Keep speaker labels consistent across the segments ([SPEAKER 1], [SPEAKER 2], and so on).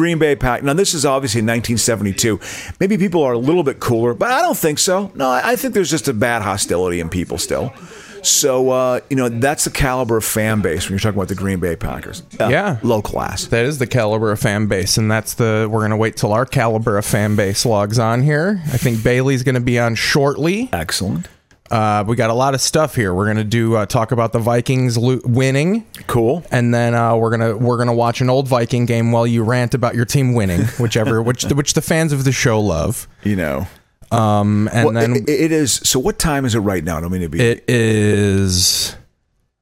[SPEAKER 1] Green Bay Pack. Now, this is obviously 1972. Maybe people are a little bit cooler, but I don't think so. No, I I think there's just a bad hostility in people still. So, uh, you know, that's the caliber of fan base when you're talking about the Green Bay Packers. Uh,
[SPEAKER 2] Yeah.
[SPEAKER 1] Low class.
[SPEAKER 2] That is the caliber of fan base, and that's the we're gonna wait till our caliber of fan base logs on here. I think Bailey's gonna be on shortly.
[SPEAKER 1] Excellent.
[SPEAKER 2] Uh, we got a lot of stuff here. We're gonna do uh, talk about the Vikings lo- winning,
[SPEAKER 1] Cool.
[SPEAKER 2] and then uh, we're gonna we're gonna watch an old Viking game while you rant about your team winning, whichever which the, which the fans of the show love.
[SPEAKER 1] You know.
[SPEAKER 2] Um, and
[SPEAKER 1] Well,
[SPEAKER 2] then
[SPEAKER 1] it- it is. So, what time is it right now? I don't mean to be.
[SPEAKER 2] it is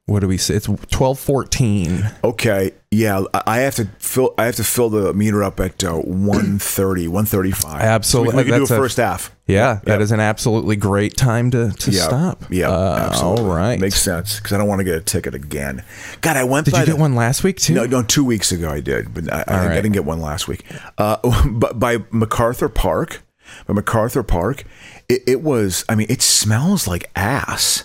[SPEAKER 2] what do we say? It's twelve fourteen.
[SPEAKER 1] okay. Yeah. I- I have to fill. I have to fill the meter up at uh, 130, 135. So
[SPEAKER 2] Absolutely.
[SPEAKER 1] we, we can do a
[SPEAKER 2] That's a-
[SPEAKER 1] first half.
[SPEAKER 2] Yeah, that is an absolutely great time to to
[SPEAKER 1] Yeah.
[SPEAKER 2] stop.
[SPEAKER 1] Yeah.
[SPEAKER 2] Uh,
[SPEAKER 1] absolutely.
[SPEAKER 2] All right.
[SPEAKER 1] Makes sense because I don't want to get a ticket again. God, I went.
[SPEAKER 2] Did
[SPEAKER 1] by
[SPEAKER 2] you get
[SPEAKER 1] the-
[SPEAKER 2] one last week too?
[SPEAKER 1] No, no, two weeks ago I did, but I, I,
[SPEAKER 2] All right.
[SPEAKER 1] I didn't get one last week. Uh, but by MacArthur Park, by MacArthur Park, it, it was. I mean, it smells like ass.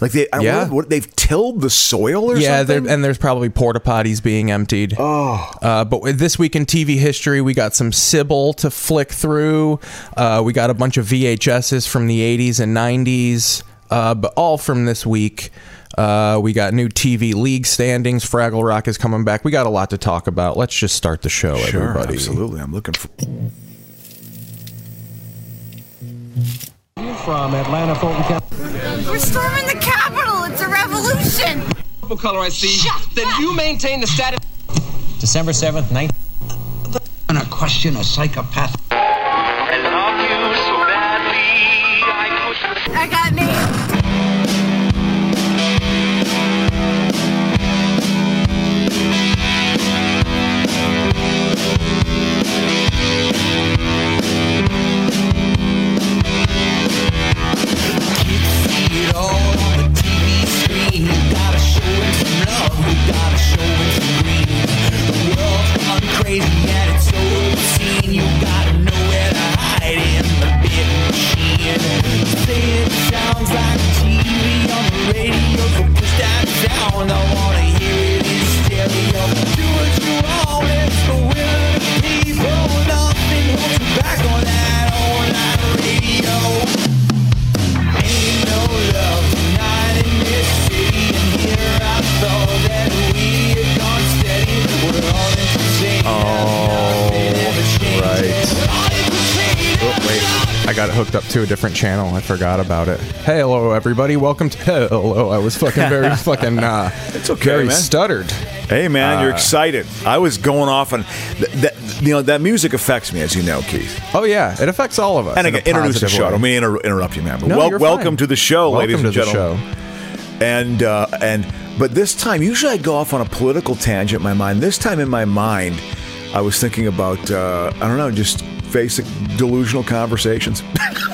[SPEAKER 1] Like they, I
[SPEAKER 2] Yeah.
[SPEAKER 1] wonder what they've tilled the soil or
[SPEAKER 2] yeah, there,
[SPEAKER 1] something.
[SPEAKER 2] and there's probably porta potties being emptied. Oh, uh, but with- this week in TV history, we got some Sybil to flick through. Uh, we got a bunch of VHSs from the 80s and 90s, uh, but all from this week. Uh, we got new TV league standings. Fraggle Rock is coming back. We got a lot to talk about. Let's just start the show,
[SPEAKER 1] Sure,
[SPEAKER 2] everybody.
[SPEAKER 1] absolutely. I'm looking for.
[SPEAKER 3] from Atlanta, Fulton County.
[SPEAKER 4] We're storming the Capitol. It's a revolution.
[SPEAKER 5] purple color I see,
[SPEAKER 4] Shut
[SPEAKER 5] then
[SPEAKER 4] up.
[SPEAKER 5] you maintain the status.
[SPEAKER 3] December 7th, 19th.
[SPEAKER 6] going to question a psychopath.
[SPEAKER 7] I love you so badly. I could
[SPEAKER 4] I got me.
[SPEAKER 1] oh.
[SPEAKER 2] Oh, I got it hooked up to a different channel. I forgot about it. Hey, hello, everybody. Welcome to. Hello. I was fucking very fucking. Uh,
[SPEAKER 1] It's okay,
[SPEAKER 2] Very
[SPEAKER 1] man.
[SPEAKER 2] stuttered.
[SPEAKER 1] Hey man,
[SPEAKER 2] Uh.
[SPEAKER 1] you're excited. I was going off on th- that. You know that music affects me, as you know, Keith.
[SPEAKER 2] Oh yeah, it affects all of us.
[SPEAKER 1] And
[SPEAKER 2] in a
[SPEAKER 1] again, introduce the
[SPEAKER 2] positive
[SPEAKER 1] show. I
[SPEAKER 2] way.
[SPEAKER 1] don't mean to inter- interrupt you, man. But
[SPEAKER 2] No,
[SPEAKER 1] wel-
[SPEAKER 2] you're fine.
[SPEAKER 1] welcome to the show,
[SPEAKER 2] Welcome
[SPEAKER 1] ladies
[SPEAKER 2] to
[SPEAKER 1] and
[SPEAKER 2] the
[SPEAKER 1] gentlemen. and uh, and but this time usually I go off on a political tangent in my mind. This time in my mind, I was thinking about uh, I don't know, just basic delusional conversations,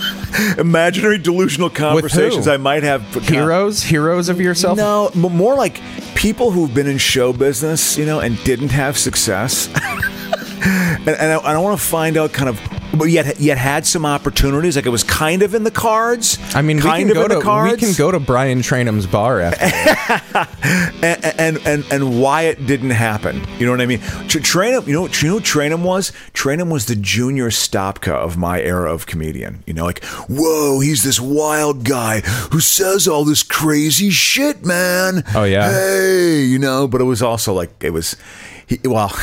[SPEAKER 1] imaginary delusional conversations I might have.
[SPEAKER 2] Heroes, heroes of yourself.
[SPEAKER 1] No, m- more like people who've been in show business, you know, and didn't have success, and, and I, I don't want to find out kind of. But yet, yet had some opportunities. Like it was kind of in the cards.
[SPEAKER 2] I mean, we
[SPEAKER 1] kind
[SPEAKER 2] can
[SPEAKER 1] of
[SPEAKER 2] go
[SPEAKER 1] in the
[SPEAKER 2] to
[SPEAKER 1] cards.
[SPEAKER 2] we can go to Brian Trainum's bar after. this.
[SPEAKER 1] and and and, and why it didn't happen. You know what I mean? Tr- Trainum, you know, you know, what Trainum was Trainum was the junior Stopka of my era of comedian. You know, like whoa, he's this wild guy who says all this crazy shit, man.
[SPEAKER 2] Oh, yeah.
[SPEAKER 1] hey, you know. But it was also like it was. He, well,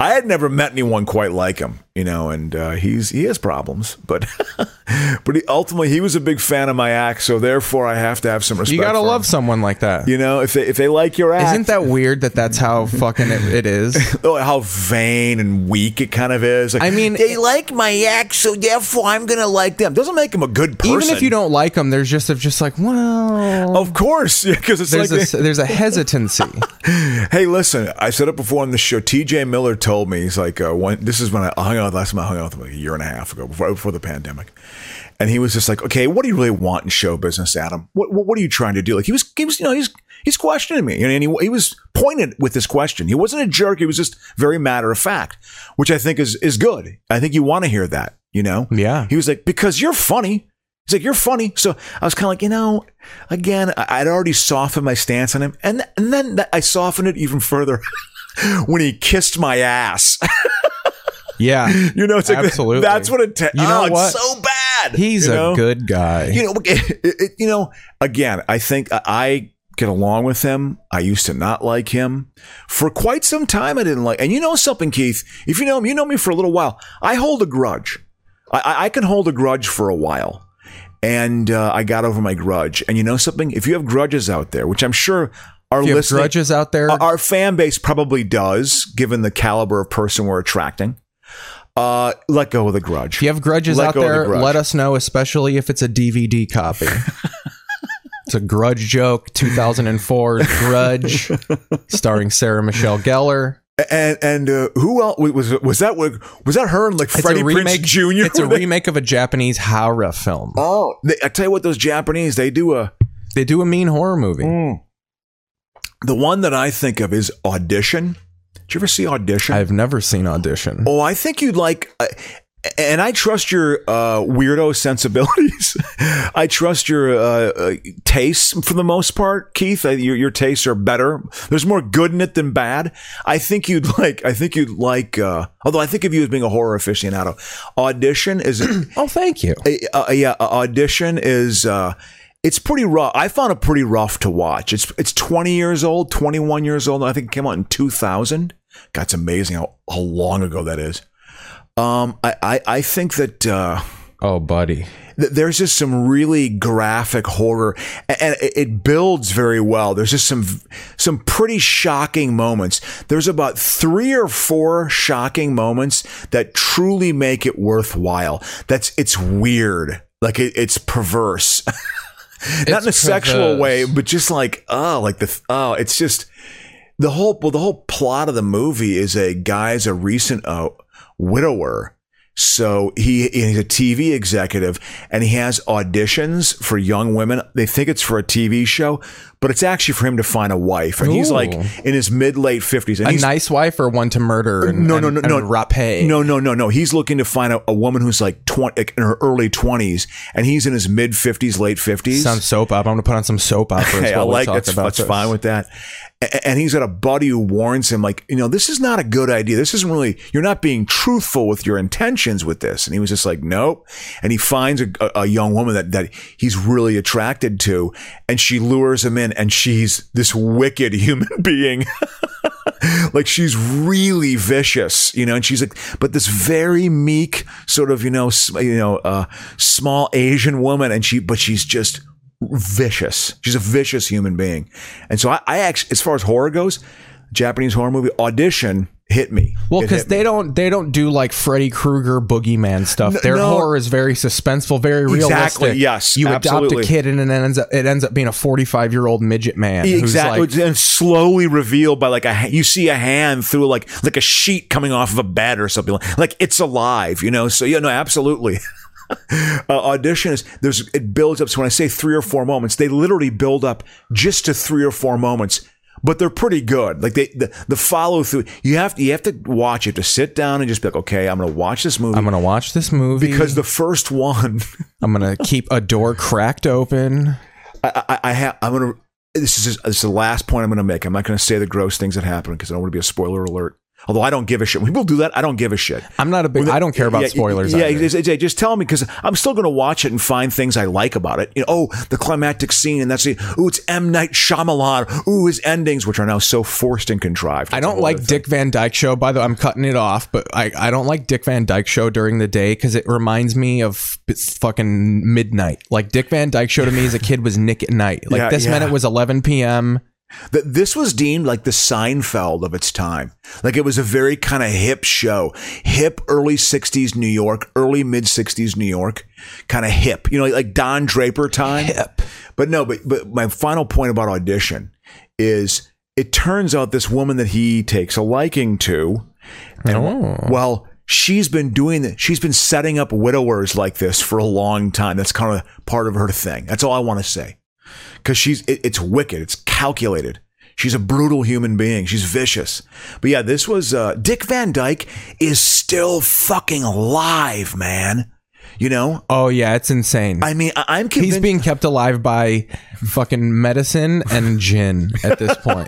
[SPEAKER 1] I had never met anyone quite like him, you know, and uh, he's he has problems, but but he, ultimately he was a big fan of my act, so therefore I have to have some respect.
[SPEAKER 2] you gotta
[SPEAKER 1] for
[SPEAKER 2] love
[SPEAKER 1] him.
[SPEAKER 2] someone like that.
[SPEAKER 1] You know, if they if they like your act,
[SPEAKER 2] Isn't that weird that that's how fucking it, it is?
[SPEAKER 1] oh, how vain and weak it kind of is? Like,
[SPEAKER 2] I mean-
[SPEAKER 1] they like my act, so therefore I'm gonna like them. Doesn't make them a good person.
[SPEAKER 2] Even if you don't like them, there's just of just like well,
[SPEAKER 1] Of course, because it's
[SPEAKER 2] there's
[SPEAKER 1] like,
[SPEAKER 2] a, there's a hesitancy.
[SPEAKER 1] hey, listen, I said it before on the show. T.J. Miller told me he's like, uh, one, this is when I hung out last time I hung out with him like a year and a half ago, before before the pandemic, and he was just like, okay, what do you really want in show business, Adam? What what, what are you trying to do? Like he was, he was, you know, he's he's questioning me, and he he was pointed with this question. He wasn't a jerk. He was just very matter of fact, which I think is is good. I think you want to hear that, you know.
[SPEAKER 2] Yeah.
[SPEAKER 1] He was like, because you're funny. He's like, you're funny. So I was kind of like, you know, again, I- I'd already softened my stance on him. And, th- and then th- I softened it even further when he kissed my ass.
[SPEAKER 2] Yeah,
[SPEAKER 1] You know, it's like
[SPEAKER 2] absolutely.
[SPEAKER 1] that's what it. Te-
[SPEAKER 2] you know
[SPEAKER 1] oh,
[SPEAKER 2] what?
[SPEAKER 1] It's so bad.
[SPEAKER 2] He's
[SPEAKER 1] you
[SPEAKER 2] a
[SPEAKER 1] know?
[SPEAKER 2] good guy.
[SPEAKER 1] You know, it, it, you know. Again, I think I- I get along with him. I used to not like him for quite some time. I didn't like. And you know something, Keith? If you know him, you know me for a little while. I hold a grudge. I, I, I can hold a grudge for a while. And uh, I got over my grudge. And you know something? If you have grudges out there, which I'm sure our
[SPEAKER 2] If you have
[SPEAKER 1] listening-
[SPEAKER 2] grudges out there.
[SPEAKER 1] our, our fan base probably does, given the caliber of person we're attracting. Uh, let go of the grudge.
[SPEAKER 2] if you have grudges
[SPEAKER 1] let
[SPEAKER 2] out
[SPEAKER 1] go of the
[SPEAKER 2] there,
[SPEAKER 1] grudge.
[SPEAKER 2] let us know, especially if it's a DVD copy. it's a grudge joke, 2004 Grudge, starring Sarah Michelle Gellar.
[SPEAKER 1] And and uh, who else was was that? Was that her and like
[SPEAKER 2] It's
[SPEAKER 1] Freddie
[SPEAKER 2] a remake.
[SPEAKER 1] Prince Jr.
[SPEAKER 2] It's a
[SPEAKER 1] They-
[SPEAKER 2] remake of a Japanese horror film.
[SPEAKER 1] Oh, they, I tell you what, those Japanese they do uh, a
[SPEAKER 2] They do a mean horror movie.
[SPEAKER 1] Mm. the one that I think of is audition. Did you ever see audition?
[SPEAKER 2] I've never seen audition.
[SPEAKER 1] Oh, I think you'd like, uh, and I trust your uh, weirdo sensibilities. I trust your uh, uh, tastes for the most part, Keith. I, your, your tastes are better. There's more good in it than bad. I think you'd like. I think you'd like. Uh, although I think of you as being a horror aficionado. Audition is
[SPEAKER 2] Oh, thank you.
[SPEAKER 1] uh, yeah, uh, audition is uh, it's pretty rough. I found it pretty rough to watch. It's it's 20 years old, 21 years old. I think it came out in 2000. God, it's amazing how, how long ago that is. Um, I I, I think that. Uh,
[SPEAKER 2] Oh, buddy.
[SPEAKER 1] th- there's just some really graphic horror a- and it- it builds very well there's just some some pretty shocking moments there's about three or four shocking moments that truly make it worthwhile that's it's weird like it, it's perverse not in a sexual
[SPEAKER 2] perverse.
[SPEAKER 1] way but just like oh like the oh it's just the whole well the whole plot of the movie is a guy's a recent uh, widower so he he's a TV executive and he has auditions for young women. They think it's for a TV show, but it's actually for him to find a wife. And he's
[SPEAKER 2] Ooh.
[SPEAKER 1] like in his mid late fifties. And
[SPEAKER 2] A
[SPEAKER 1] he's
[SPEAKER 2] nice wife or one to murder? And,
[SPEAKER 1] no, no, no,
[SPEAKER 2] and,
[SPEAKER 1] no,
[SPEAKER 2] and rape?
[SPEAKER 1] No, no, no, no. He's looking to find a, a woman who's like twenty like in her early twenties, and he's in his mid fifties, late fifties.
[SPEAKER 2] Sounds soap opera. I'm gonna put on some soap operas.
[SPEAKER 1] Hey, I
[SPEAKER 2] while we
[SPEAKER 1] like
[SPEAKER 2] talk
[SPEAKER 1] that's,
[SPEAKER 2] about
[SPEAKER 1] that's
[SPEAKER 2] this.
[SPEAKER 1] fine with that. A- And he's got a buddy who warns him, like, you know, this is not a good idea. This isn't really, you're not being truthful with your intentions with this. And he was just like, nope. And he finds a, a, a young woman that, that he's really attracted to, and she lures him in, and she's this wicked human being. like she's really vicious, you know, and she's like, but this very meek sort of, you know, s- you know, uh, small Asian woman, and she, but she's just vicious. She's a vicious human being, and so I, I actually, as far as horror goes, Japanese horror movie audition hit me.
[SPEAKER 2] Well,
[SPEAKER 1] It
[SPEAKER 2] because
[SPEAKER 1] hit me.
[SPEAKER 2] they don't they don't do like Freddy Krueger boogeyman stuff.
[SPEAKER 1] N-
[SPEAKER 2] Their
[SPEAKER 1] no.
[SPEAKER 2] horror is very suspenseful, very
[SPEAKER 1] Exactly,
[SPEAKER 2] realistic.
[SPEAKER 1] yes,
[SPEAKER 2] you
[SPEAKER 1] absolutely.
[SPEAKER 2] adopt a kid and it ends up it ends up being a forty five year old midget man. who's
[SPEAKER 1] Exactly,
[SPEAKER 2] like-
[SPEAKER 1] and slowly revealed by like a ha- you see a hand through like like a sheet coming off of a bed or something like, like it's alive, you know. So yeah, no, absolutely. uh, audition is there's it builds up. So when I say three or four moments, they literally build up just to three or four moments, but they're pretty good. Like they the, the follow through. You have to you have to watch it to sit down and just be like, okay, I'm going to watch this movie
[SPEAKER 2] I'm gonna watch this movie
[SPEAKER 1] because the first one.
[SPEAKER 2] I'm gonna keep a door cracked open.
[SPEAKER 1] I, I, I have. I'm gonna. This is this is the last point I'm gonna make. I'm not gonna say the gross things that happen because I don't want to be a spoiler alert. Although I don't give a shit. When people do that, I don't give a shit.
[SPEAKER 2] I'm not a big. I don't care about spoilers.
[SPEAKER 1] Yeah,
[SPEAKER 2] either.
[SPEAKER 1] yeah, yeah, just tell me because I'm still gonna watch it and find things I like about it. You know, oh, the climactic scene and that's the ooh, it's M Night Shyamalan. Ooh, his endings, which are now so forced and contrived.
[SPEAKER 2] I don't like Dick Van Dyke show. By the way, I'm cutting it off, but I, I don't like Dick Van Dyke show during the day because it reminds me of b- fucking midnight. Like Dick Van Dyke show to me as a kid was Nick at Night. Like
[SPEAKER 1] Yeah,
[SPEAKER 2] this
[SPEAKER 1] yeah.
[SPEAKER 2] minute was 11 p.m.
[SPEAKER 1] that this was deemed like the Seinfeld of its time. Like it was a very kind of hip show, hip early 60s New York, early mid 60s New York, kind of hip, you know, like Don Draper time. Hip. But no, but, but my final point about audition is it turns out this woman that he takes a liking to, well, she's been doing that. She's been setting up widowers like this for a long time. That's kind of part of her thing. That's all I want to say. Because she's, it, it's wicked. It's calculated. She's a brutal human being. She's vicious. But yeah, this was, uh, Dick Van Dyke is still fucking alive, man. You know?
[SPEAKER 2] Oh yeah, it's insane.
[SPEAKER 1] I mean, I, I'm convinced.
[SPEAKER 2] He's being kept alive by fucking medicine and gin at this point.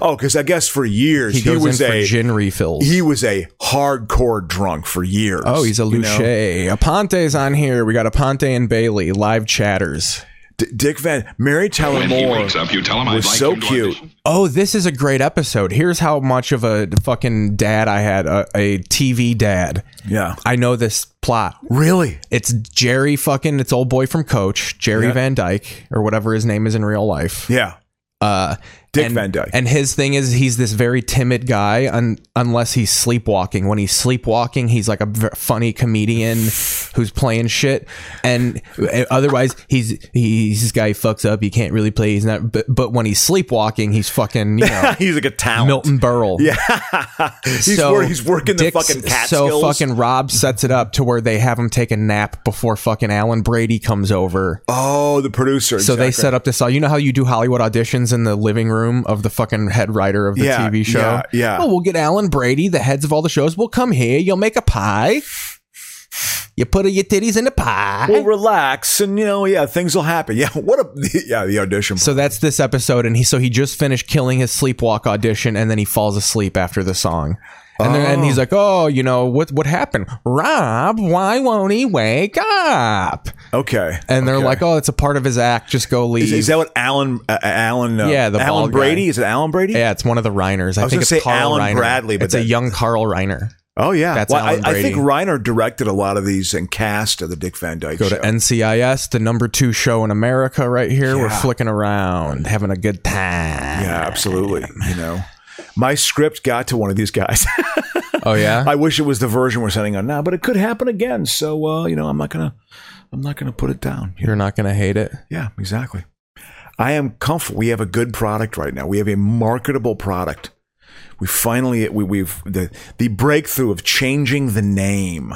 [SPEAKER 1] Oh, because I guess for years
[SPEAKER 2] He
[SPEAKER 1] he,
[SPEAKER 2] goes
[SPEAKER 1] was
[SPEAKER 2] in for
[SPEAKER 1] a
[SPEAKER 2] gin refills.
[SPEAKER 1] he was a hardcore drunk for years.
[SPEAKER 2] oh, he's a
[SPEAKER 1] you know?
[SPEAKER 2] Luche. Aponte's on here. We got Aponte and Bailey live chatters.
[SPEAKER 1] D- Dick Van Mary Tyler
[SPEAKER 8] When he
[SPEAKER 1] Moore
[SPEAKER 8] wakes up, you tell him I'd
[SPEAKER 1] was
[SPEAKER 8] like
[SPEAKER 1] so
[SPEAKER 8] him to
[SPEAKER 1] cute.
[SPEAKER 8] audition.
[SPEAKER 2] Oh, this is a great episode. Here's how much of a fucking dad I had, a, a TV dad.
[SPEAKER 1] Yeah,
[SPEAKER 2] I know this plot.
[SPEAKER 1] really.
[SPEAKER 2] It's Jerry fucking, it's old boy from Coach, Jerry
[SPEAKER 1] Yeah.
[SPEAKER 2] Van Dyke, or whatever his name is in real life.
[SPEAKER 1] Yeah,
[SPEAKER 2] Uh,
[SPEAKER 1] Dick
[SPEAKER 2] and,
[SPEAKER 1] Van Dyke.
[SPEAKER 2] And his thing is he's this very timid guy un- unless he's sleepwalking. When he's sleepwalking, he's like a v- funny comedian who's playing shit. And uh, otherwise, he's he's this guy who fucks up. He can't really play. He's not. But, but when he's sleepwalking, he's fucking you know
[SPEAKER 1] he's like a talent.
[SPEAKER 2] Milton Berle.
[SPEAKER 1] Yeah, he's, wor- he's working the
[SPEAKER 2] Dick's-
[SPEAKER 1] fucking cat
[SPEAKER 2] So
[SPEAKER 1] skills.
[SPEAKER 2] fucking Rob sets it up to where they have him take a nap before fucking Alan Brady comes over.
[SPEAKER 1] oh, the producer.
[SPEAKER 2] So they
[SPEAKER 1] exactly.
[SPEAKER 2] set up this. uh, You know how you do Hollywood auditions in the living room of the fucking head writer of the
[SPEAKER 1] Yeah,
[SPEAKER 2] TV show.
[SPEAKER 1] yeah, yeah.
[SPEAKER 2] Oh, we'll get Alan Brady, the heads of all the shows. will come here. You'll make a pie. You put your titties in the pie.
[SPEAKER 1] Well, relax, and you know, yeah, things will happen. Yeah, what a yeah, the audition.
[SPEAKER 2] so that's this episode, and he so he just finished killing his sleepwalk audition, and then he falls asleep after the song. And, then, and he's like, "Oh, you know what? What happened, Rob? Why won't he wake up?"
[SPEAKER 1] okay,
[SPEAKER 2] And they're
[SPEAKER 1] okay.
[SPEAKER 2] like, "Oh, it's a part of his act. Just go leave."
[SPEAKER 1] Is, is that what Alan? Uh, Alan? Uh,
[SPEAKER 2] Yeah, the
[SPEAKER 1] Alan
[SPEAKER 2] bald
[SPEAKER 1] Brady.
[SPEAKER 2] guy.
[SPEAKER 1] Is it Alan Brady?
[SPEAKER 2] Yeah, it's one of the Reiners. I,
[SPEAKER 1] was
[SPEAKER 2] think
[SPEAKER 1] gonna
[SPEAKER 2] it's
[SPEAKER 1] say
[SPEAKER 2] Carl
[SPEAKER 1] Alan
[SPEAKER 2] Reiner.
[SPEAKER 1] Bradley, but
[SPEAKER 2] it's a
[SPEAKER 1] that-
[SPEAKER 2] young Carl Reiner.
[SPEAKER 1] Oh yeah.
[SPEAKER 2] That's
[SPEAKER 1] well,
[SPEAKER 2] Alan
[SPEAKER 1] I, I think
[SPEAKER 2] Brady.
[SPEAKER 1] Reiner directed a lot of these and cast of the Dick Van Dyke
[SPEAKER 2] Go
[SPEAKER 1] show.
[SPEAKER 2] to NCIS, the number two show in America, right here. We're
[SPEAKER 1] Yeah.
[SPEAKER 2] flicking around, having a good time.
[SPEAKER 1] yeah, absolutely. You know, my script got to one of these guys.
[SPEAKER 2] Oh yeah.
[SPEAKER 1] I wish it was the version we're sending on now, but it could happen again. So uh, you know, I'm not gonna, I'm not gonna put it down. You know?
[SPEAKER 2] You're not gonna hate it.
[SPEAKER 1] Yeah, exactly. I am comfortable. We have a good product right now. We have a marketable product. We finally we, we've the the breakthrough of changing the name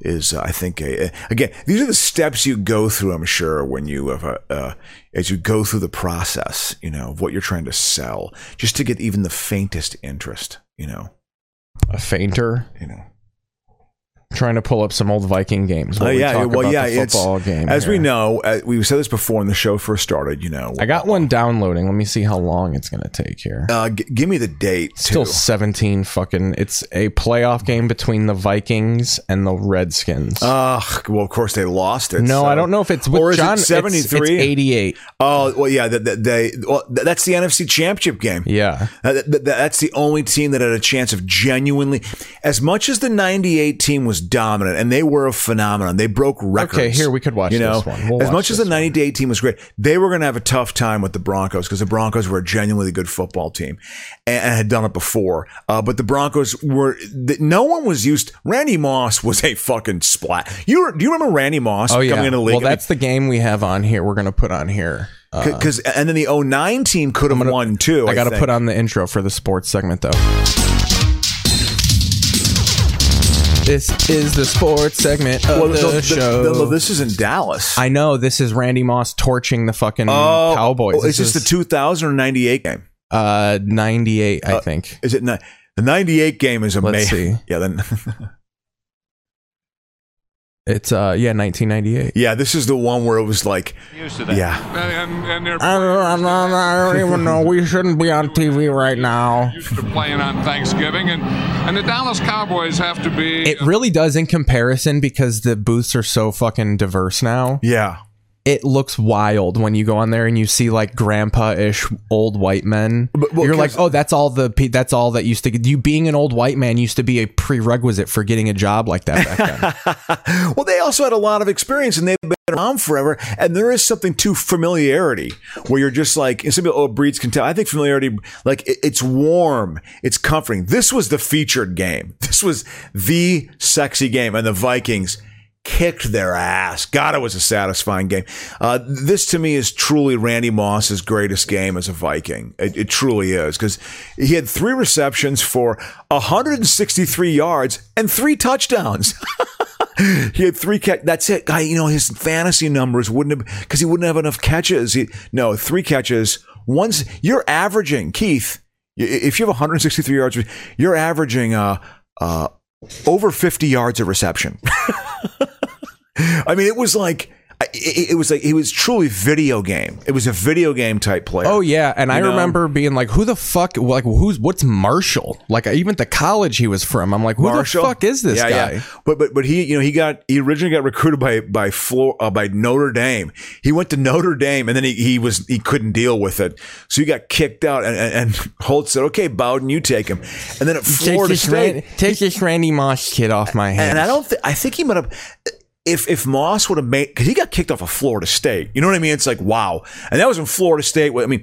[SPEAKER 1] is uh, I think a, a- again these are the steps you go through. I'm sure when you have a, uh, as you go through the process, you know of what you're trying to sell, just to get even the faintest interest. You know,
[SPEAKER 2] A fainter.
[SPEAKER 1] you know.
[SPEAKER 2] Trying to pull up some old Viking games. while
[SPEAKER 1] Uh,
[SPEAKER 2] we talk about the
[SPEAKER 1] it's-
[SPEAKER 2] football game.
[SPEAKER 1] As we
[SPEAKER 2] here.
[SPEAKER 1] know, uh, we said this before when the show first started. You know,
[SPEAKER 2] I got one downloading. Let me see how long it's gonna take here.
[SPEAKER 1] Uh, g- give me the date.
[SPEAKER 2] Still
[SPEAKER 1] too.
[SPEAKER 2] 17 fucking. It's a playoff game between the Vikings and the Redskins.
[SPEAKER 1] Ugh, well, of course they lost it.
[SPEAKER 2] no,
[SPEAKER 1] so-
[SPEAKER 2] I don't know if it's with
[SPEAKER 1] Uh, or is
[SPEAKER 2] John.
[SPEAKER 1] it
[SPEAKER 2] it's-
[SPEAKER 1] seventy
[SPEAKER 2] It's,
[SPEAKER 1] three?
[SPEAKER 2] 88.
[SPEAKER 1] Oh, well, yeah. That, that, they, well, th- that's the NFC Championship game.
[SPEAKER 2] Yeah.
[SPEAKER 1] Uh, th- th- that's the only team that had a chance of genuinely, as much as the '98 team was dominant, and they were a phenomenon. They broke records.
[SPEAKER 2] Okay, here, we could watch
[SPEAKER 1] you know,
[SPEAKER 2] this one. We'll
[SPEAKER 1] as
[SPEAKER 2] watch
[SPEAKER 1] much as the
[SPEAKER 2] this one.
[SPEAKER 1] '98 team was great, they were going to have a tough time with the Broncos because the Broncos were a genuinely good football team and, and had done it before. Uh, but the Broncos were th- no one was used. Randy Moss was a fucking splat. You were, do you remember Randy Moss
[SPEAKER 2] Oh yeah.
[SPEAKER 1] coming into the league?
[SPEAKER 2] Well, that's the game we have on here. We're gonna put on here. Uh,
[SPEAKER 1] because and then the 09 team could have won too.
[SPEAKER 2] I got to
[SPEAKER 1] think.
[SPEAKER 2] put on the intro for the sports segment though. This is the sports segment of
[SPEAKER 1] Well,
[SPEAKER 2] the,
[SPEAKER 1] no, th-
[SPEAKER 2] show.
[SPEAKER 1] no, no, this is in Dallas.
[SPEAKER 2] I know this is Randy Moss torching the fucking
[SPEAKER 1] Oh,
[SPEAKER 2] Mm, Cowboys.
[SPEAKER 1] oh, is this the 2000 or 98 game?
[SPEAKER 2] uh 98, I think.
[SPEAKER 1] Is it ni- the 98 game is
[SPEAKER 2] Let's
[SPEAKER 1] amazing?
[SPEAKER 2] see.
[SPEAKER 1] Yeah, then
[SPEAKER 2] It's uh yeah, 1998.
[SPEAKER 1] yeah, this is the one where it was like yeah,
[SPEAKER 9] And, and they're
[SPEAKER 2] I don't, I don't- I don't even know. We shouldn't be on TV right now.
[SPEAKER 9] used to playing on Thanksgiving, and, and the Dallas Cowboys have to be.
[SPEAKER 2] It really does in comparison because the booths are so fucking diverse now.
[SPEAKER 1] yeah,
[SPEAKER 2] it looks wild when you go on there and you see like grandpa-ish old white men.
[SPEAKER 1] But- well,
[SPEAKER 2] You're like,
[SPEAKER 1] 'cause-
[SPEAKER 2] oh, that's all the pe- that's all that used to you being an old white man used to be a prerequisite for getting a job like that back then.
[SPEAKER 1] Well, they also had a lot of experience and they've been around forever. And there is something to familiarity where you're just like, and some people, oh, breeds contempt. I think familiarity, like, it- it's warm, it's comforting. This was the featured game. This was the sexy game. And the Vikings kicked their ass. God, it was a satisfying game. Uh, this to me is truly Randy Moss's greatest game as a Viking. It, it truly is because he had three receptions for 163 yards and three touchdowns. He had three catch. That's it, guy. You know his fantasy numbers wouldn't have because he wouldn't have enough catches. He, no, three catches. Once you're averaging, Keith. i- If you have 163 yards, you're averaging uh, uh, over 50 yards of reception. I mean, it was like I- it, it was like it was truly video game. It was a video game type player.
[SPEAKER 2] Oh yeah, and I
[SPEAKER 1] You know?
[SPEAKER 2] remember being like, "Who the fuck? Like, who's what's Marshall? Like, even at the college he was from, I'm like, who
[SPEAKER 1] Marshall.
[SPEAKER 2] the fuck is this
[SPEAKER 1] Yeah,
[SPEAKER 2] guy?"
[SPEAKER 1] yeah. But but but he you know he got he originally got recruited by by Flor, uh, by Notre Dame. He went to Notre Dame and then he, he was he couldn't deal with it, so he got kicked out. And, and, and Holt said, "Okay, Bowden, you take him." And then at Florida State,
[SPEAKER 2] Ran- take this Randy Moss kid off my hands.
[SPEAKER 1] and I don't. Th- I think he might have. If if Moss would have made because he got kicked off of Florida State, you know what I mean? It's like wow, and that was in Florida State. I mean,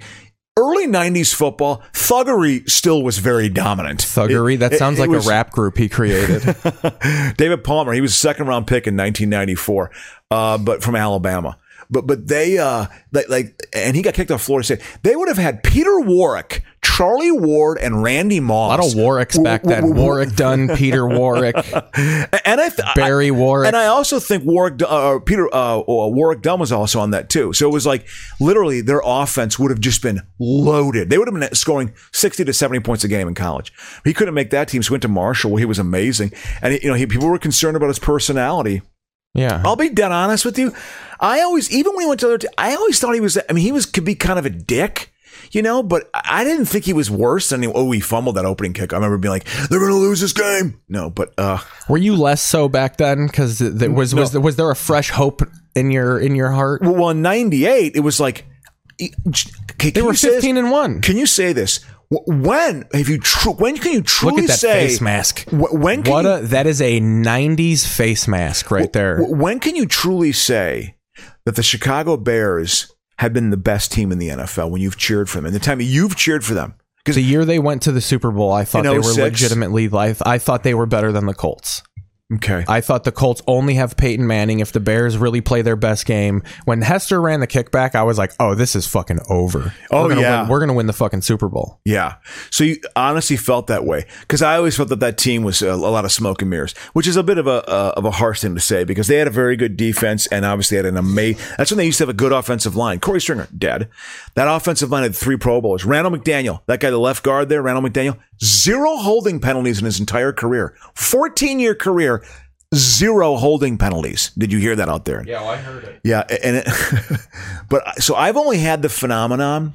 [SPEAKER 1] early '90s football thuggery still was very dominant.
[SPEAKER 2] thuggery.
[SPEAKER 1] It-
[SPEAKER 2] that
[SPEAKER 1] it-
[SPEAKER 2] sounds
[SPEAKER 1] it
[SPEAKER 2] like
[SPEAKER 1] was-
[SPEAKER 2] a rap group he created.
[SPEAKER 1] David Palmer, he was a second round pick in 1994, uh, but from Alabama. But but they uh like, like and he got kicked off Florida State. They would have had Peter Warwick, Charlie Ward, and Randy
[SPEAKER 2] a
[SPEAKER 1] Moss.
[SPEAKER 2] lot of Warwicks back
[SPEAKER 1] W-
[SPEAKER 2] then.
[SPEAKER 1] w- w-
[SPEAKER 2] Warwick Dunn, Peter Warwick.
[SPEAKER 1] and I th-
[SPEAKER 2] Barry
[SPEAKER 1] I-
[SPEAKER 2] Warwick.
[SPEAKER 1] and I also think Warwick, uh, Peter uh, or Warwick Dunn was also on that too. So it was like literally their offense would have just been loaded. They would have been scoring sixty to seventy points a game in college. He couldn't make that team, so he went to Marshall, where he was amazing. And you know, he, people were concerned about his personality.
[SPEAKER 2] Yeah.
[SPEAKER 1] I'll be dead honest with you. I always, even when he went to other, te- I always thought he was. I mean, he was could be kind of a dick, you know. But I I didn't think he was worse than. He, oh, he fumbled that opening kick. I remember being like, "They're going to lose this game." No, but uh,
[SPEAKER 2] Were you less so back then? Because there was was there, was there a fresh hope in your in your heart?
[SPEAKER 1] well, in '98, it was like e- j- can,
[SPEAKER 2] They
[SPEAKER 1] can
[SPEAKER 2] were
[SPEAKER 1] you say this?
[SPEAKER 2] 15 and one.
[SPEAKER 1] Can you say this? Wh- When have you? Tr- when can you truly
[SPEAKER 2] Look at that
[SPEAKER 1] say
[SPEAKER 2] face mask.
[SPEAKER 1] Wh- When can
[SPEAKER 2] What
[SPEAKER 1] you,
[SPEAKER 2] a that is a '90s face mask right there.
[SPEAKER 1] W- When can you truly say that the Chicago Bears have been the best team in the NFL when you've cheered for them and the time you've cheered for them?
[SPEAKER 2] The year they went to the Super Bowl, I thought
[SPEAKER 1] In
[SPEAKER 2] they were
[SPEAKER 1] 06?
[SPEAKER 2] legitimately life. I thought they were better than the Colts.
[SPEAKER 1] Okay.
[SPEAKER 2] I thought the Colts only have Peyton Manning if the Bears really play their best game. When Hester ran the kickback, I was like, "Oh, this is fucking over.
[SPEAKER 1] Oh,
[SPEAKER 2] we're gonna
[SPEAKER 1] yeah.
[SPEAKER 2] win, we're gonna win the fucking Super Bowl."
[SPEAKER 1] Yeah. So you honestly felt that way because I always felt that that team was a, a lot of smoke and mirrors, which is a bit of a uh, of a harsh thing to say because they had a very good defense and obviously had an amazing. That's when they used to have a good offensive line. Corey Stringer dead. That offensive line had three Pro Bowlers. Randall McDaniel, that guy, the left guard there, Randall McDaniel, zero holding penalties in his entire career, fourteen year career. Zero holding penalties. Did you hear that out there? Yeah, I heard it. Yeah, and it, but so I've only had the phenomenon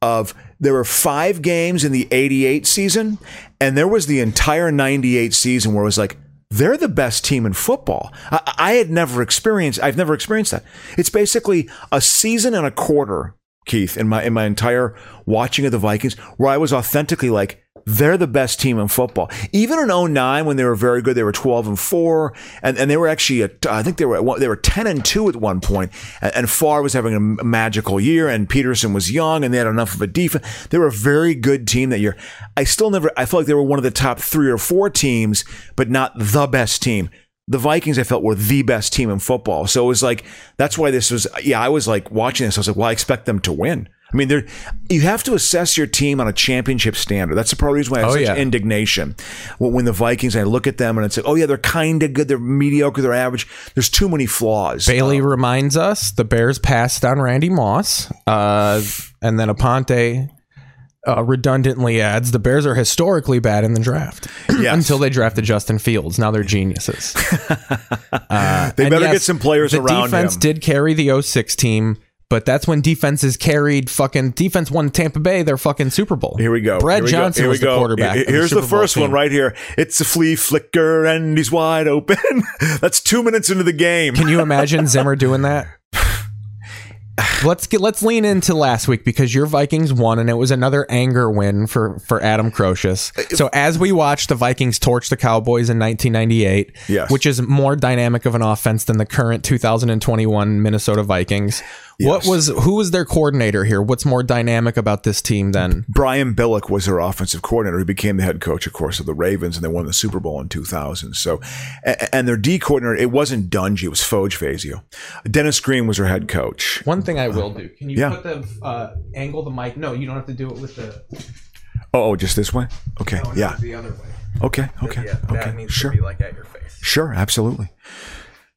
[SPEAKER 1] of there were five games in the 88 season, and there was the entire 98 season where it was like, they're the best team in football. I, I had never experienced, I've never experienced that. It's basically a season and a quarter, Keith, in my, in my entire watching of the Vikings, where I was authentically like, they're the best team in football. Even in 09, when they were very good, they were 12 and 4, and, and they were actually, a, I think they were, at one- they were 10 and 2 at one point, and, and Favre was having a m- magical year, and Peterson was young, and they had enough of a defense. They were a very good team that year. I still never, I felt like they were one of the top three or four teams, but not the best team. The Vikings, I felt, were the best team in football. So it was like, that's why this was, yeah, I was like watching this, I was like, well, I expect them to win. I mean, there you have to assess your team on a championship standard. That's the part of the reason why I have
[SPEAKER 2] Oh,
[SPEAKER 1] such
[SPEAKER 2] yeah.
[SPEAKER 1] indignation when, when the Vikings. I look at them and it's like, oh yeah, they're kind of good. They're mediocre. They're average. There's too many flaws.
[SPEAKER 2] Bailey reminds us the Bears passed on Randy Moss, uh, and then Aponte uh, redundantly adds the Bears are historically bad in the draft
[SPEAKER 1] Yes.
[SPEAKER 2] until they drafted Justin Fields. Now they're geniuses.
[SPEAKER 1] they
[SPEAKER 2] And
[SPEAKER 1] better
[SPEAKER 2] yes,
[SPEAKER 1] get some players
[SPEAKER 2] the
[SPEAKER 1] around
[SPEAKER 2] defense
[SPEAKER 1] him.
[SPEAKER 2] did carry the 06 team, but that's when defenses carried fucking defense won Tampa Bay their fucking Super Bowl.
[SPEAKER 1] here we go.
[SPEAKER 2] Brad
[SPEAKER 1] Here we go.
[SPEAKER 2] Johnson
[SPEAKER 1] Here we
[SPEAKER 2] was the
[SPEAKER 1] go.
[SPEAKER 2] quarterback.
[SPEAKER 1] Here-
[SPEAKER 2] of
[SPEAKER 1] Here's the,
[SPEAKER 2] Super Bowl
[SPEAKER 1] first one
[SPEAKER 2] team.
[SPEAKER 1] right here. It's a flea flicker and he's wide open. That's two minutes into the game.
[SPEAKER 2] Can you imagine Zimmer doing that? Let's get let's lean into last week because your Vikings won and it was another anger win for for Adam Crocius. So as we watched the Vikings torch the Cowboys in 1998,
[SPEAKER 1] Yes.
[SPEAKER 2] which is more dynamic of an offense than the current 2021 Minnesota Vikings. What
[SPEAKER 1] Yes.
[SPEAKER 2] was who was their coordinator here? What's more dynamic about this team than
[SPEAKER 1] Brian Billick was their offensive coordinator. He became the head coach, of course, of the Ravens, and they won the Super Bowl in 2000. So, a- and their D coordinator, it wasn't Dungy, it was Foge Fazio. Dennis Green was their head coach.
[SPEAKER 2] One thing I will do. Can you
[SPEAKER 1] Yeah.
[SPEAKER 2] put the uh, angle the mic? No, you don't have to do it with the
[SPEAKER 1] Oh, oh, just this way? Okay, yeah.
[SPEAKER 2] the other way.
[SPEAKER 1] Okay, okay,
[SPEAKER 2] Yeah, that
[SPEAKER 1] okay.
[SPEAKER 2] needs
[SPEAKER 1] Sure,
[SPEAKER 2] to be like at your face.
[SPEAKER 1] sure, absolutely.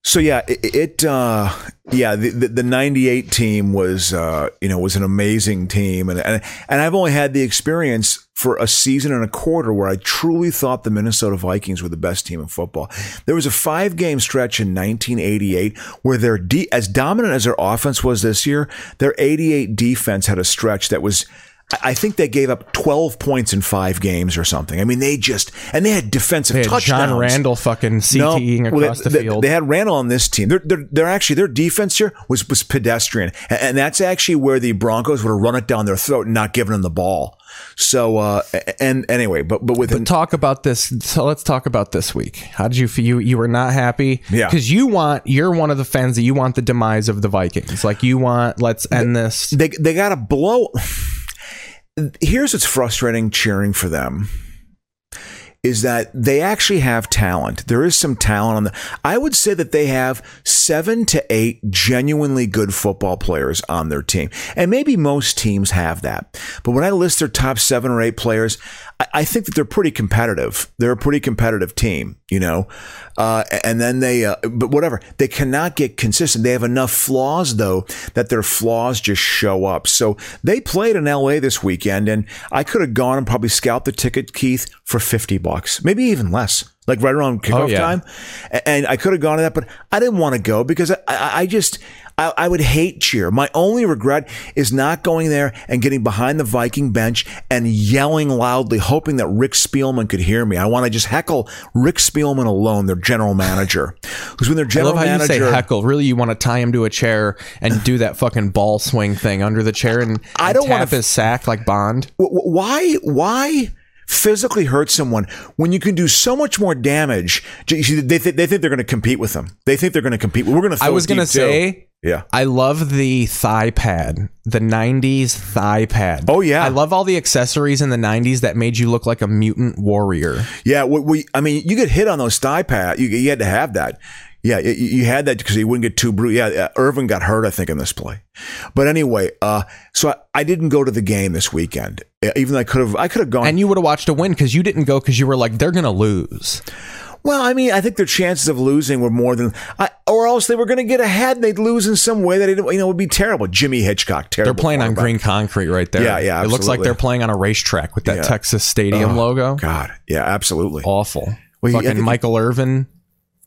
[SPEAKER 1] So yeah, it, it uh, yeah the, the the '98 team was uh, you know was an amazing team, and, and and I've only had the experience for a season and a quarter where I truly thought the Minnesota Vikings were the best team in football. There was a five game stretch in 1988 where their de- as dominant as their offense was this year, their '88 defense had a stretch that was. I- I think they gave up 12 points in five games or something. I mean, they just, and they had defensive
[SPEAKER 2] They had
[SPEAKER 1] touchdowns.
[SPEAKER 2] John Randall fucking CTEing
[SPEAKER 1] well,
[SPEAKER 2] across
[SPEAKER 1] they,
[SPEAKER 2] the
[SPEAKER 1] they-
[SPEAKER 2] field.
[SPEAKER 1] They had Randall on this team. They're, they're, they're actually their defense here was was pedestrian, and, and that's actually where the Broncos would have run it down their throat and not given them the ball. So uh, a- and anyway, but but with
[SPEAKER 2] but talk about this. So let's talk about this week. How did you feel? You, you were not happy.
[SPEAKER 1] Yeah.
[SPEAKER 2] Because you want, you're one of the fans that you want the demise of the Vikings. Like you want, let's end this.
[SPEAKER 1] they they got to blow. Here's what's frustrating cheering for them is that they actually have talent. There is some talent on the. I would say that they have seven to eight genuinely good football players on their team, and maybe most teams have that. But when I list their top seven or eight players, I, I think that they're pretty competitive. They're a pretty competitive team, you know. Uh, and then they, uh, but whatever, they cannot get consistent. They have enough flaws though that their flaws just show up. So they played in L.A. this weekend, and I could have gone and probably scalped the ticket, Keith, for fifty bucks, maybe even less, like right around kickoff
[SPEAKER 2] yeah.
[SPEAKER 1] time. A- And I could have gone to that, but I didn't want to go because I, I I just. I, I would hate cheer. My only regret is not going there and getting behind the Viking bench and yelling loudly, hoping that Rick Spielman could hear me. I want to just heckle Rick Spielman alone, their general manager, because when their
[SPEAKER 2] I
[SPEAKER 1] general
[SPEAKER 2] love how
[SPEAKER 1] manager,
[SPEAKER 2] you say heckle. Really, you want to tie him to a chair and do that fucking ball swing thing under the chair and,
[SPEAKER 1] I
[SPEAKER 2] and
[SPEAKER 1] don't wanna
[SPEAKER 2] tap his sack like Bond.
[SPEAKER 1] Wh- wh- why why physically hurt someone when you can do so much more damage J- you see, they, th- they think they're going to compete with them they think they're going to compete we're going to
[SPEAKER 2] I was
[SPEAKER 1] going
[SPEAKER 2] gonna
[SPEAKER 1] to
[SPEAKER 2] say.
[SPEAKER 1] yeah
[SPEAKER 2] I love the thigh pad, the 90s thigh pad.
[SPEAKER 1] Oh, yeah.
[SPEAKER 2] I love all the accessories in the 90s that made you look like a mutant warrior.
[SPEAKER 1] yeah we, we, i mean you get hit on those thigh pad you, you had to have that yeah you, you had that because you wouldn't get too bruised yeah uh, irvin got hurt i think in this play but anyway uh so i, I didn't go to the game this weekend Uh, even though i could have i could have gone
[SPEAKER 2] And you would have watched a win because you didn't go because you were like, they're going to lose.
[SPEAKER 1] Well, I mean, I think their chances of losing were more than, I, or else they were going to get ahead and they'd lose in some way that it, you know would be terrible. Jimmy Hitchcock, terrible.
[SPEAKER 2] They're playing on
[SPEAKER 1] quarterback.
[SPEAKER 2] green concrete right there.
[SPEAKER 1] Yeah, yeah,
[SPEAKER 2] It looks like
[SPEAKER 1] absolutely.
[SPEAKER 2] they're playing on a racetrack with that
[SPEAKER 1] Yeah.
[SPEAKER 2] Texas Stadium logo.
[SPEAKER 1] God, yeah, absolutely.
[SPEAKER 2] Awful.
[SPEAKER 1] Well, he- I
[SPEAKER 2] fucking
[SPEAKER 1] think-
[SPEAKER 2] Michael Irvin.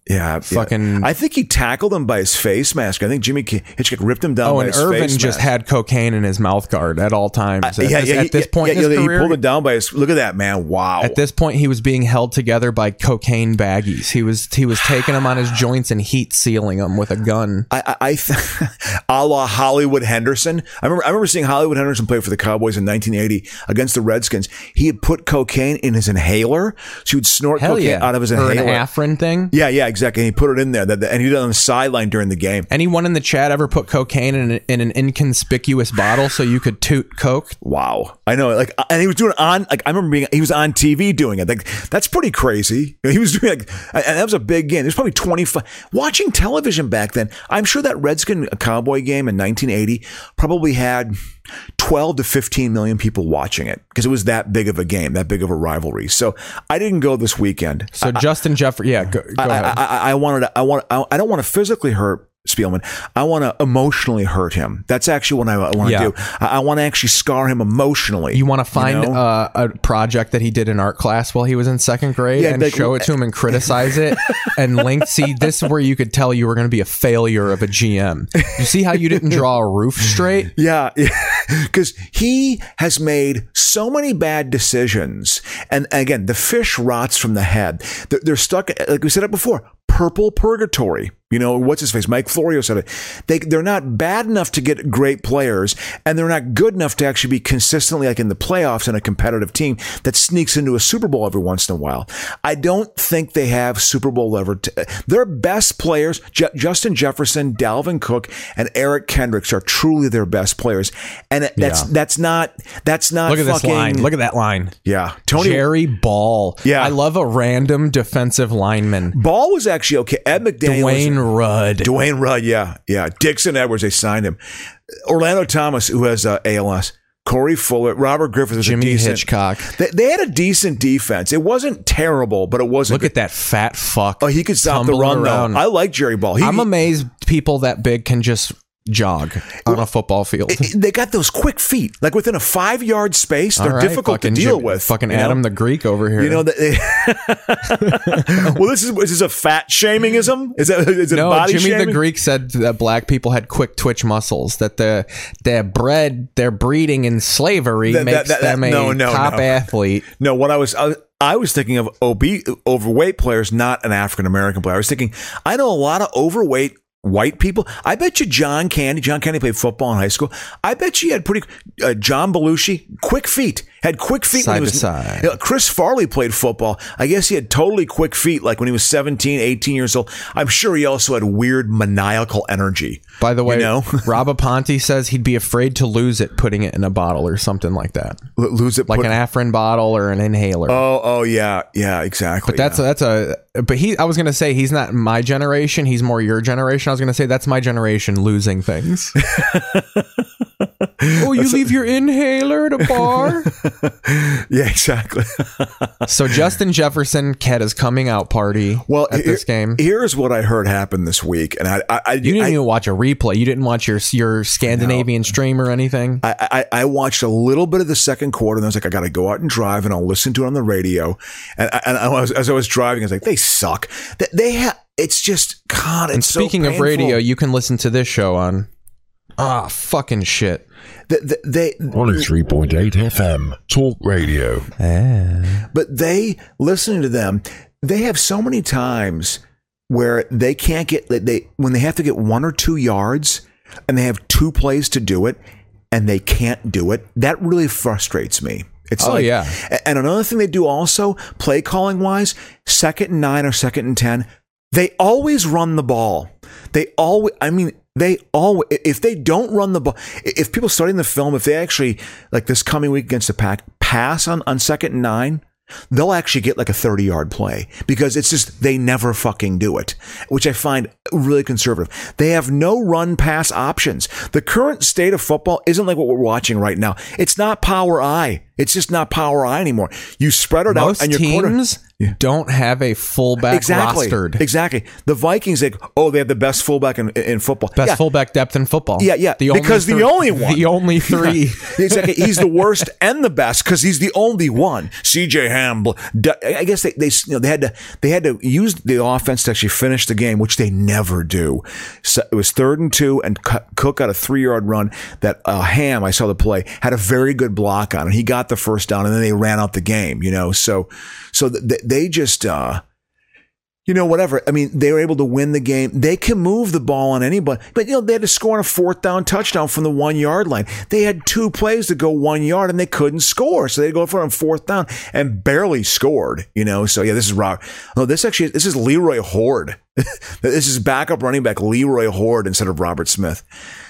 [SPEAKER 1] yeah, yeah.
[SPEAKER 2] fucking-
[SPEAKER 1] I think he tackled him by his face mask. I think Jimmy K- Hitchcock ripped him down.
[SPEAKER 2] Oh,
[SPEAKER 1] by
[SPEAKER 2] and
[SPEAKER 1] his
[SPEAKER 2] Irvin
[SPEAKER 1] face mask.
[SPEAKER 2] just
[SPEAKER 1] Uh,
[SPEAKER 2] had cocaine in his mouth guard at all times. At,
[SPEAKER 1] yeah,
[SPEAKER 2] this,
[SPEAKER 1] yeah,
[SPEAKER 2] at
[SPEAKER 1] yeah,
[SPEAKER 2] this point
[SPEAKER 1] yeah,
[SPEAKER 2] in his
[SPEAKER 1] yeah,
[SPEAKER 2] career,
[SPEAKER 1] he pulled it down by his. Look at that man! Wow.
[SPEAKER 2] at this point, he was being held together by cocaine baggies. He was he was taking them on his joints and heat sealing them with a gun.
[SPEAKER 1] I, I, I th- a la Hollywood Henderson. I remember, I remember seeing Hollywood Henderson play for the Cowboys in 1980 against the Redskins. He had put cocaine in his inhaler, so he would snort
[SPEAKER 2] Hell
[SPEAKER 1] cocaine
[SPEAKER 2] yeah!
[SPEAKER 1] out of his
[SPEAKER 2] or an
[SPEAKER 1] inhaler.
[SPEAKER 2] Afrin thing.
[SPEAKER 1] yeah, yeah, exactly. And he put it in there, that, and he did it on the sideline during the game.
[SPEAKER 2] Anyone in the chat ever put cocaine in, an- in an inconspicuous bottle so you could toot coke?
[SPEAKER 1] Wow, I know. Like, and he was doing it on. Like, I remember being. He was on TV doing it. Like, that's pretty crazy. You know, He was doing like, and that was a big game. There's probably 25 watching television back then. I'm sure that Redskin Cowboy game in 1980 probably had 12 to 15 million people watching it because it was that big of a game, that big of a rivalry. So I didn't go this weekend.
[SPEAKER 2] So Justin Jeffrey, yeah, go, go
[SPEAKER 1] I,
[SPEAKER 2] ahead.
[SPEAKER 1] I, I, I wanted. To, I want. I, I don't want to physically hurt Spielman. I want to emotionally hurt him. That's actually what I, want to
[SPEAKER 2] Yeah.
[SPEAKER 1] do. I, I want to actually scar him emotionally.
[SPEAKER 2] You want to find
[SPEAKER 1] know?
[SPEAKER 2] uh, a project that he did in art class while he was in second grade
[SPEAKER 1] Yeah,
[SPEAKER 2] and
[SPEAKER 1] like-
[SPEAKER 2] show it to him and criticize it and link. See, this is where you could tell you were going to be a failure of a GM. You see how you didn't draw a roof straight?
[SPEAKER 1] Yeah, because he has made so many bad decisions, and again, the fish rots from the head. They're, they're stuck, like we said it before, purple purgatory. You know what's his face? Mike Florio said it. They they're not bad enough to get great players, and they're not good enough to actually be consistently like in the playoffs and a competitive team that sneaks into a Super Bowl every once in a while. I don't think they have Super Bowl level. T- their best players, J- Justin Jefferson, Dalvin Cook, and Eric Kendricks are truly their best players, and that's
[SPEAKER 2] Yeah.
[SPEAKER 1] that's not that's not
[SPEAKER 2] Look at
[SPEAKER 1] fucking
[SPEAKER 2] this line. Look at that line.
[SPEAKER 1] yeah, Tony.
[SPEAKER 2] Jerry Ball.
[SPEAKER 1] Yeah.
[SPEAKER 2] I love a random defensive lineman.
[SPEAKER 1] Ball was actually okay. Ed McDaniel, was-
[SPEAKER 2] Dwayne Rudd.
[SPEAKER 1] Dwayne Rudd, yeah, yeah. Dixon Edwards, they signed him. Orlando Thomas, who has uh, ALS, Corey Fuller, Robert Griffith, was
[SPEAKER 2] Jimmy
[SPEAKER 1] a decent,
[SPEAKER 2] Hitchcock.
[SPEAKER 1] They, they had a decent defense. It wasn't terrible, but it wasn't.
[SPEAKER 2] Look at that fat fuck.
[SPEAKER 1] Oh, he could stop the
[SPEAKER 2] tumbling
[SPEAKER 1] run
[SPEAKER 2] around.
[SPEAKER 1] though. I like Jerry Ball. He,
[SPEAKER 2] I'm amazed people that big can just jog on a football field.
[SPEAKER 1] it- they got those quick feet, like within a five yard space.
[SPEAKER 2] All
[SPEAKER 1] They're
[SPEAKER 2] right,
[SPEAKER 1] difficult to
[SPEAKER 2] fucking
[SPEAKER 1] deal
[SPEAKER 2] Jim-
[SPEAKER 1] with.
[SPEAKER 2] Fucking
[SPEAKER 1] you know?
[SPEAKER 2] Adam the Greek over here.
[SPEAKER 1] You know that. well, this is this is a fat shamingism. Is that is it
[SPEAKER 2] no,
[SPEAKER 1] body
[SPEAKER 2] Jimmy
[SPEAKER 1] shaming?
[SPEAKER 2] the Greek said that black people had quick twitch muscles. That the their bread, their breeding in slavery
[SPEAKER 1] That- that-
[SPEAKER 2] makes
[SPEAKER 1] that- that-
[SPEAKER 2] them a
[SPEAKER 1] no, no,
[SPEAKER 2] top
[SPEAKER 1] no.
[SPEAKER 2] athlete.
[SPEAKER 1] No, what I was I, was- I was thinking of obese, overweight players, not an African American player. I was thinking I know a lot of overweight white people. I bet you John Candy. John Candy played football in high school. I bet you he had pretty uh, John Belushi, quick feet, had quick feet
[SPEAKER 2] Side
[SPEAKER 1] when he
[SPEAKER 2] to
[SPEAKER 1] was
[SPEAKER 2] side.
[SPEAKER 1] Yeah, Chris Farley played football. I guess he had totally quick feet, like when he was 17, 18 years old. I'm sure he also had weird maniacal energy.
[SPEAKER 2] By the way,
[SPEAKER 1] you know,
[SPEAKER 2] Rob Aponte says he'd be afraid to lose it putting it in a bottle or something like that.
[SPEAKER 1] L- lose it
[SPEAKER 2] Like
[SPEAKER 1] put-
[SPEAKER 2] an Afrin bottle or an inhaler.
[SPEAKER 1] Oh, oh yeah, yeah, exactly.
[SPEAKER 2] That's
[SPEAKER 1] yeah.
[SPEAKER 2] a, that's a but he I was gonna say he's not my generation he's more your generation I was gonna say that's my generation losing things. oh, you leave your inhaler at a bar.
[SPEAKER 1] yeah, exactly.
[SPEAKER 2] so Justin Jefferson had his coming out party.
[SPEAKER 1] Well,
[SPEAKER 2] at this
[SPEAKER 1] here-
[SPEAKER 2] game,
[SPEAKER 1] here's what I heard happened this week, and I, I, I
[SPEAKER 2] Mm-hmm. you didn't
[SPEAKER 1] I,
[SPEAKER 2] even watch a replay. You didn't watch your your Scandinavian stream or anything.
[SPEAKER 1] I, I, I watched a little bit of the second quarter, and I was like, I got to go out and drive, and I'll listen to it on the radio. And, I- and I was, as I was driving, I was like, they suck. They, they ha- it's just God. It's
[SPEAKER 2] and
[SPEAKER 1] so
[SPEAKER 2] speaking of
[SPEAKER 1] painful.
[SPEAKER 2] radio, you can listen to this show on. Ah, fucking shit.
[SPEAKER 1] Th- th- they,
[SPEAKER 8] 103.8 FM, Talk Radio.
[SPEAKER 1] but they listening to them, they have so many times where they can't get they- they when they have to get one or two yards and they have two plays to do it and they can't do it. That really frustrates me. It's
[SPEAKER 2] Oh,
[SPEAKER 1] like,
[SPEAKER 2] yeah.
[SPEAKER 1] a- And another thing they do also, play calling wise, second and nine or second and 10, they always run the ball. They always, I mean, they always, if they don't run the ball, if people studying the film, if they actually, like this coming week against the Pack, pass on, on second and nine, they'll actually get like a 30 yard play because it's just they never fucking do it, which I find really conservative. They have no run pass options. The current state of football isn't like what we're watching right now. It's not power eye. It's just not power eye anymore. You spread it
[SPEAKER 2] Most
[SPEAKER 1] out and your quarter.
[SPEAKER 2] teams don't have a fullback
[SPEAKER 1] Exactly.
[SPEAKER 2] rostered.
[SPEAKER 1] Exactly. The Vikings, like, oh, they have the best fullback in, in football.
[SPEAKER 2] Best
[SPEAKER 1] Yeah.
[SPEAKER 2] fullback depth in football.
[SPEAKER 1] Yeah, yeah. because
[SPEAKER 2] three-
[SPEAKER 1] the only one,
[SPEAKER 2] The only three.
[SPEAKER 1] exactly. He's the worst and the best because he's the only one. C.J. Ham. D- I guess they they you know, they had to they had to use the offense to actually finish the game, which they never do. So it was third and two, and C- Cook got a three yard run that uh, Ham. I saw the play had a very good block on, and he got the first down, and then they ran out the game. You know, so so th- they just. uh you know, whatever. I mean, they were able to win the game. They can move the ball on anybody, but you know, they had to score on a fourth down touchdown from the one yard line. They had two plays to go one yard and they couldn't score. So they go for it on fourth down and barely scored, you know? So yeah, this is Rob. No, this actually, this is Leroy Horde. this is backup running back Leroy Horde instead of Robert Smith.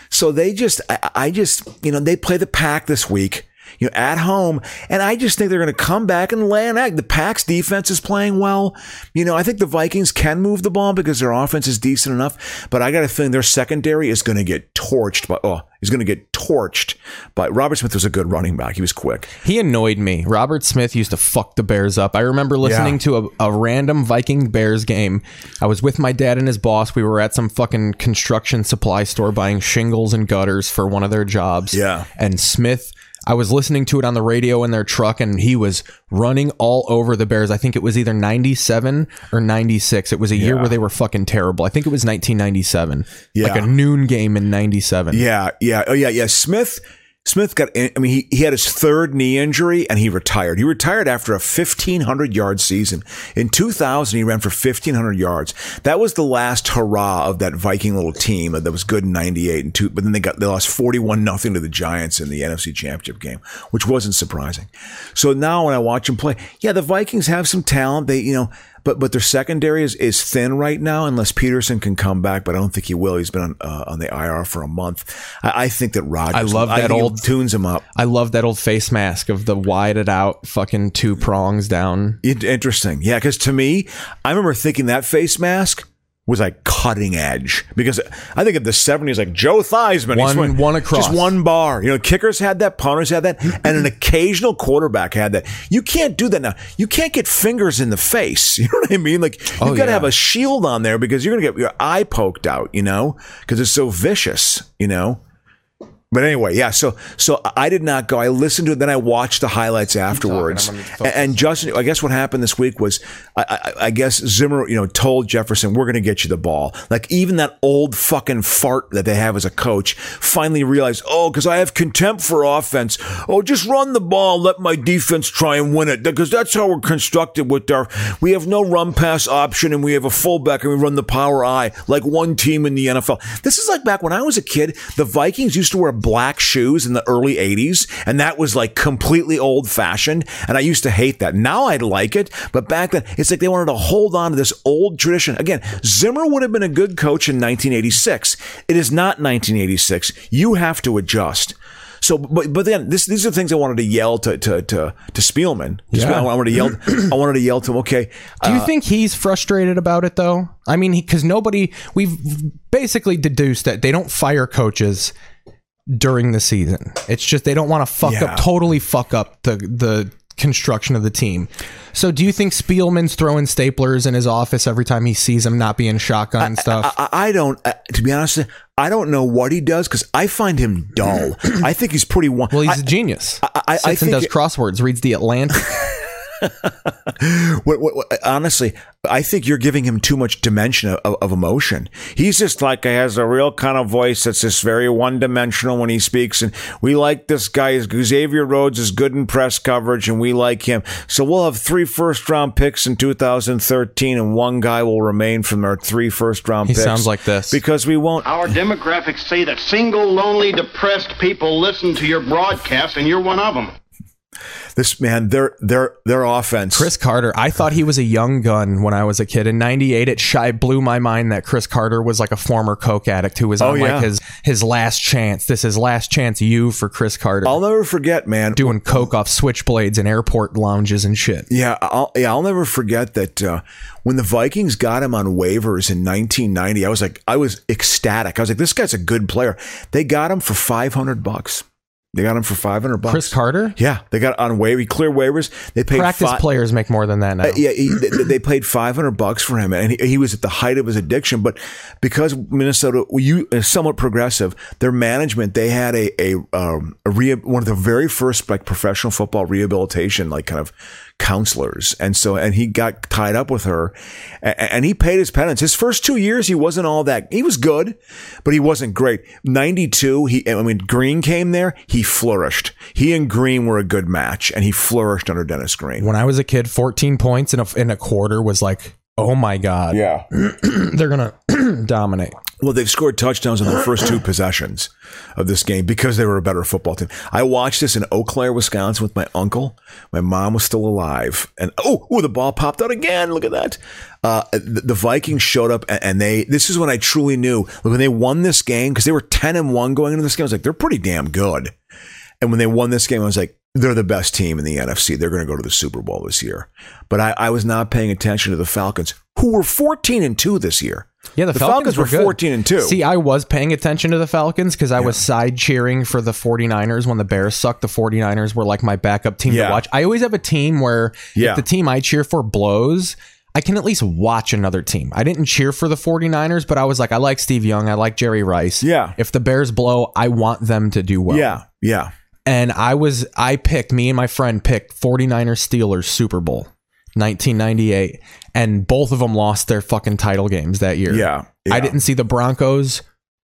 [SPEAKER 1] So they just, I, I just, you know, they play the pack this week you know, at home. And I just think they're going to come back and lay an egg. The Pack's defense is playing well. You know, I think the Vikings can move the ball because their offense is decent enough. But I got a feeling their secondary is going to get torched by, oh, he's going to get torched by Robert Smith was a good running back. He was quick.
[SPEAKER 2] he annoyed me. Robert Smith used to fuck the Bears up. I remember listening
[SPEAKER 1] Yeah.
[SPEAKER 2] to a, a random Viking Bears game. I was with my dad and his boss. We were at some fucking construction supply store buying shingles and gutters for one of their jobs.
[SPEAKER 1] Yeah.
[SPEAKER 2] And Smith, I was listening to it on the radio in their truck, and he was running all over the Bears. I think it was either 97 or 96. It was a year where they were fucking terrible. I think it was 1997. Like
[SPEAKER 1] Yeah.
[SPEAKER 2] a noon game in 97.
[SPEAKER 1] Yeah, yeah, oh yeah, yeah. Smith, Smith got. I mean, he, he had his third knee injury and he retired. He retired after a fifteen hundred yard season. In two thousand, he ran for fifteen hundred yards. That was the last hurrah of that Viking little team that was good in ninety eight and two. But then they got they lost forty one nothing to the Giants in the NFC Championship game, which wasn't surprising. So now when I watch him play, yeah, the Vikings have some talent. They you know. But but their secondary is, is thin right now, unless Peterson can come back. But I don't think he will. He's been on uh, on the IR for a month. I, I think that Rodgers.
[SPEAKER 2] I love that
[SPEAKER 1] think he
[SPEAKER 2] old-
[SPEAKER 1] tunes him up.
[SPEAKER 2] I love that old face mask of the wided out fucking two prongs down.
[SPEAKER 1] In- Interesting, yeah. Because to me, I remember thinking that face mask was like cutting edge because I think in the 70s, like Joe Theismann, he just
[SPEAKER 2] One-
[SPEAKER 1] went-
[SPEAKER 2] one across. Mm-hmm.
[SPEAKER 1] just one bar. You know, kickers had that, punters had that, and an occasional quarterback had that. You can't do that now. You can't get fingers in the face. You know what I mean? Like you
[SPEAKER 2] Oh,
[SPEAKER 1] got to
[SPEAKER 2] yeah.
[SPEAKER 1] have a shield on there because you're gonna get your eye poked out. You know, because it's so vicious. You know. But anyway, yeah. So so I did not go. I listened to it, then I watched the highlights afterwards.
[SPEAKER 2] I'm gonna
[SPEAKER 1] And, and Justin, I guess what happened this week was, I, I, I guess Zimmer, you know, told Jefferson, "We're going to get you the ball." Like even that old fucking fart that they have as a coach finally realized, oh, because I have contempt for offense. Oh, just run the ball, let my defense try and win it, because that's how we're constructed with our. We have no run pass option, and we have a fullback, and we run the power eye like one team in the NFL. This is like back when I was a kid. The Vikings used to wear black shoes in the early '80s, and that was like completely old fashioned. And I used to hate that. Now I like it, but back then it's like they wanted to hold on to this old tradition. Again, Zimmer would have been a good coach in 1986. It is not 1986. You have to adjust. So, but but then this, these are things I wanted to yell to to to, to Spielman. To
[SPEAKER 2] Yeah.
[SPEAKER 1] Spielman. I wanted to yell. I wanted to yell to him. Okay,
[SPEAKER 2] Do you think he's frustrated about it though? I mean, because nobody we've basically deduced that they don't fire coaches during the season. It's just they don't want to fuck
[SPEAKER 1] Yeah.
[SPEAKER 2] up totally fuck up the the construction of the team. So do you think Spielman's throwing staplers in his office every time he sees him not being shotgun and stuff?
[SPEAKER 1] I, I don't. Uh, to be honest, I don't know what he does because I find him dull. I think he's pretty one.
[SPEAKER 2] well, he's
[SPEAKER 1] I-
[SPEAKER 2] a genius.
[SPEAKER 1] I- I- I
[SPEAKER 2] Sits and
[SPEAKER 1] think
[SPEAKER 2] does
[SPEAKER 1] it-
[SPEAKER 2] crosswords, reads the Atlantic.
[SPEAKER 1] What, what, what- honestly, I think you're giving him too much dimension of, of emotion. He's just like he has a real kind of voice that's just very one dimensional when he speaks. And we like this guy. Xavier Rhodes is good in press coverage, and we like him. So we'll have three first round picks in 2013, and one guy will remain from our three first round
[SPEAKER 2] He
[SPEAKER 1] picks.
[SPEAKER 2] sounds like this.
[SPEAKER 1] because we won't.
[SPEAKER 10] Our demographics say that single, lonely, depressed people listen to your broadcast, and you're one of them.
[SPEAKER 1] This man, their their their offense.
[SPEAKER 2] Chris Carter. I thought he was a young gun when I was a kid. In '98, it shy blew my mind that Chris Carter was like a former coke addict who was
[SPEAKER 1] Oh,
[SPEAKER 2] on
[SPEAKER 1] yeah.
[SPEAKER 2] like his his last chance. This is last chance you for Chris Carter
[SPEAKER 1] I'll never forget, man.
[SPEAKER 2] doing coke off switchblades and airport lounges and shit.
[SPEAKER 1] Yeah, I'll, yeah, I'll never forget that uh, when the Vikings got him on waivers in 1990. I was like, I was ecstatic. I was like, this guy's a good player. They got him for 500 bucks. They got him for 500 bucks.
[SPEAKER 2] Chris Carter.
[SPEAKER 1] Yeah, they got on waiver, clear waivers. They paid
[SPEAKER 2] Practice
[SPEAKER 1] fi-
[SPEAKER 2] players make more than that now.
[SPEAKER 1] uh, yeah, he, they, they paid 500 bucks for him, and he, he was at the height of his addiction. But because Minnesota, you is somewhat progressive, their management they had a a, um, a re- one of the very first like professional football rehabilitation like kind of counselors, and so and he got tied up with her, and, and he paid his penance. His first two years, he wasn't all that. He was good, but he wasn't great. 92, he I mean Green came there, he flourished. He and Green were a good match, and he flourished under Dennis Green.
[SPEAKER 2] When I was a kid, 14 points in a in a quarter was like, oh my god,
[SPEAKER 1] Yeah.
[SPEAKER 2] they're gonna dominate.
[SPEAKER 1] Well, they've scored touchdowns on the first two possessions of this game because they were a better football team. I watched this in Eau Claire, Wisconsin with my uncle. My mom was still alive. And oh, ooh, the ball popped out again. Look at that. Uh, the, the Vikings showed up and, and they, this is when I truly knew when they won this game because they were 10 and 1 going into this game. I was like, they're pretty damn good. And when they won this game, I was like, they're the best team in the NFC. They're going to go to the Super Bowl this year. But I, I was not paying attention to the Falcons, who were 14 and 2 this year.
[SPEAKER 2] Yeah, the,
[SPEAKER 1] The Falcons were
[SPEAKER 2] good.
[SPEAKER 1] 14 and two.
[SPEAKER 2] See, I was paying attention to the Falcons because I was side cheering for the 49ers when the Bears sucked. The 49ers were like my backup team
[SPEAKER 1] Yeah.
[SPEAKER 2] to watch. I always have a team where
[SPEAKER 1] Yeah.
[SPEAKER 2] if the team I cheer for blows, I can at least watch another team. I didn't cheer for the 49ers, but I was like, I like Steve Young. I like Jerry Rice.
[SPEAKER 1] Yeah.
[SPEAKER 2] If the Bears blow, I want them to do well.
[SPEAKER 1] Yeah, yeah.
[SPEAKER 2] And I was, I picked, me and my friend picked 49ers Steelers Super Bowl 1998. And both of them lost their fucking title games that year.
[SPEAKER 1] Yeah, yeah.
[SPEAKER 2] I didn't see the Broncos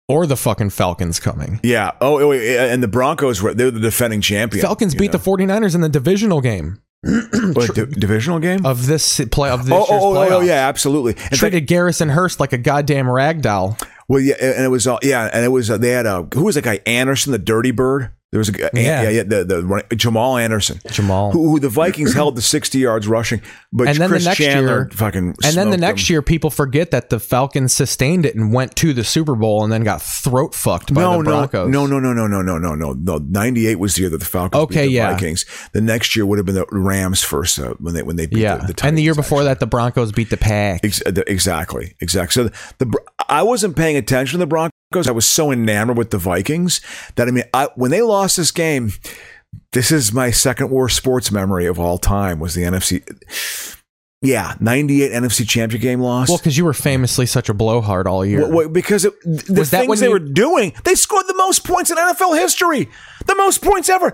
[SPEAKER 2] or the fucking Falcons coming.
[SPEAKER 1] Yeah. Oh, oh, wait, and the Broncos were they were the defending champion.
[SPEAKER 2] Falcons
[SPEAKER 1] you
[SPEAKER 2] beat
[SPEAKER 1] know.
[SPEAKER 2] the 49ers in the divisional game
[SPEAKER 1] What, di- divisional game.
[SPEAKER 2] of this play of this
[SPEAKER 1] oh,
[SPEAKER 2] year's
[SPEAKER 1] oh, oh,
[SPEAKER 2] playoffs.
[SPEAKER 1] oh, yeah, absolutely. In fact,
[SPEAKER 2] Treated Garrison Hurst like a goddamn rag doll.
[SPEAKER 1] well, yeah, and it was all yeah, and it was uh, they had a who was that guy Anderson, the Dirty Bird. There was a yeah,
[SPEAKER 2] Yeah.
[SPEAKER 1] yeah, yeah the, the running, Jamal Anderson,
[SPEAKER 2] Jamal.
[SPEAKER 1] who, who the Vikings held to sixty yards rushing, but
[SPEAKER 2] and then
[SPEAKER 1] Chris
[SPEAKER 2] the next
[SPEAKER 1] Chandler
[SPEAKER 2] year,
[SPEAKER 1] fucking
[SPEAKER 2] and then the
[SPEAKER 1] smoked
[SPEAKER 2] next
[SPEAKER 1] them.
[SPEAKER 2] year, people forget that the Falcons sustained it and went to the Super Bowl and then got throat fucked by
[SPEAKER 1] No,
[SPEAKER 2] the
[SPEAKER 1] no,
[SPEAKER 2] Broncos.
[SPEAKER 1] no, no, no, no, no, no, no, no, no. Ninety-eight was the year that the Falcons
[SPEAKER 2] Okay,
[SPEAKER 1] beat the
[SPEAKER 2] yeah.
[SPEAKER 1] Vikings. The next year would have been the Rams first uh, when they when they beat
[SPEAKER 2] yeah,
[SPEAKER 1] the, the Titans.
[SPEAKER 2] and the year before that, the Broncos beat the Pack.
[SPEAKER 1] Ex- the- Exactly, exactly. So the, the Bro- I wasn't paying attention to the Broncos. I was so enamored with the Vikings that I mean, I, when they lost this game, this is my second worst sports memory of all time. Was the NFC? Yeah, ninety eight NFC Championship game loss.
[SPEAKER 2] Well, because you were famously such a blowhard all year.
[SPEAKER 1] Well, well, because it, th- the
[SPEAKER 2] Was that
[SPEAKER 1] things
[SPEAKER 2] when
[SPEAKER 1] they
[SPEAKER 2] you-
[SPEAKER 1] were doing, they scored the most points in NFL history, the most points ever.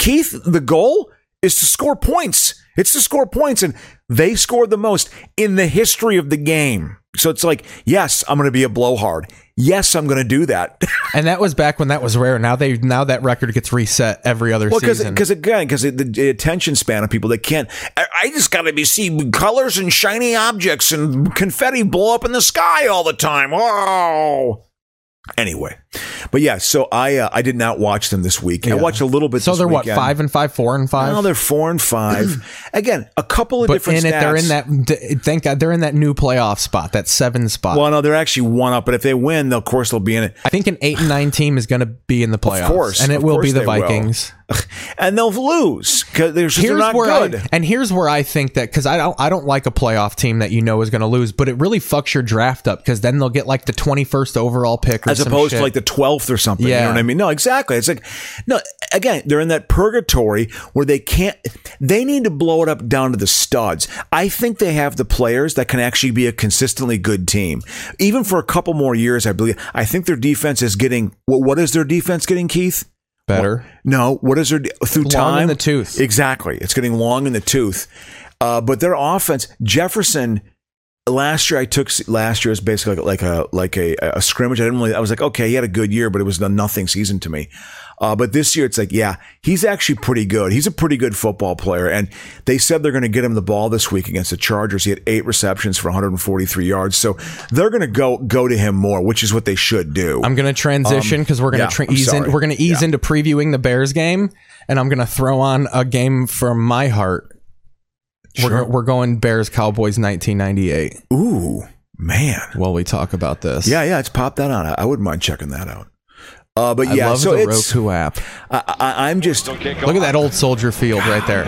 [SPEAKER 1] Keith, the goal is to score points. It's to score points, and they scored the most in the history of the game. So it's like, yes, I'm going to be a blowhard. Yes, I'm going to do that.
[SPEAKER 2] and that was back when that was rare. Now they now that record gets reset every other
[SPEAKER 1] well, because
[SPEAKER 2] season.
[SPEAKER 1] because again, because the, the attention span of people, they can't. I, I just got to be see colors and shiny objects and confetti blow up in the sky all the time. Oh. Anyway, but yeah, so I uh, I did not watch them this week. I watched a little bit.
[SPEAKER 2] so
[SPEAKER 1] this
[SPEAKER 2] they're what
[SPEAKER 1] weekend.
[SPEAKER 2] five and five, four and five.
[SPEAKER 1] Now they're four and five. Again, a couple of
[SPEAKER 2] but
[SPEAKER 1] different.
[SPEAKER 2] in it, they're
[SPEAKER 1] stats.
[SPEAKER 2] in that. d- Thank God, they're in that new playoff spot, that seven spot.
[SPEAKER 1] Well, no, they're actually one up. But if they win, they'll, of course they'll be in it.
[SPEAKER 2] I think an eight and nine team is going to be in the playoffs,
[SPEAKER 1] course,
[SPEAKER 2] and it
[SPEAKER 1] of
[SPEAKER 2] will be
[SPEAKER 1] course
[SPEAKER 2] the
[SPEAKER 1] they will.
[SPEAKER 2] Vikings.
[SPEAKER 1] and they'll lose because they're, just- they're
[SPEAKER 2] Here's
[SPEAKER 1] not
[SPEAKER 2] where
[SPEAKER 1] good.
[SPEAKER 2] I, and here's where I think that because I don't I don't like a playoff team that you know is going to lose, but it really fucks your draft up because then they'll get like the twenty first overall pick or
[SPEAKER 1] as
[SPEAKER 2] some
[SPEAKER 1] opposed
[SPEAKER 2] shit.
[SPEAKER 1] to like the 12th or something. You
[SPEAKER 2] Yeah.
[SPEAKER 1] know what I mean? No, exactly. It's like, no, again, they're in that purgatory where they can't, they need to blow it up down to the studs. I think they have the players that can actually be a consistently good team. Even for a couple more years, I believe, I think their defense is getting, well, what is their defense getting, Keith?
[SPEAKER 2] better.
[SPEAKER 1] No, what is their through
[SPEAKER 2] Long
[SPEAKER 1] time
[SPEAKER 2] in the tooth.
[SPEAKER 1] Exactly, it's getting long in the tooth. Uh, but their offense, Jefferson. Last year, I took last year was basically like, a like a, a scrimmage. I didn't really. I was like, okay, he had a good year, but it was a nothing season to me. Uh, but this year, it's like, yeah, he's actually pretty good. He's a pretty good football player, and they said they're going to get him the ball this week against the Chargers. He had eight receptions for 143 yards, so they're going to go go to him more, which is what they should do.
[SPEAKER 2] I'm going to transition because we're going
[SPEAKER 1] Um, yeah,
[SPEAKER 2] to tra-
[SPEAKER 1] I'm
[SPEAKER 2] ease in,
[SPEAKER 1] sorry.
[SPEAKER 2] we're going to ease
[SPEAKER 1] Yeah.
[SPEAKER 2] into previewing the Bears game, and I'm going to throw on a game from my heart. We're, go- we're going Bears Cowboys 1998
[SPEAKER 1] Ooh, man.
[SPEAKER 2] while we talk about this.
[SPEAKER 1] Yeah, yeah, it's pop that on. I, I wouldn't mind checking that out. Uh, but
[SPEAKER 2] I
[SPEAKER 1] yeah,
[SPEAKER 2] love
[SPEAKER 1] so
[SPEAKER 2] the
[SPEAKER 1] it's
[SPEAKER 2] Roku app.
[SPEAKER 1] I, I, I'm just
[SPEAKER 2] Look at that old Soldier Field right there.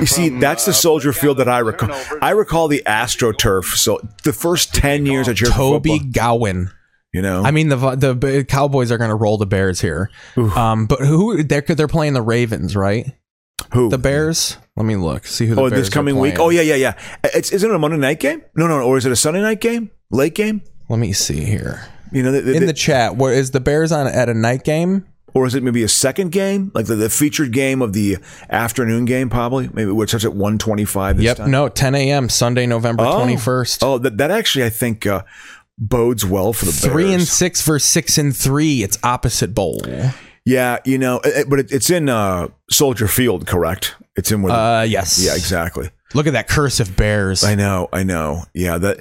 [SPEAKER 1] you see that's
[SPEAKER 11] uh,
[SPEAKER 3] uh,
[SPEAKER 1] the Soldier Field that I recall. I recall the AstroTurf. So the first ten years I cheered for
[SPEAKER 2] Toby
[SPEAKER 1] football,
[SPEAKER 2] Gowen.
[SPEAKER 1] you know,
[SPEAKER 2] I mean the the B- Cowboys are going to roll the Bears here. Um, but who they're they're playing the Ravens, right?
[SPEAKER 1] who
[SPEAKER 2] The Bears. Let me look. See who. The
[SPEAKER 1] Oh,
[SPEAKER 2] Bears
[SPEAKER 1] this
[SPEAKER 2] are
[SPEAKER 1] coming week.
[SPEAKER 2] playing.
[SPEAKER 1] Oh yeah, yeah, yeah. It's isn't it a Monday night game? No, no, or is it a Sunday night game? Late game?
[SPEAKER 2] Let me see here
[SPEAKER 1] You know, the, the,
[SPEAKER 2] in the chat. What is the Bears on at a night game?
[SPEAKER 1] or is it maybe a second game, like the, the featured game of the afternoon game, probably maybe which starts at one twenty-five.
[SPEAKER 2] Yep. No, 10 a.m. Sunday, November
[SPEAKER 1] Oh.
[SPEAKER 2] 21st.
[SPEAKER 1] Oh, that, that actually I think uh, bodes well for the
[SPEAKER 2] Three
[SPEAKER 1] Bears.
[SPEAKER 2] and six versus six and three. It's opposite bowl.
[SPEAKER 1] Yeah, you know, it- it- but it, it's in uh, Soldier Field, correct? It's in where. the-
[SPEAKER 2] Uh, yes.
[SPEAKER 1] yeah, exactly.
[SPEAKER 2] Look at that cursive Bears.
[SPEAKER 1] I know, I know. Yeah, that.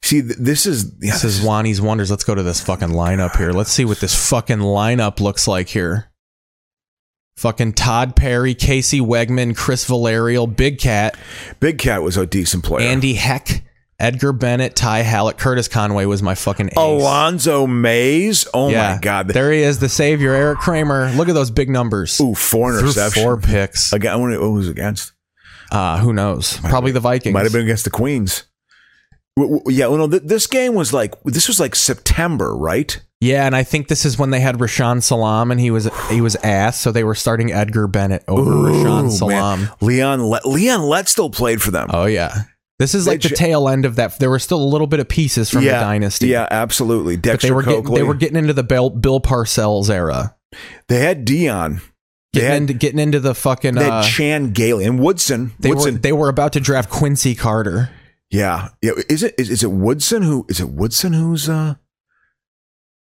[SPEAKER 1] See, th- this is yeah,
[SPEAKER 2] This is Wani's Wonders. Let's go to this fucking lineup here. Let's see what this fucking lineup looks like here. Fucking Todd Perry, Casey Wegman, Chris Valerial, Big Cat,
[SPEAKER 1] Big Cat was a decent player.
[SPEAKER 2] Andy Heck, Edgar Bennett, Ty Hallett, Curtis Conway was my fucking ace.
[SPEAKER 1] Oh, Alonzo Mays. Oh my God!
[SPEAKER 2] There he is, the savior, Eric Kramer. Look at those big numbers.
[SPEAKER 1] Ooh, four
[SPEAKER 2] Threw
[SPEAKER 1] interceptions.
[SPEAKER 2] Four picks.
[SPEAKER 1] Again, I wonder who it was against.
[SPEAKER 2] Uh, who knows? Probably the Vikings.
[SPEAKER 1] Might have been against the Queens. W- w- yeah, well, no, th- this game was like this was like September, right?
[SPEAKER 2] Yeah, and I think this is when they had Rashawn Salam, and he was he was ass, so they were starting Edgar Bennett over Rashawn
[SPEAKER 1] Ooh, man.
[SPEAKER 2] Salam.
[SPEAKER 1] Leon Le- Leon Lett still played for them.
[SPEAKER 2] Oh yeah, this is like
[SPEAKER 1] They
[SPEAKER 2] the
[SPEAKER 1] ju-
[SPEAKER 2] tail end of that. There were still a little bit of pieces from
[SPEAKER 1] yeah,
[SPEAKER 2] the dynasty.
[SPEAKER 1] Yeah, absolutely. Dexter
[SPEAKER 2] but they were getting,
[SPEAKER 1] Coakley.
[SPEAKER 2] they were getting into the Bill, Bill Parcells era.
[SPEAKER 1] They had Dion. They
[SPEAKER 2] Getting,
[SPEAKER 1] had,
[SPEAKER 2] into, getting into the fucking.
[SPEAKER 1] they had
[SPEAKER 2] Uh,
[SPEAKER 1] Chan Gailey and Woodson.
[SPEAKER 2] they were
[SPEAKER 1] Woodson.
[SPEAKER 2] they were about to draft Quincy Carter.
[SPEAKER 1] yeah. Yeah. Is it is, is it Woodson who is it Woodson who's uh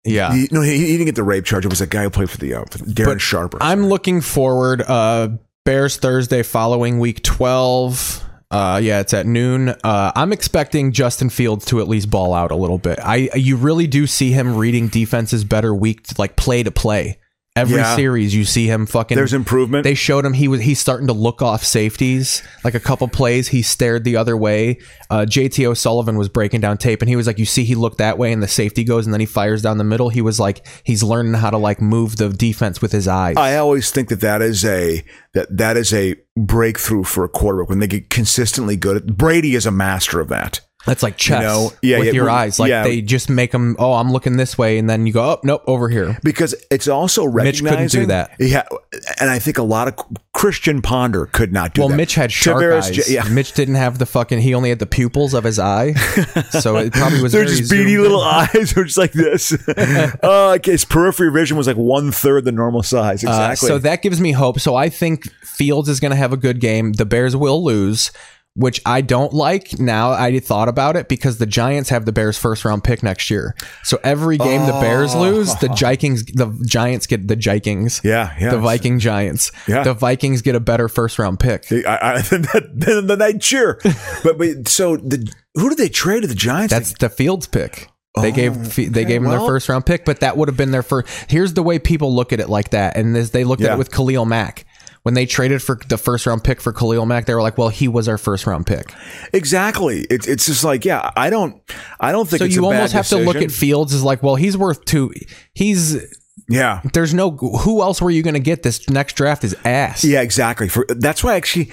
[SPEAKER 2] Yeah,
[SPEAKER 1] he, no he, he didn't get the rape charge. It was that guy who played for the uh, for Darren
[SPEAKER 2] But
[SPEAKER 1] Sharper.
[SPEAKER 2] I'm looking forward. Uh, Bears Thursday following week twelve. Uh, yeah, it's at noon. Uh, I'm expecting Justin Fields to at least ball out a little bit. I you really do see him reading defenses better week like play to play. Every
[SPEAKER 1] Yeah.
[SPEAKER 2] series you see him fucking.
[SPEAKER 1] There's improvement.
[SPEAKER 2] They showed him he was he's starting to look off safeties. Like a couple plays, he stared the other way. Uh, JT O'Sullivan was breaking down tape, and he was like, "You see, he looked that way, and the safety goes, and then he fires down the middle." He was like, he's learning how to like move the defense with his eyes.
[SPEAKER 1] I always think that that is a that that is a breakthrough for a quarterback when they get consistently good. at Brady is a master of that.
[SPEAKER 2] That's like chess
[SPEAKER 1] know, yeah,
[SPEAKER 2] with
[SPEAKER 1] yeah,
[SPEAKER 2] your
[SPEAKER 1] we-
[SPEAKER 2] eyes. Like
[SPEAKER 1] yeah.
[SPEAKER 2] they just make them. Oh, I'm looking this way, and then you go, oh, nope, over here.
[SPEAKER 1] because it's also
[SPEAKER 2] Mitch
[SPEAKER 1] recognizing
[SPEAKER 2] couldn't do that.
[SPEAKER 1] Yeah, and I think a lot of Christian Ponder could not do
[SPEAKER 2] Well,
[SPEAKER 1] that.
[SPEAKER 2] Mitch had sharp
[SPEAKER 1] Tavares
[SPEAKER 2] eyes.
[SPEAKER 1] J- yeah,
[SPEAKER 2] Mitch didn't have the fucking. He only had the pupils of his eye, so it probably was.
[SPEAKER 1] they're
[SPEAKER 2] very
[SPEAKER 1] just beady
[SPEAKER 2] zoomed
[SPEAKER 1] little
[SPEAKER 2] in. Uh,
[SPEAKER 1] eyes. They're just like this. uh, like his periphery vision was like one third the normal size.
[SPEAKER 2] Uh,
[SPEAKER 1] Exactly.
[SPEAKER 2] so that gives me hope. So I think Fields is going to have a good game. The Bears will lose, which I don't like. Now I thought about it because the Giants have the Bears first round pick next year. So every game the Bears lose, the Vikings, the Giants get the Vikings.
[SPEAKER 1] Oh. Yeah, yeah.
[SPEAKER 2] The Viking Giants.
[SPEAKER 1] Yeah.
[SPEAKER 2] The Vikings get a better first round pick.
[SPEAKER 1] I, I, then, then, then they cheer. but, but so the who did they trade to the Giants?
[SPEAKER 2] That's the Fields pick. They gave fe-
[SPEAKER 1] Oh,
[SPEAKER 2] they
[SPEAKER 1] okay,
[SPEAKER 2] gave him
[SPEAKER 1] well-
[SPEAKER 2] their first round pick, but that would have been their first. Here's the way people look at it like that, and this, they looked at
[SPEAKER 1] Yeah.
[SPEAKER 2] it with Khalil Mack when they traded for the first round pick for Khalil Mack. They were like, "Well, he was our first round pick."
[SPEAKER 1] exactly. It's it's just like yeah. I don't I don't think
[SPEAKER 2] So
[SPEAKER 1] it's
[SPEAKER 2] you
[SPEAKER 1] a bad
[SPEAKER 2] almost have to look
[SPEAKER 1] decision.
[SPEAKER 2] at Fields as like, "Well, he's worth two. He's
[SPEAKER 1] yeah
[SPEAKER 2] there's no who else were you going to get this next draft is ass."
[SPEAKER 1] Yeah, exactly. For that's why actually,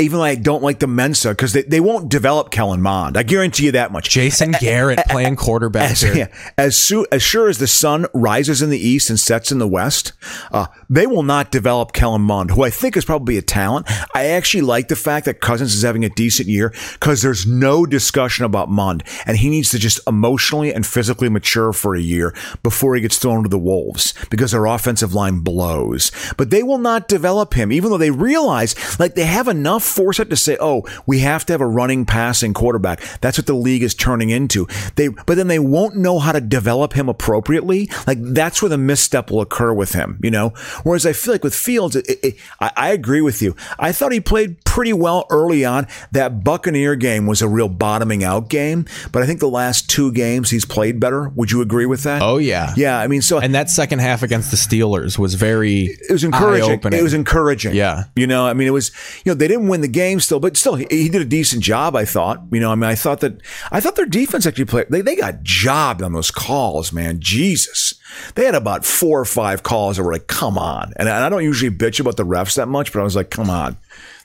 [SPEAKER 1] even like I don't like the Mensa because they, they won't develop Kellen Mond. I guarantee you that much.
[SPEAKER 2] Jason Garrett playing quarterback.
[SPEAKER 1] As,
[SPEAKER 2] here.
[SPEAKER 1] yeah, as, su- as sure as the sun rises in the east and sets in the west, uh, they will not develop Kellen Mond, who I think is probably a talent. I actually like the fact that Cousins is having a decent year because there's no discussion about Mond, and he needs to just emotionally and physically mature for a year before he gets thrown to the wolves because their offensive line blows. But they will not develop him, even though they realize like they have enough foresight to say, "Oh, we have to have a running, passing quarterback." That's what the league is turning into. They, but then they won't know how to develop him appropriately. Like that's where the misstep will occur with him, you know. Whereas I feel like with Fields, it, it, it, I, I agree with you. I thought he played pretty well early on. That Buccaneer game was a real bottoming out game, but I think the last two games he's played better. Would you agree with that?
[SPEAKER 2] Oh yeah.
[SPEAKER 1] yeah. I mean, so
[SPEAKER 2] And that second half against the Steelers was very
[SPEAKER 1] it was encouraging.
[SPEAKER 2] eye-opening.
[SPEAKER 1] It was encouraging.
[SPEAKER 2] Yeah.
[SPEAKER 1] You know, I mean, it was, you know, they didn't win the game still, but still, he, he did a decent job, I thought. You know, I mean, I thought that, I thought their defense actually played, they, they got jobbed on those calls, man. Jesus. They had about four or five calls that were like, come on. And, I- and I don't usually bitch about the refs that much, but I was like, come on.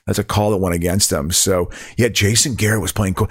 [SPEAKER 1] That's a call that went against them. So yeah, Jason Garrett was playing. Who's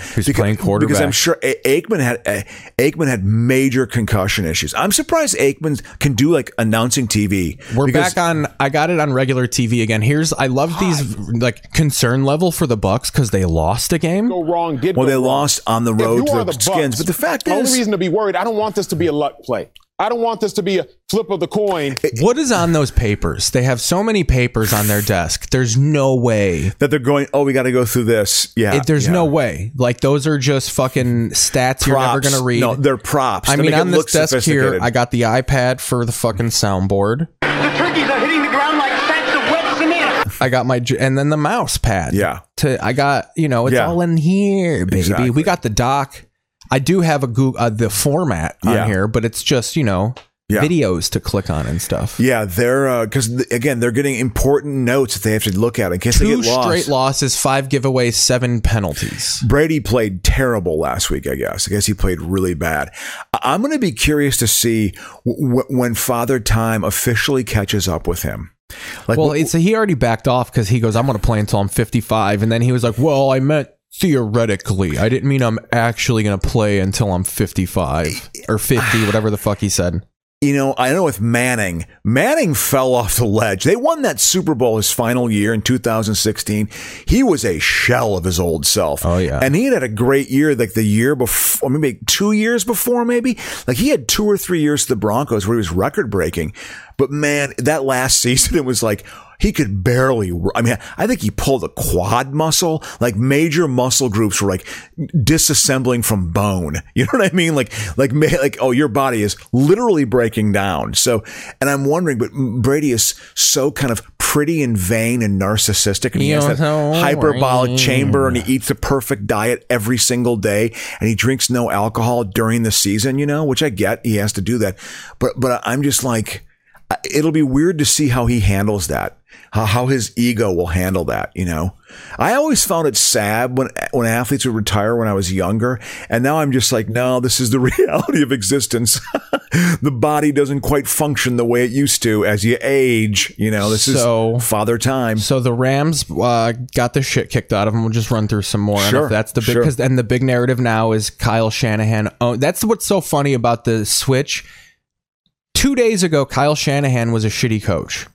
[SPEAKER 1] Because
[SPEAKER 2] playing
[SPEAKER 1] I'm
[SPEAKER 2] quarterback.
[SPEAKER 1] sure A- Aikman had A- Aikman had major concussion issues. I'm surprised Aikman can do like announcing TV.
[SPEAKER 2] We're
[SPEAKER 1] because-
[SPEAKER 2] back on. I got it on regular TV again. Here's I love these like concern level for the Bucks because they lost a game.
[SPEAKER 11] wrong did
[SPEAKER 1] Well,
[SPEAKER 11] go
[SPEAKER 1] they
[SPEAKER 11] wrong.
[SPEAKER 1] lost on the
[SPEAKER 11] If
[SPEAKER 1] road
[SPEAKER 11] you
[SPEAKER 1] to
[SPEAKER 11] are
[SPEAKER 1] the
[SPEAKER 11] Bucks,
[SPEAKER 1] Skins, but the fact
[SPEAKER 11] the only
[SPEAKER 1] is,
[SPEAKER 11] reason to be worried, I don't want this to be a luck play. I don't want this to be a flip of the coin.
[SPEAKER 2] What is on those papers? They have so many papers on their desk. There's no way.
[SPEAKER 1] that they're going. Oh, we got to go through this. Yeah,
[SPEAKER 2] It, there's
[SPEAKER 1] yeah.
[SPEAKER 2] no way. Like those are just fucking stats you're never
[SPEAKER 1] Props.
[SPEAKER 2] gonna read.
[SPEAKER 1] No, they're props.
[SPEAKER 2] I
[SPEAKER 1] They
[SPEAKER 2] mean,
[SPEAKER 1] make it
[SPEAKER 2] on
[SPEAKER 1] look
[SPEAKER 2] this desk here,
[SPEAKER 1] sophisticated.
[SPEAKER 2] I got the iPad for the fucking soundboard.
[SPEAKER 7] The turkeys are hitting the ground like sacks of wet cement.
[SPEAKER 2] I got my j- and then the mouse pad.
[SPEAKER 1] Yeah.
[SPEAKER 2] To I got you know it's
[SPEAKER 1] Yeah.
[SPEAKER 2] all in here, baby.
[SPEAKER 1] Exactly.
[SPEAKER 2] We got the doc. I do have a Google uh, the format on
[SPEAKER 1] Yeah.
[SPEAKER 2] here, but it's just you know
[SPEAKER 1] Yeah.
[SPEAKER 2] videos to click on and stuff.
[SPEAKER 1] Yeah, they're because th- again, they're getting important notes that they have to look at in case they
[SPEAKER 2] Two
[SPEAKER 1] get lost.
[SPEAKER 2] straight losses, five giveaways, seven penalties.
[SPEAKER 1] Brady played terrible last week, I guess. I guess he played really bad. I- I'm going to be curious to see w- w- when Father Time officially catches up with him. Like,
[SPEAKER 2] Well,
[SPEAKER 1] w-
[SPEAKER 2] it's he already backed off because he goes, I'm going to play until I'm 55, and then he was like, Well, I meant theoretically. I didn't mean I'm actually going to play until I'm 55 or 50, whatever the fuck he said.
[SPEAKER 1] You know, I know with Manning, Manning fell off the ledge. They won that Super Bowl his final year in 2016. He was a shell of his old self.
[SPEAKER 2] Oh, yeah.
[SPEAKER 1] And he had had a great year, like the year before, maybe two years before, maybe. Like he had two or three years to the Broncos where he was record breaking. But man, that last season, it was like, he could barely, r- I mean, I think he pulled a quad muscle, like major muscle groups were like disassembling from bone. You know what I mean? Like, like, ma- like, oh, your body is literally breaking down. So, and I'm wondering, but Brady is so kind of pretty and vain and narcissistic, and he has
[SPEAKER 2] You're
[SPEAKER 1] that
[SPEAKER 2] so
[SPEAKER 1] hyperbolic
[SPEAKER 2] lame.
[SPEAKER 1] chamber, and he eats the perfect diet every single day, and he drinks no alcohol during the season. You know, which I get, he has to do that, but but I'm just like, I- it'll be weird to see how he handles that, how how his ego will handle that. You know, I always found it sad when when athletes would retire when I was younger, and now I'm just like, no, this is the reality of existence. the body doesn't quite function the way it used to as you age. You know, this
[SPEAKER 2] So-
[SPEAKER 1] is father time.
[SPEAKER 2] So the Rams uh, got the shit kicked out of them. We'll just run through some more. And
[SPEAKER 1] Sure,
[SPEAKER 2] if that's the big
[SPEAKER 1] sure.
[SPEAKER 2] because and the big narrative now is Kyle Shanahan. Oh, that's what's so funny about the switch. Two days ago, Kyle Shanahan was a shitty coach.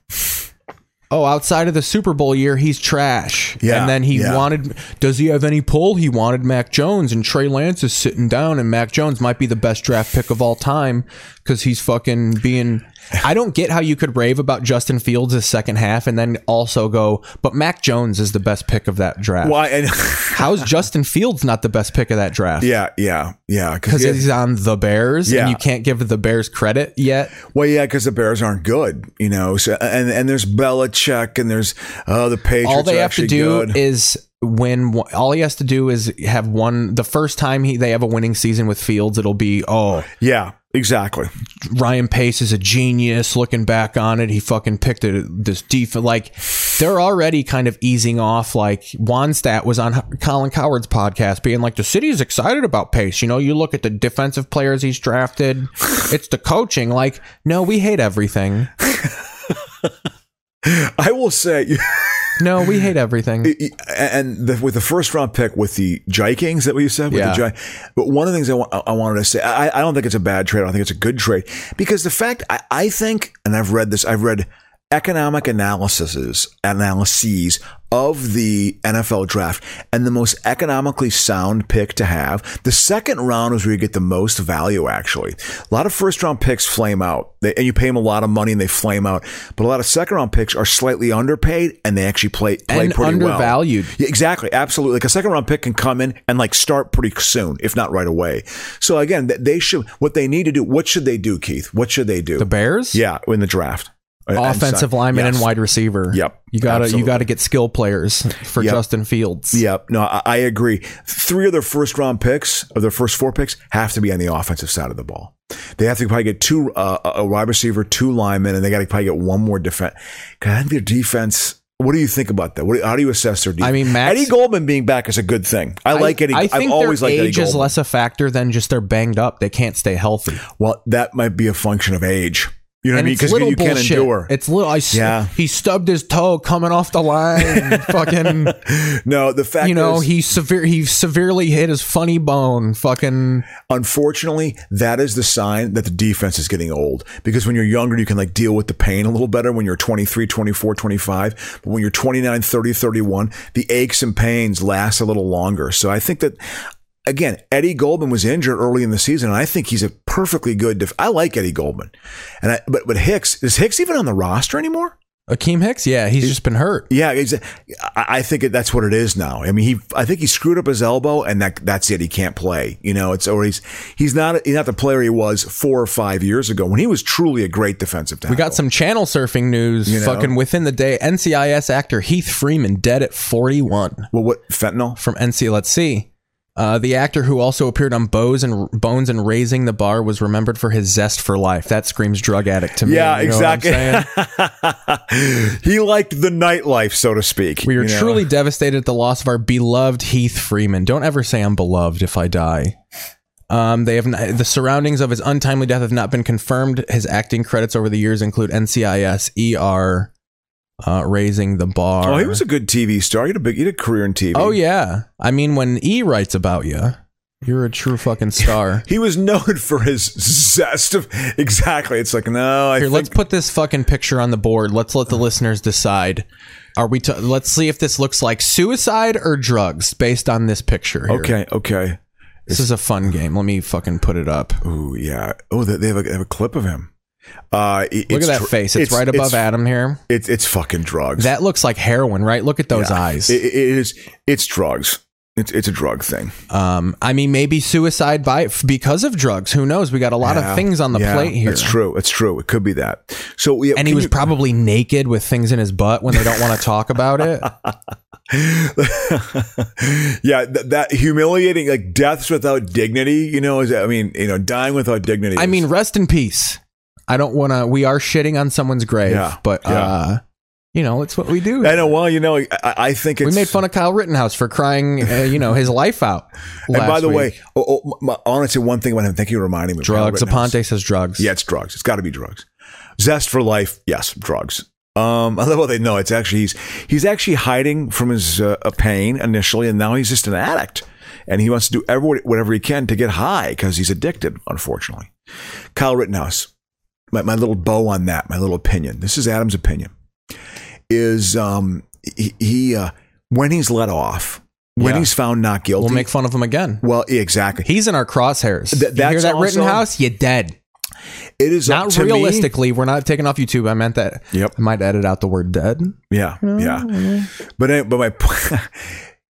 [SPEAKER 2] Oh, outside of the Super Bowl year, he's trash.
[SPEAKER 1] Yeah,
[SPEAKER 2] and then he
[SPEAKER 1] yeah.
[SPEAKER 2] wanted. Does he have any pull? He wanted Mac Jones, and Trey Lance is sitting down, and Mac Jones might be the best draft pick of all time because he's fucking being. I don't get how you could rave about Justin Fields' second half and then also go, but Mac Jones is the best pick of that draft.
[SPEAKER 1] Why? And
[SPEAKER 2] How's Justin Fields not the best pick of that draft?
[SPEAKER 1] yeah, yeah, yeah.
[SPEAKER 2] Because
[SPEAKER 1] yeah,
[SPEAKER 2] he's on the Bears,
[SPEAKER 1] Yeah.
[SPEAKER 2] and you can't give the Bears credit yet.
[SPEAKER 1] Well, yeah, because the Bears aren't good, you know. So and and there's Belichick and there's uh, the Patriots.
[SPEAKER 2] all they
[SPEAKER 1] are
[SPEAKER 2] have to
[SPEAKER 1] actually
[SPEAKER 2] do
[SPEAKER 1] good.
[SPEAKER 2] is win. one- All he has to do is have one. The first time he they have a winning season with Fields, it'll be oh
[SPEAKER 1] yeah, exactly.
[SPEAKER 2] Ryan Pace is a genius. Looking back on it, he fucking picked it, this defense. Like they're already kind of easing off. Like Wanstat was on H- Colin Coward's podcast, being like the city is excited about Pace. You know, you look at the defensive players he's drafted. it's the coaching. Like no, we hate everything.
[SPEAKER 1] I will say,
[SPEAKER 2] No, we hate everything.
[SPEAKER 1] and the, with the first round pick with the Jikings, that what you said? With
[SPEAKER 2] Yeah.
[SPEAKER 1] The Gi- but one of the things I, wa- I wanted to say, I, I don't think it's a bad trade. I don't think it's a good trade because the fact I, I think, and I've read this, I've read economic analyses analyses of the NFL draft and the most economically sound pick to have. The second round is where you get the most value actually. A lot of first round picks flame out. They, and you pay them a lot of money and they flame out. But a lot of second round picks are slightly underpaid and they actually play play
[SPEAKER 2] And
[SPEAKER 1] pretty well.
[SPEAKER 2] undervalued.
[SPEAKER 1] Yeah, exactly. Absolutely. Like a second round pick can come in and like start pretty soon, if not right away. So again, th- they should, what they need to do, what should they do, Keith? What should they do?
[SPEAKER 2] The Bears.
[SPEAKER 1] yeah, in the draft. And- and
[SPEAKER 2] offensive
[SPEAKER 1] sign-
[SPEAKER 2] lineman and
[SPEAKER 1] Yes.
[SPEAKER 2] wide receiver.
[SPEAKER 1] Yep,
[SPEAKER 2] You gotta
[SPEAKER 1] absolutely.
[SPEAKER 2] you gotta get skill players for
[SPEAKER 1] Yep.
[SPEAKER 2] Justin Fields.
[SPEAKER 1] Yep. No, I, I agree. Three of their first round picks, of their first four picks, have to be on the offensive side of the ball. They have to probably get two, uh, a wide receiver, two linemen, and they got to probably get one more defense. God, I think their defense. What do you think about that? What, do- how do you assess their defense?
[SPEAKER 2] I mean, Max-
[SPEAKER 1] Eddie Goldman being back is a good thing. I, like Eddie.
[SPEAKER 2] I think
[SPEAKER 1] I've always
[SPEAKER 2] their
[SPEAKER 1] liked Eddie
[SPEAKER 2] age is
[SPEAKER 1] Goldman.
[SPEAKER 2] less a factor than just they're banged up. They can't stay healthy.
[SPEAKER 1] well, that might be a function of age. You know what I
[SPEAKER 2] and
[SPEAKER 1] mean?
[SPEAKER 2] it's
[SPEAKER 1] Because
[SPEAKER 2] little
[SPEAKER 1] you, you can't
[SPEAKER 2] bullshit.
[SPEAKER 1] endure.
[SPEAKER 2] It's little. I, s-
[SPEAKER 1] Yeah.
[SPEAKER 2] He stubbed his toe coming off the line. fucking.
[SPEAKER 1] no, the fact
[SPEAKER 2] You know
[SPEAKER 1] is-
[SPEAKER 2] he severe. He severely hit his funny bone. Fucking.
[SPEAKER 1] unfortunately, that is the sign that the defense is getting old. Because when you're younger, you can like deal with the pain a little better when you're 23, 24, 25. But when you're 29, 30, 31, the aches and pains last a little longer. So I think that. Again, Eddie Goldman was injured early in the season, and I think he's a perfectly good. Def- I like Eddie Goldman, and I, but but Hicks is Hicks even on the roster anymore?
[SPEAKER 2] Akeem Hicks. Yeah, he's just been hurt.
[SPEAKER 1] Yeah, it's, I I think it, that's what it is now. I mean, he I think he screwed up his elbow, and that that's it. He can't play. You know, it's or he's he's not he's not the player he was four or five years ago when he was truly a great defensive tackle.
[SPEAKER 2] We got some channel surfing news.
[SPEAKER 1] know?
[SPEAKER 2] Fucking within the day, NCIS actor Heath Freeman dead at 41.
[SPEAKER 1] well, what fentanyl?
[SPEAKER 2] from NC Let's See. Uh, the actor who also appeared on Bones and Bones and Raising the Bar was remembered for his zest for life. That screams drug addict to me.
[SPEAKER 1] Yeah,
[SPEAKER 2] you know what I'm
[SPEAKER 1] exactly.
[SPEAKER 2] saying?
[SPEAKER 1] he liked the nightlife, so to speak.
[SPEAKER 2] We are
[SPEAKER 1] you know?
[SPEAKER 2] truly devastated at the loss of our beloved Heath Freeman. Don't ever say I'm beloved if I die. Um, they have not, the surroundings of his untimely death have not been confirmed. His acting credits over the years include NCIS, ER, uh, Raising the Bar.
[SPEAKER 1] Oh, he was a good TV star. He had a big, he had a career in TV.
[SPEAKER 2] oh yeah. I mean, when E writes about you, you're a true fucking star.
[SPEAKER 1] He was known for his zest of exactly. It's like no, I
[SPEAKER 2] Here,
[SPEAKER 1] think
[SPEAKER 2] let's put this fucking picture on the board. Let's let the listeners decide. Are we? T- let's see if this looks like suicide or drugs based on this picture. here.
[SPEAKER 1] okay, okay.
[SPEAKER 2] this is a fun game. Let me fucking put it up.
[SPEAKER 1] Ooh, yeah. Oh, they they have a, they have a clip of him. Uh, it-
[SPEAKER 2] Look
[SPEAKER 1] it's
[SPEAKER 2] at that
[SPEAKER 1] tr-
[SPEAKER 2] face. It's, right above Adam here.
[SPEAKER 1] It's it's fucking drugs.
[SPEAKER 2] That looks like heroin, right? Look at those eyes.
[SPEAKER 1] It- it is. It's drugs. It's it's a drug thing.
[SPEAKER 2] Um, I mean, maybe suicide by because of drugs. Who knows? We got a lot
[SPEAKER 1] Yeah.
[SPEAKER 2] of things on the
[SPEAKER 1] Yeah,
[SPEAKER 2] plate here.
[SPEAKER 1] That's true. It's true. It could be that. So yeah,
[SPEAKER 2] And he
[SPEAKER 1] can
[SPEAKER 2] was
[SPEAKER 1] you-
[SPEAKER 2] probably naked with things in his butt when they don't want to talk about it.
[SPEAKER 1] yeah th- that humiliating like deaths without dignity. You know, is I mean, you know, dying without dignity.
[SPEAKER 2] I
[SPEAKER 1] is-
[SPEAKER 2] mean, rest in peace. I don't want to. We are shitting on someone's grave,
[SPEAKER 1] Yeah,
[SPEAKER 2] but
[SPEAKER 1] yeah.
[SPEAKER 2] uh, you know, it's what we do.
[SPEAKER 1] I know. Well, you know, I, I think
[SPEAKER 2] We
[SPEAKER 1] it's
[SPEAKER 2] made fun of Kyle Rittenhouse for crying, uh, you know, his life out.
[SPEAKER 1] And by
[SPEAKER 2] last
[SPEAKER 1] the
[SPEAKER 2] week.
[SPEAKER 1] way, oh, oh, my, honestly, one thing about him, thank you for reminding me. of
[SPEAKER 2] drugs.
[SPEAKER 1] Kyle Rittenhouse.
[SPEAKER 2] Aponte says drugs.
[SPEAKER 1] Yeah, it's drugs. It's got to be drugs. Zest for life. Yes, drugs. Um, I love how they know it's actually he's he's actually hiding from his uh, uh, pain initially, and now he's just an addict, and he wants to do every, whatever he can to get high because he's addicted. Unfortunately, Kyle Rittenhouse. My, my little bow on that. My little opinion. This is Adam's opinion. Is um he, he uh, when he's let off, when
[SPEAKER 2] Yeah.
[SPEAKER 1] he's found not guilty.
[SPEAKER 2] we'll make fun of him again.
[SPEAKER 1] well, exactly.
[SPEAKER 2] He's in our crosshairs.
[SPEAKER 1] Th-
[SPEAKER 2] you hear
[SPEAKER 1] that's
[SPEAKER 2] that
[SPEAKER 1] also-
[SPEAKER 2] Rittenhouse? You're dead.
[SPEAKER 1] It is up
[SPEAKER 2] Not
[SPEAKER 1] to me-
[SPEAKER 2] realistically. We're not taking off YouTube. I meant that.
[SPEAKER 1] Yep.
[SPEAKER 2] I might edit out the word dead.
[SPEAKER 1] Yeah, yeah. But I- but my po-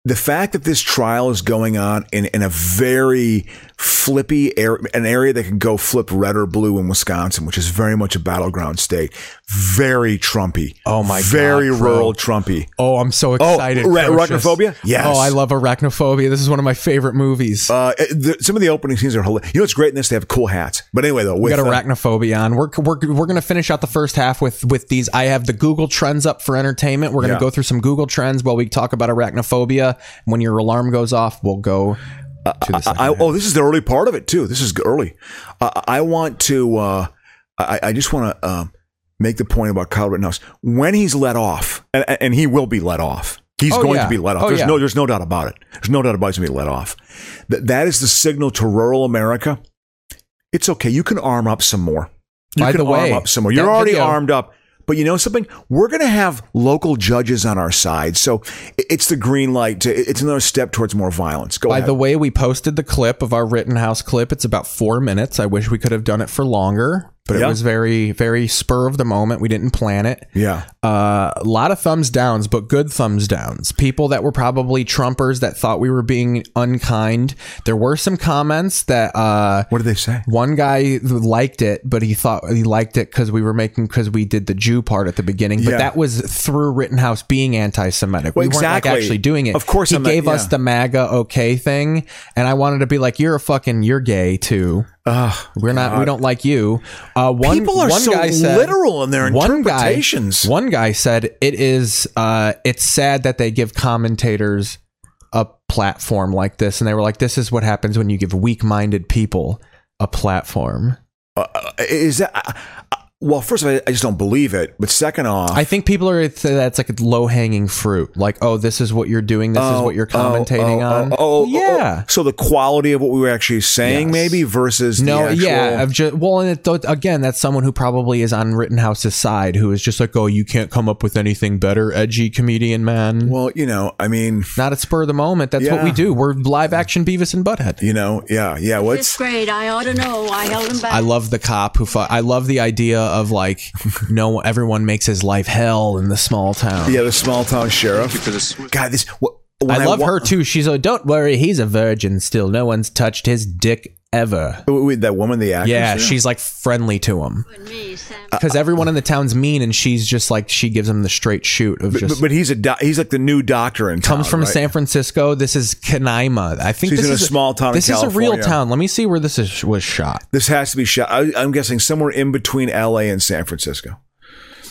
[SPEAKER 1] the fact that this trial is going on in in a very flippy area, an area that can go flip red or blue in Wisconsin, which is very much a battleground state, very Trumpy.
[SPEAKER 2] Oh my God,
[SPEAKER 1] very
[SPEAKER 2] bro.
[SPEAKER 1] rural Trumpy.
[SPEAKER 2] Oh, I'm so excited.
[SPEAKER 1] ra-
[SPEAKER 2] Crocious.
[SPEAKER 1] arachnophobia? Yes.
[SPEAKER 2] Oh, I love arachnophobia. This is one of my favorite movies.
[SPEAKER 1] Uh, the, some of the opening scenes are hilarious. You know what's great in this? They have cool hats. But anyway, though,
[SPEAKER 2] we
[SPEAKER 1] with,
[SPEAKER 2] got
[SPEAKER 1] uh,
[SPEAKER 2] arachnophobia on. We're we're we're gonna finish out the first half with with these. I have the Google trends up for entertainment. We're gonna
[SPEAKER 1] Yeah.
[SPEAKER 2] go through some Google trends while we talk about arachnophobia. When your alarm goes off, we'll go to the second.
[SPEAKER 1] I, oh, this is the early part of it too. This is early. I, I want to. Uh, I, I just want to um, make the point about Kyle Rittenhouse when he's let off, and, and he will be let off. He's
[SPEAKER 2] Oh,
[SPEAKER 1] going
[SPEAKER 2] yeah.
[SPEAKER 1] to be let off.
[SPEAKER 2] Oh,
[SPEAKER 1] there's
[SPEAKER 2] yeah.
[SPEAKER 1] no, there's no doubt about it. There's no doubt about it. He's going to be let off. Th- that is the signal to rural America. It's okay. You can arm up some more. You
[SPEAKER 2] By
[SPEAKER 1] can
[SPEAKER 2] the way,
[SPEAKER 1] arm up some more.
[SPEAKER 2] that
[SPEAKER 1] You're already
[SPEAKER 2] video-
[SPEAKER 1] armed up. But you know something? We're going to have local judges on our side, so i- it's the green light. To, it's another step towards more violence. Go
[SPEAKER 2] By
[SPEAKER 1] ahead.
[SPEAKER 2] the way, we posted the clip of our Rittenhouse clip. It's about four minutes. I wish we could have done it for longer, but
[SPEAKER 1] Yeah.
[SPEAKER 2] it was very, very spur of the moment. We didn't plan it.
[SPEAKER 1] yeah.
[SPEAKER 2] Uh, a lot of thumbs downs, but good thumbs downs. People that were probably Trumpers that thought we were being unkind. There were some comments that uh,
[SPEAKER 1] What did they say?
[SPEAKER 2] one guy liked it, but he thought he liked it because we were making because we did the Jew part at the beginning. But
[SPEAKER 1] Yeah.
[SPEAKER 2] that was through Rittenhouse being anti-Semitic.
[SPEAKER 1] Well,
[SPEAKER 2] we weren't
[SPEAKER 1] exactly.
[SPEAKER 2] like actually doing it.
[SPEAKER 1] Of course
[SPEAKER 2] he
[SPEAKER 1] I'm not-
[SPEAKER 2] gave us
[SPEAKER 1] yeah.
[SPEAKER 2] the MAGA okay thing, and I wanted to be like, "You're a fucking, you're gay too. we're not, we don't like you." Uh, one
[SPEAKER 1] People are
[SPEAKER 2] one
[SPEAKER 1] so
[SPEAKER 2] guy said,
[SPEAKER 1] literal in their
[SPEAKER 2] one guy-
[SPEAKER 1] interpretations.
[SPEAKER 2] One guy, said, "It is, uh, it's sad that they give commentators." a platform like this and they were like this is what happens when you give weak-minded people a platform
[SPEAKER 1] Is that I- I- well? First of all, I just don't believe it. But second off,
[SPEAKER 2] I think people are that's like low hanging fruit. Like, oh, this is what you're doing. This is what you're
[SPEAKER 1] Oh, oh,
[SPEAKER 2] commentating
[SPEAKER 1] oh,
[SPEAKER 2] on.
[SPEAKER 1] Oh, oh, oh,
[SPEAKER 2] yeah.
[SPEAKER 1] So the quality of what we were actually saying,
[SPEAKER 2] Yes.
[SPEAKER 1] maybe versus
[SPEAKER 2] No,
[SPEAKER 1] the actual,
[SPEAKER 2] yeah. I've just, well, and it, th- again, that's someone who probably is on Rittenhouse's side, who is just like, oh, you can't come up with anything better, edgy comedian man.
[SPEAKER 1] Well, you know, I mean,
[SPEAKER 2] Not at spur of the moment. That's what
[SPEAKER 1] Yeah.
[SPEAKER 2] we do. We're live action Beavis and Butthead.
[SPEAKER 1] you know, yeah, yeah.
[SPEAKER 4] It's
[SPEAKER 1] What's
[SPEAKER 4] great. I ought to know. I held him back.
[SPEAKER 2] I love the cop who. Fu- I love the idea of like, no, everyone makes his life hell in the small town.
[SPEAKER 1] yeah? The small town sheriff. God, this. What, when
[SPEAKER 2] I love
[SPEAKER 1] wa-
[SPEAKER 2] her too. She's like, don't worry, he's a virgin still. No one's touched his dick ever.
[SPEAKER 1] Wait, wait, that woman, the actress.
[SPEAKER 2] Yeah, she's like friendly to him
[SPEAKER 4] Me, Sam.
[SPEAKER 2] because everyone in the town's mean, and she's just like she gives him the straight shoot of
[SPEAKER 1] But,
[SPEAKER 2] just.
[SPEAKER 1] but, but he's a doc- he's like the new doctor in town,
[SPEAKER 2] comes from
[SPEAKER 1] right?
[SPEAKER 2] San Francisco. This is Canaima. I think
[SPEAKER 1] So he's
[SPEAKER 2] this
[SPEAKER 1] in a
[SPEAKER 2] is
[SPEAKER 1] small town in
[SPEAKER 2] This is a real
[SPEAKER 1] California.
[SPEAKER 2] town. Let me see where this is, was shot.
[SPEAKER 1] This has to be shot. I, I'm guessing somewhere in between L.A. and San Francisco,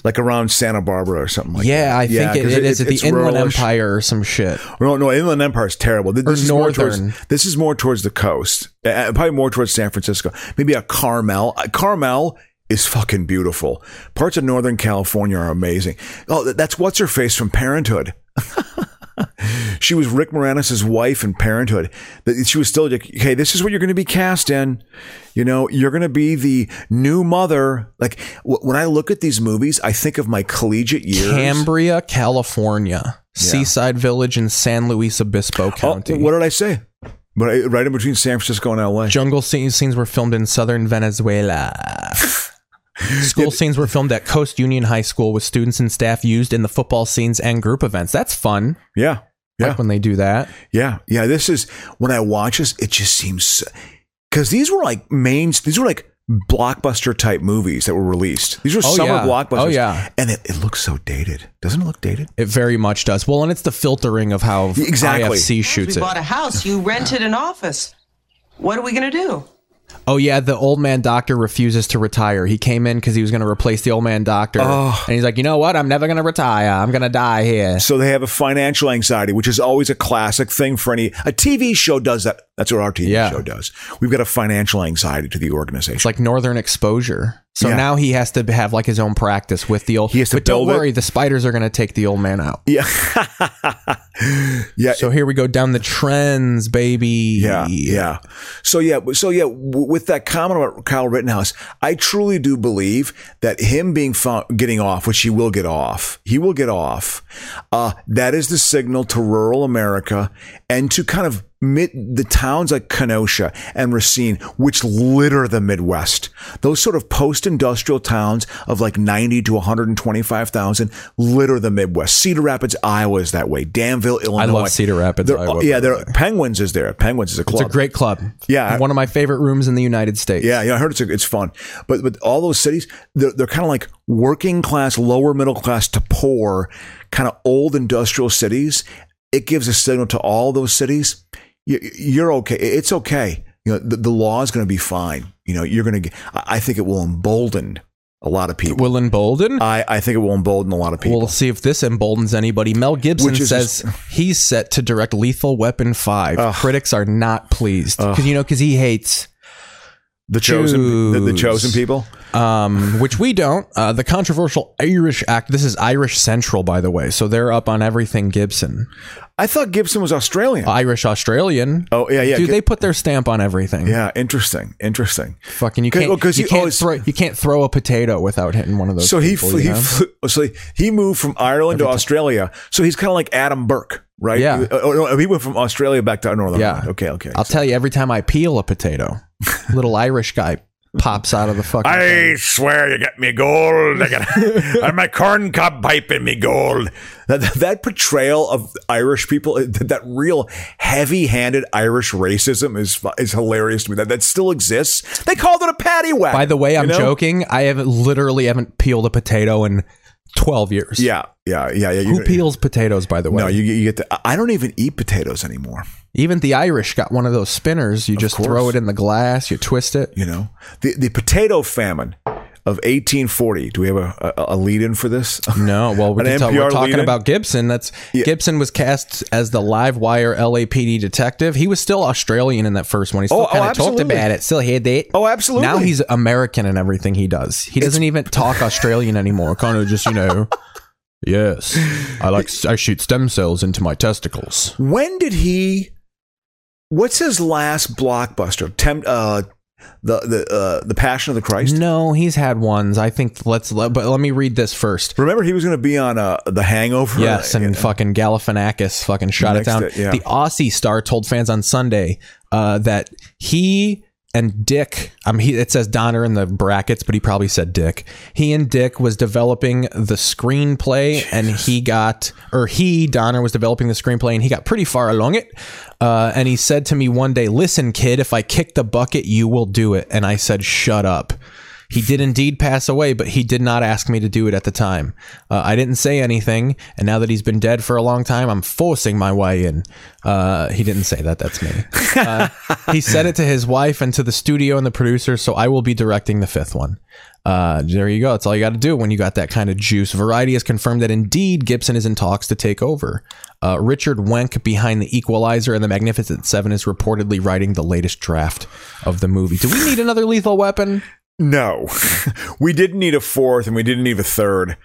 [SPEAKER 1] like around Santa Barbara or something like
[SPEAKER 2] yeah, I
[SPEAKER 1] that.
[SPEAKER 2] think it,
[SPEAKER 1] 'cause
[SPEAKER 2] it is at the
[SPEAKER 1] it's
[SPEAKER 2] Inland
[SPEAKER 1] ruralish.
[SPEAKER 2] Empire or some shit.
[SPEAKER 1] No, no, Inland Empire is terrible. This,
[SPEAKER 2] Or
[SPEAKER 1] this is more
[SPEAKER 2] northern.
[SPEAKER 1] towards, this is more towards the coast, Uh, probably more towards San Francisco. Maybe a Carmel. Uh, Carmel is fucking beautiful. Parts of Northern California are amazing. Oh, th- that's what's her face from Parenthood. she was Rick Moranis' wife in Parenthood. That- She was still like, "Hey, this is what you're going to be cast in. You know, you're going to be the new mother." Like wh- when I look at these movies, I think of my collegiate years.
[SPEAKER 2] Cambria, California, Seaside Village in San Luis Obispo
[SPEAKER 1] Oh,
[SPEAKER 2] County.
[SPEAKER 1] what did I say? But I, right in between San Francisco and L.A.
[SPEAKER 2] Jungle scene, scenes were filmed in southern Venezuela. School scenes were filmed at Coast Union High School with students and staff used in the football scenes and group events. That's fun.
[SPEAKER 1] Yeah. Yeah.
[SPEAKER 2] like when they do that.
[SPEAKER 1] Yeah, yeah. This is when I watch this, it just seems because these were like mains. These were like blockbuster type movies that were released. These were
[SPEAKER 2] Oh,
[SPEAKER 1] summer
[SPEAKER 2] yeah.
[SPEAKER 1] blockbusters.
[SPEAKER 2] Oh, yeah.
[SPEAKER 1] and it, it looks so dated. Doesn't it look dated?
[SPEAKER 2] It very much does. Well, and it's the filtering of how
[SPEAKER 1] Exactly.
[SPEAKER 2] IFC shoots it.
[SPEAKER 5] a house. You rented an office. What are we gonna do?
[SPEAKER 2] Oh yeah, the old man doctor refuses to retire. He came in because he was going to replace the old man doctor,
[SPEAKER 1] Oh.
[SPEAKER 2] and he's like, you know what? I'm never going to retire. I'm going to die here.
[SPEAKER 1] So they have a financial anxiety, which is always a classic thing for any a TV show does that. That's what our TV
[SPEAKER 2] Yeah.
[SPEAKER 1] show does. We've got a financial anxiety to the organization.
[SPEAKER 2] It's like northern exposure. So
[SPEAKER 1] Yeah.
[SPEAKER 2] now he has to have like his own practice with the old.
[SPEAKER 1] He has to
[SPEAKER 2] but don't
[SPEAKER 1] build it.
[SPEAKER 2] worry, the spiders are going to take the old man out.
[SPEAKER 1] yeah, yeah.
[SPEAKER 2] So here we go down the trends, baby.
[SPEAKER 1] Uh, Yeah, yeah. So yeah, so yeah. w- With that comment about Kyle Rittenhouse, I truly do believe that him being found, getting off, which he will get off, he will get off. Uh, that is the signal to rural America and to kind of mid the towns like Kenosha and Racine, which litter the Midwest. Those sort of post-industrial towns of like ninety to one hundred and twenty-five thousand litter the Midwest. Cedar Rapids, Iowa is that way. Danville, Illinois.
[SPEAKER 2] Cedar Rapids,
[SPEAKER 1] They're-
[SPEAKER 2] Iowa, by
[SPEAKER 1] yeah,
[SPEAKER 2] the
[SPEAKER 1] they're, Penguins is there. Penguins is a club.
[SPEAKER 2] It's a great club.
[SPEAKER 1] Yeah.
[SPEAKER 2] One of my favorite rooms in the United States.
[SPEAKER 1] Yeah, yeah, I heard it's it's fun, but but all those cities, they're, they're kind of like working class, lower middle class to poor, kind of old industrial cities. It gives a signal to all those cities: you, you're okay, it's okay. You know, the, the law is going to be fine. You know, you're going to. I I think it will embolden a lot of people.
[SPEAKER 2] Will embolden.
[SPEAKER 1] I I think it will embolden a lot of Uh, people.
[SPEAKER 2] We'll see if this emboldens anybody. Mel Gibson
[SPEAKER 1] Which is
[SPEAKER 2] says he's set to direct Lethal Weapon 5.
[SPEAKER 1] Ugh.
[SPEAKER 2] Critics are not pleased. Because, you know, because he hates,
[SPEAKER 1] the chosen, the, the
[SPEAKER 2] choose.
[SPEAKER 1] chosen people.
[SPEAKER 2] um, which we don't, uh, the controversial Irish act. This is Irish Central, by the way. So they're up on everything Gibson.
[SPEAKER 1] I thought Gibson was Australian.
[SPEAKER 2] Irish Australian.
[SPEAKER 1] Oh, yeah, yeah.
[SPEAKER 2] Dude,
[SPEAKER 1] Gi-
[SPEAKER 2] they put their stamp on everything.
[SPEAKER 1] yeah, interesting, interesting.
[SPEAKER 2] Fucking, you
[SPEAKER 1] 'Cause-
[SPEAKER 2] can't,
[SPEAKER 1] well, 'cause
[SPEAKER 2] you,
[SPEAKER 1] you
[SPEAKER 2] can't
[SPEAKER 1] always-
[SPEAKER 2] throw, you can't throw a potato without hitting one of those.
[SPEAKER 1] So he
[SPEAKER 2] people,
[SPEAKER 1] flew,
[SPEAKER 2] you
[SPEAKER 1] he
[SPEAKER 2] know?
[SPEAKER 1] flew, so he- he moved from Ireland to Australia. So he's kind of like Adam Burke, right?
[SPEAKER 2] Yeah.
[SPEAKER 1] He, oh, no, he went from Australia back to Northern
[SPEAKER 2] Yeah.
[SPEAKER 1] Ireland. Okay. Okay.
[SPEAKER 2] I'll tell you, every time I peel a potato, little Irish guy pops out of the fucking. thing.
[SPEAKER 1] swear you got me gold. I got and my corn cob pipe in me gold. That, that portrayal of Irish people, uh, that, that real heavy-handed Irish racism is fu- is hilarious to me. That that still exists. They called it a paddy whack.
[SPEAKER 2] By the way,
[SPEAKER 1] you
[SPEAKER 2] I'm
[SPEAKER 1] know?
[SPEAKER 2] joking. I haven't literally haven't peeled a potato in 12 years.
[SPEAKER 1] Yeah, yeah, yeah, yeah.
[SPEAKER 2] Who
[SPEAKER 1] You-
[SPEAKER 2] peels potatoes, by the way?
[SPEAKER 1] No, you, you get the. I don't even eat potatoes anymore.
[SPEAKER 2] Even the Irish got one of those spinners. You just
[SPEAKER 1] course.
[SPEAKER 2] throw it in the glass, you twist it.
[SPEAKER 1] You know, the the potato famine of 1840. Do we have a a, a lead in for this?
[SPEAKER 2] No, well, we
[SPEAKER 1] An
[SPEAKER 2] can tell
[SPEAKER 1] NPR
[SPEAKER 2] we're talking
[SPEAKER 1] lead-in?
[SPEAKER 2] about Gibson. That's Gibson was cast as the live wire LAPD detective. He was still Australian in that first one. He still
[SPEAKER 1] Oh, oh,
[SPEAKER 2] kind of talked
[SPEAKER 1] absolutely.
[SPEAKER 2] about it. Still had that.
[SPEAKER 1] Oh, absolutely.
[SPEAKER 2] Now he's American in everything he does. He doesn't even talk Australian anymore. Kind of just you know. Yes, I like I shoot stem cells into my testicles.
[SPEAKER 1] When did he? What's his last blockbuster? Temp, uh, the the uh, the Passion of the Christ.
[SPEAKER 2] No, he's had ones. I think let's let, but let me read this first.
[SPEAKER 1] Remember, he was going to be on uh, the Hangover.
[SPEAKER 2] Yes, and
[SPEAKER 1] You know?
[SPEAKER 2] fucking Galifianakis fucking shot it
[SPEAKER 1] Next
[SPEAKER 2] down.
[SPEAKER 1] it, yeah.
[SPEAKER 2] The Aussie star told fans on Sunday uh, that he and Dick, um, he, it says Donner in the brackets, but he probably said Dick. He and Dick was developing the screenplay, and he got, or he Donner was developing the screenplay, and he got pretty far along it. Uh, and he said to me one day, "Listen, kid, if I kick the bucket, you will do it." And I said, "Shut up." He did indeed pass away, but he did not ask me to do it at the time. Uh, I didn't say anything, and now that he's been dead for a long time, I'm forcing my way in. Uh, he didn't say that, that's me. Uh, he said it to his wife and to the studio and the producer, so I will be directing the fifth one. Uh, there you go. That's all you got to do when you got that kind of juice. Variety has confirmed that indeed Gibson is in talks to take over. Uh, Richard Wenk, behind The Equalizer and The Magnificent Seven, is reportedly writing the latest draft of the movie. Do we need another lethal weapon?
[SPEAKER 1] No, we didn't need a fourth, and we didn't need a third.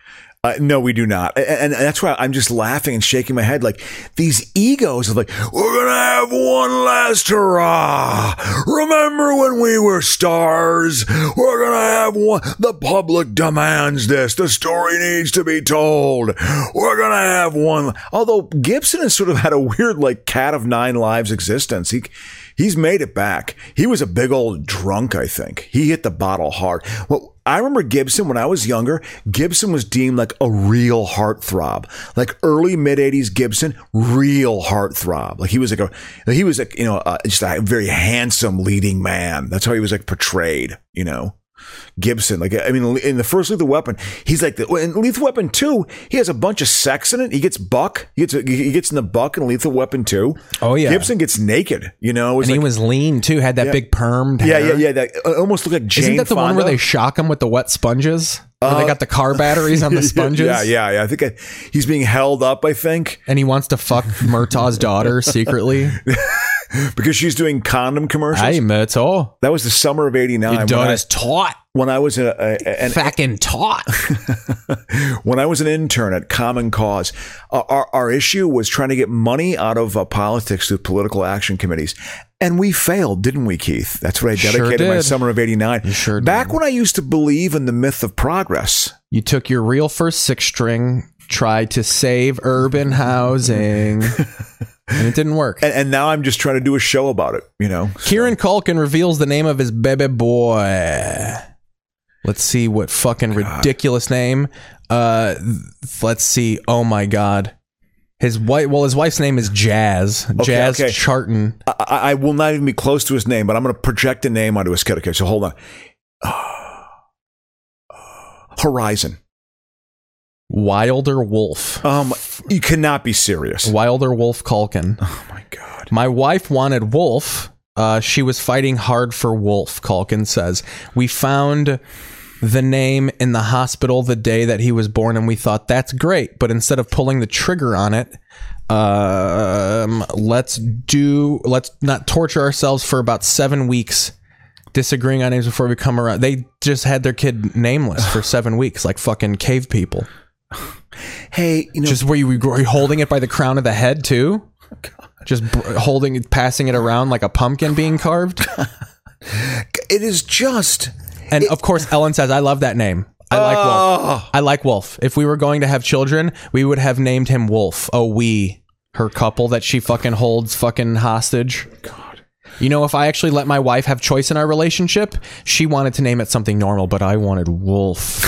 [SPEAKER 1] Uh, no, we do not, A- a- and, that's why I'm just laughing and shaking my head. Like these egos of like, we're gonna have one last hurrah. Remember when we were stars? We're gonna have one. The public demands this. The story needs to be told. We're gonna have one. Although Gibson has sort of had a weird like cat of nine lives existence. He He's made it back. He was a big old drunk, I think. He hit the bottle hard. Well, I remember Gibson when I was younger. Gibson was deemed like a real heartthrob, like early mid '80s Gibson, real heartthrob. Like he was like a, he was like you know uh, just a very handsome leading man. That's how he was like portrayed, you know. Gibson. Like, I mean, in the first Lethal Weapon, he's like, the, in Lethal Weapon 2, he has a bunch of sex in it. He gets buck. He gets, he gets in the buck in Lethal Weapon 2.
[SPEAKER 2] Oh, yeah.
[SPEAKER 1] Gibson gets naked, you know? It's
[SPEAKER 2] And he
[SPEAKER 1] like-
[SPEAKER 2] was lean too, had that big permed
[SPEAKER 1] yeah,
[SPEAKER 2] hair.
[SPEAKER 1] yeah, yeah. That it almost looked like Jane
[SPEAKER 2] Isn't that the one
[SPEAKER 1] Fonda.
[SPEAKER 2] where
[SPEAKER 1] Uh,
[SPEAKER 2] they shock him with the wet sponges? Where they got the car batteries on the sponges?
[SPEAKER 1] Yeah, yeah, yeah. I think I, he's being held up, I think,
[SPEAKER 2] And he wants to fuck Murtaugh's daughter secretly.
[SPEAKER 1] because she's doing condom commercials.
[SPEAKER 2] hey, Murtaugh.
[SPEAKER 1] that was the summer of 89 when I,
[SPEAKER 2] Daughter's taut.
[SPEAKER 1] when I was a, a, an
[SPEAKER 2] Fucking taut.
[SPEAKER 1] when I was an intern at Common Cause, uh, our, our issue was trying to get money out of uh, politics through political action committees. And we failed, didn't we, Keith? That's what I
[SPEAKER 2] Sure
[SPEAKER 1] dedicated my
[SPEAKER 2] did.
[SPEAKER 1] summer of 89.
[SPEAKER 2] sure did.
[SPEAKER 1] Back when I used to believe in the myth of progress.
[SPEAKER 2] You took your real first six string, tried to save urban housing, and it didn't work.
[SPEAKER 1] And, and now I'm just trying to do a show about it, you know?
[SPEAKER 2] Kieran Culkin reveals the name of his baby boy. Let's see what fucking ridiculous name. Uh, th- let's see. Oh my god, his wife. Well, his wife's name is Jazz. Jazz
[SPEAKER 1] okay.
[SPEAKER 2] Charton.
[SPEAKER 1] I, I I will not even be close to his name, but I'm going to project a name onto his kid. Okay, so hold on. Horizon.
[SPEAKER 2] Wilder Wolf.
[SPEAKER 1] Um, you cannot be serious.
[SPEAKER 2] Wilder Wolf Culkin.
[SPEAKER 1] Oh my God.
[SPEAKER 2] My wife wanted Wolf. Uh, she was fighting hard for Wolf, Calkin says. We found the name in the hospital the day that he was born, and we thought that's great. But instead of pulling the trigger on it, um, let's do let's not torture ourselves for about seven weeks disagreeing on names before we come around. They just had their kid nameless for seven weeks, like fucking cave people.
[SPEAKER 1] Hey, you know,
[SPEAKER 2] Just where you were you holding it by the crown of the head too? Just br- holding it, passing it around like a pumpkin being carved.
[SPEAKER 1] it is just.
[SPEAKER 2] And of course, Ellen says, "I love that name. I like Wolf. I like Wolf. If we were going to have children, we would have named him Wolf. Oh, we, her couple that she fucking holds fucking hostage. God, you know, if I actually let my wife have choice in our relationship, she wanted to name it something normal, but I wanted Wolf.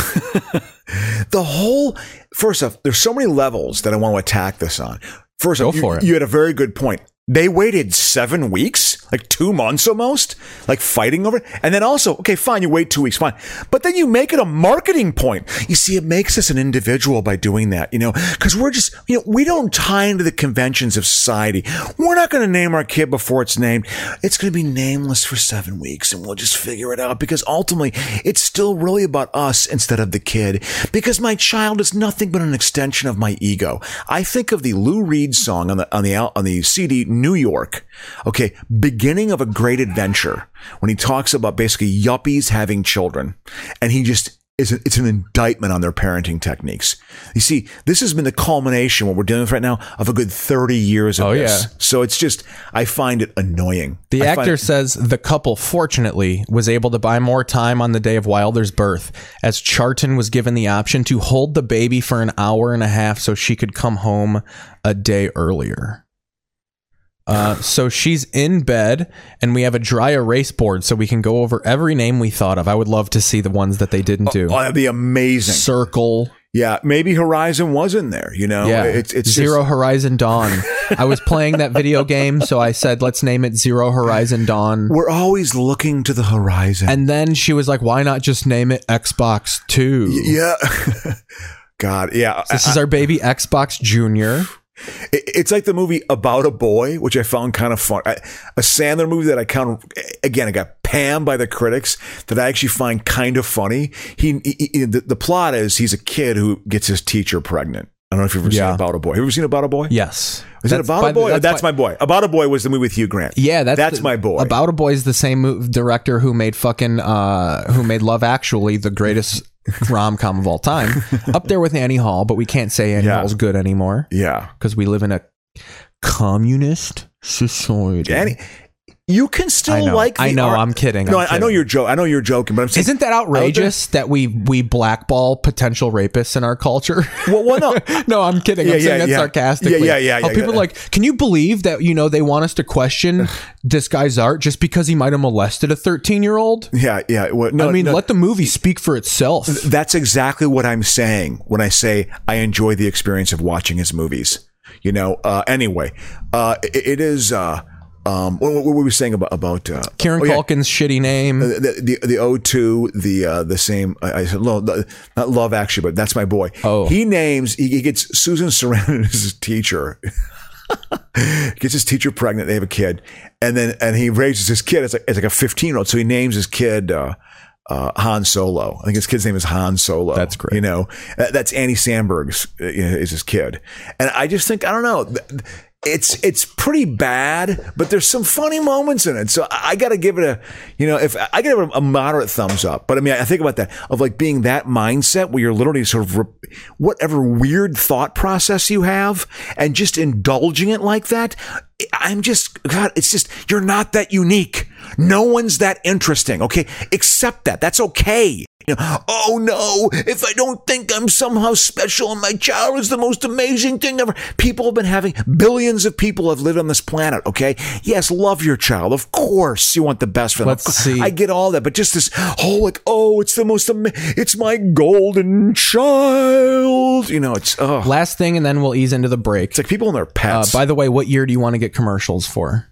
[SPEAKER 1] the whole first off, there's so many levels that I want to attack this on. First
[SPEAKER 2] Go
[SPEAKER 1] off, you-
[SPEAKER 2] for it.
[SPEAKER 1] you had a very good point. They waited seven weeks, like two months almost, like fighting over it. And then also, okay, fine, you wait two weeks, fine. But then you make it a marketing point. You see, it makes us an individual by doing that, you know, because we're just, you know, we don't tie into the conventions of society. We're not going to name our kid before it's named. It's going to be nameless for seven weeks and we'll just figure it out because ultimately it's still really about us instead of the kid because my child is nothing but an extension of my ego. I think of the Lou Reed song on the on the al- on the CD New York. Okay, beginning of a great adventure when he talks about basically yuppies having children and he just is an, it's an indictment on their parenting techniques. You see, this has been the culmination what we're dealing with right now of a good 30 years of
[SPEAKER 2] Oh,
[SPEAKER 1] this.
[SPEAKER 2] yeah.
[SPEAKER 1] So it's just I find it annoying.
[SPEAKER 2] The
[SPEAKER 1] I find
[SPEAKER 2] actor
[SPEAKER 1] it-
[SPEAKER 2] says the couple fortunately was able to buy more time on the day of Wilder's birth, as Charton was given the option to hold the baby for an hour and a half so she could come home a day earlier. Uh, so she's in bed, and we have a dry erase board so we can go over every name we thought of. I would love to see the ones that they didn't do.
[SPEAKER 1] Oh, that'd be amazing.
[SPEAKER 2] Circle,
[SPEAKER 1] Yeah, maybe Horizon was in there. You know,
[SPEAKER 2] yeah,
[SPEAKER 1] Oh, it's it's just-
[SPEAKER 2] Zero Horizon Dawn. I was playing that video game, so I said, "Let's name it Zero Horizon Dawn."
[SPEAKER 1] we're always looking to the horizon.
[SPEAKER 2] And then she was like, why not just name it Xbox 2?
[SPEAKER 1] yeah, God, yeah.
[SPEAKER 2] This is our baby Xbox Junior.
[SPEAKER 1] It- it's like the movie About a Boy, which I found kind of fun. I, a Sandler movie that I kind of again I got panned by the critics that I actually find kind of funny. He, he- he- the, the plot is he's a kid who gets his teacher pregnant. I don't know if you've ever
[SPEAKER 2] Yeah.
[SPEAKER 1] seen About a Boy. Have you ever seen About a Boy?
[SPEAKER 2] Yes.
[SPEAKER 1] Is that
[SPEAKER 2] That's
[SPEAKER 1] About
[SPEAKER 2] by
[SPEAKER 1] a
[SPEAKER 2] the-
[SPEAKER 1] Boy? That's,
[SPEAKER 2] by-
[SPEAKER 1] my boy. About a Boy was the movie with Hugh Grant.
[SPEAKER 2] Yeah, that's
[SPEAKER 1] that's
[SPEAKER 2] the-
[SPEAKER 1] my boy.
[SPEAKER 2] About a Boy is the same mov- director who made fucking uh, who made Love Actually the greatest rom com of all time, up there with Annie Hall. But we can't say Annie
[SPEAKER 1] Yeah.
[SPEAKER 2] Hall's good anymore
[SPEAKER 1] yeah.
[SPEAKER 2] because we live in a communist society.
[SPEAKER 1] Annie, You can still
[SPEAKER 2] I know.
[SPEAKER 1] like. The
[SPEAKER 2] I know,
[SPEAKER 1] art-
[SPEAKER 2] I'm kidding,
[SPEAKER 1] No,
[SPEAKER 2] I'm
[SPEAKER 1] I- I know
[SPEAKER 2] kidding.
[SPEAKER 1] you're joking. I know you're joking, but I'm saying,
[SPEAKER 2] Isn't that outrageous that we we blackball potential rapists in our culture?
[SPEAKER 1] Well, well, no.
[SPEAKER 2] no, I'm kidding.
[SPEAKER 1] Yeah,
[SPEAKER 2] I'm saying
[SPEAKER 1] yeah,
[SPEAKER 2] that
[SPEAKER 1] yeah.
[SPEAKER 2] sarcastically.
[SPEAKER 1] Yeah, yeah, yeah,
[SPEAKER 2] How
[SPEAKER 1] yeah,
[SPEAKER 2] people
[SPEAKER 1] yeah.
[SPEAKER 2] are like, can you believe that you know they want us to question this guy's art just because he might have molested a 13 year old?
[SPEAKER 1] yeah, yeah. Well, no,
[SPEAKER 2] I mean,
[SPEAKER 1] no. Uh,
[SPEAKER 2] let the movie speak for itself.
[SPEAKER 1] That's exactly what I'm saying when I say I enjoy the experience of watching his movies. You know. Uh, anyway, uh, it, it is. Uh, um, what, what were we saying about about uh,
[SPEAKER 2] Karen
[SPEAKER 1] oh, yeah. Uh,
[SPEAKER 2] Culkin's shitty name.
[SPEAKER 1] the the, the O2, the uh, the same. I, I said lo- the- not love actually, but that's my boy.
[SPEAKER 2] Oh.
[SPEAKER 1] he names he, he gets Susan Sarandon as his teacher. gets his teacher pregnant. They have a kid, and then and he raises his kid as like as like a fifteen year old. So he names his kid. Uh, uh, Han Solo. I think his kid's name is Han Solo.
[SPEAKER 2] That's great.
[SPEAKER 1] You know, That- that's Andy Sandberg's uh, you know, is his kid, and I just think I don't know. Th- It's it's pretty bad, but there's some funny moments in it. So I, I got to give it a, you know, if I give it a, a moderate thumbs up. But I mean, I think about that of like being that mindset where you're literally sort of re- whatever weird thought process you have and just indulging it like that. I'm just God. It's just you're not that unique. No one's that interesting. Okay, accept that. That's okay. You know, oh no, if I don't think I'm somehow special and my child is the most amazing thing ever. People have been having, billions of people have lived on this planet, okay? Yes, love your child. Of course, you want the best for them. Of
[SPEAKER 2] Let's
[SPEAKER 1] cour-
[SPEAKER 2] see.
[SPEAKER 1] I get all that, but just this whole like, oh, it's the most, ama- it's my golden child. You know, it's, oh.
[SPEAKER 2] Last thing, and then we'll ease into the break.
[SPEAKER 1] It's like people and their
[SPEAKER 2] Uh,
[SPEAKER 1] pets.
[SPEAKER 2] by the way, what year do you want to get commercials for?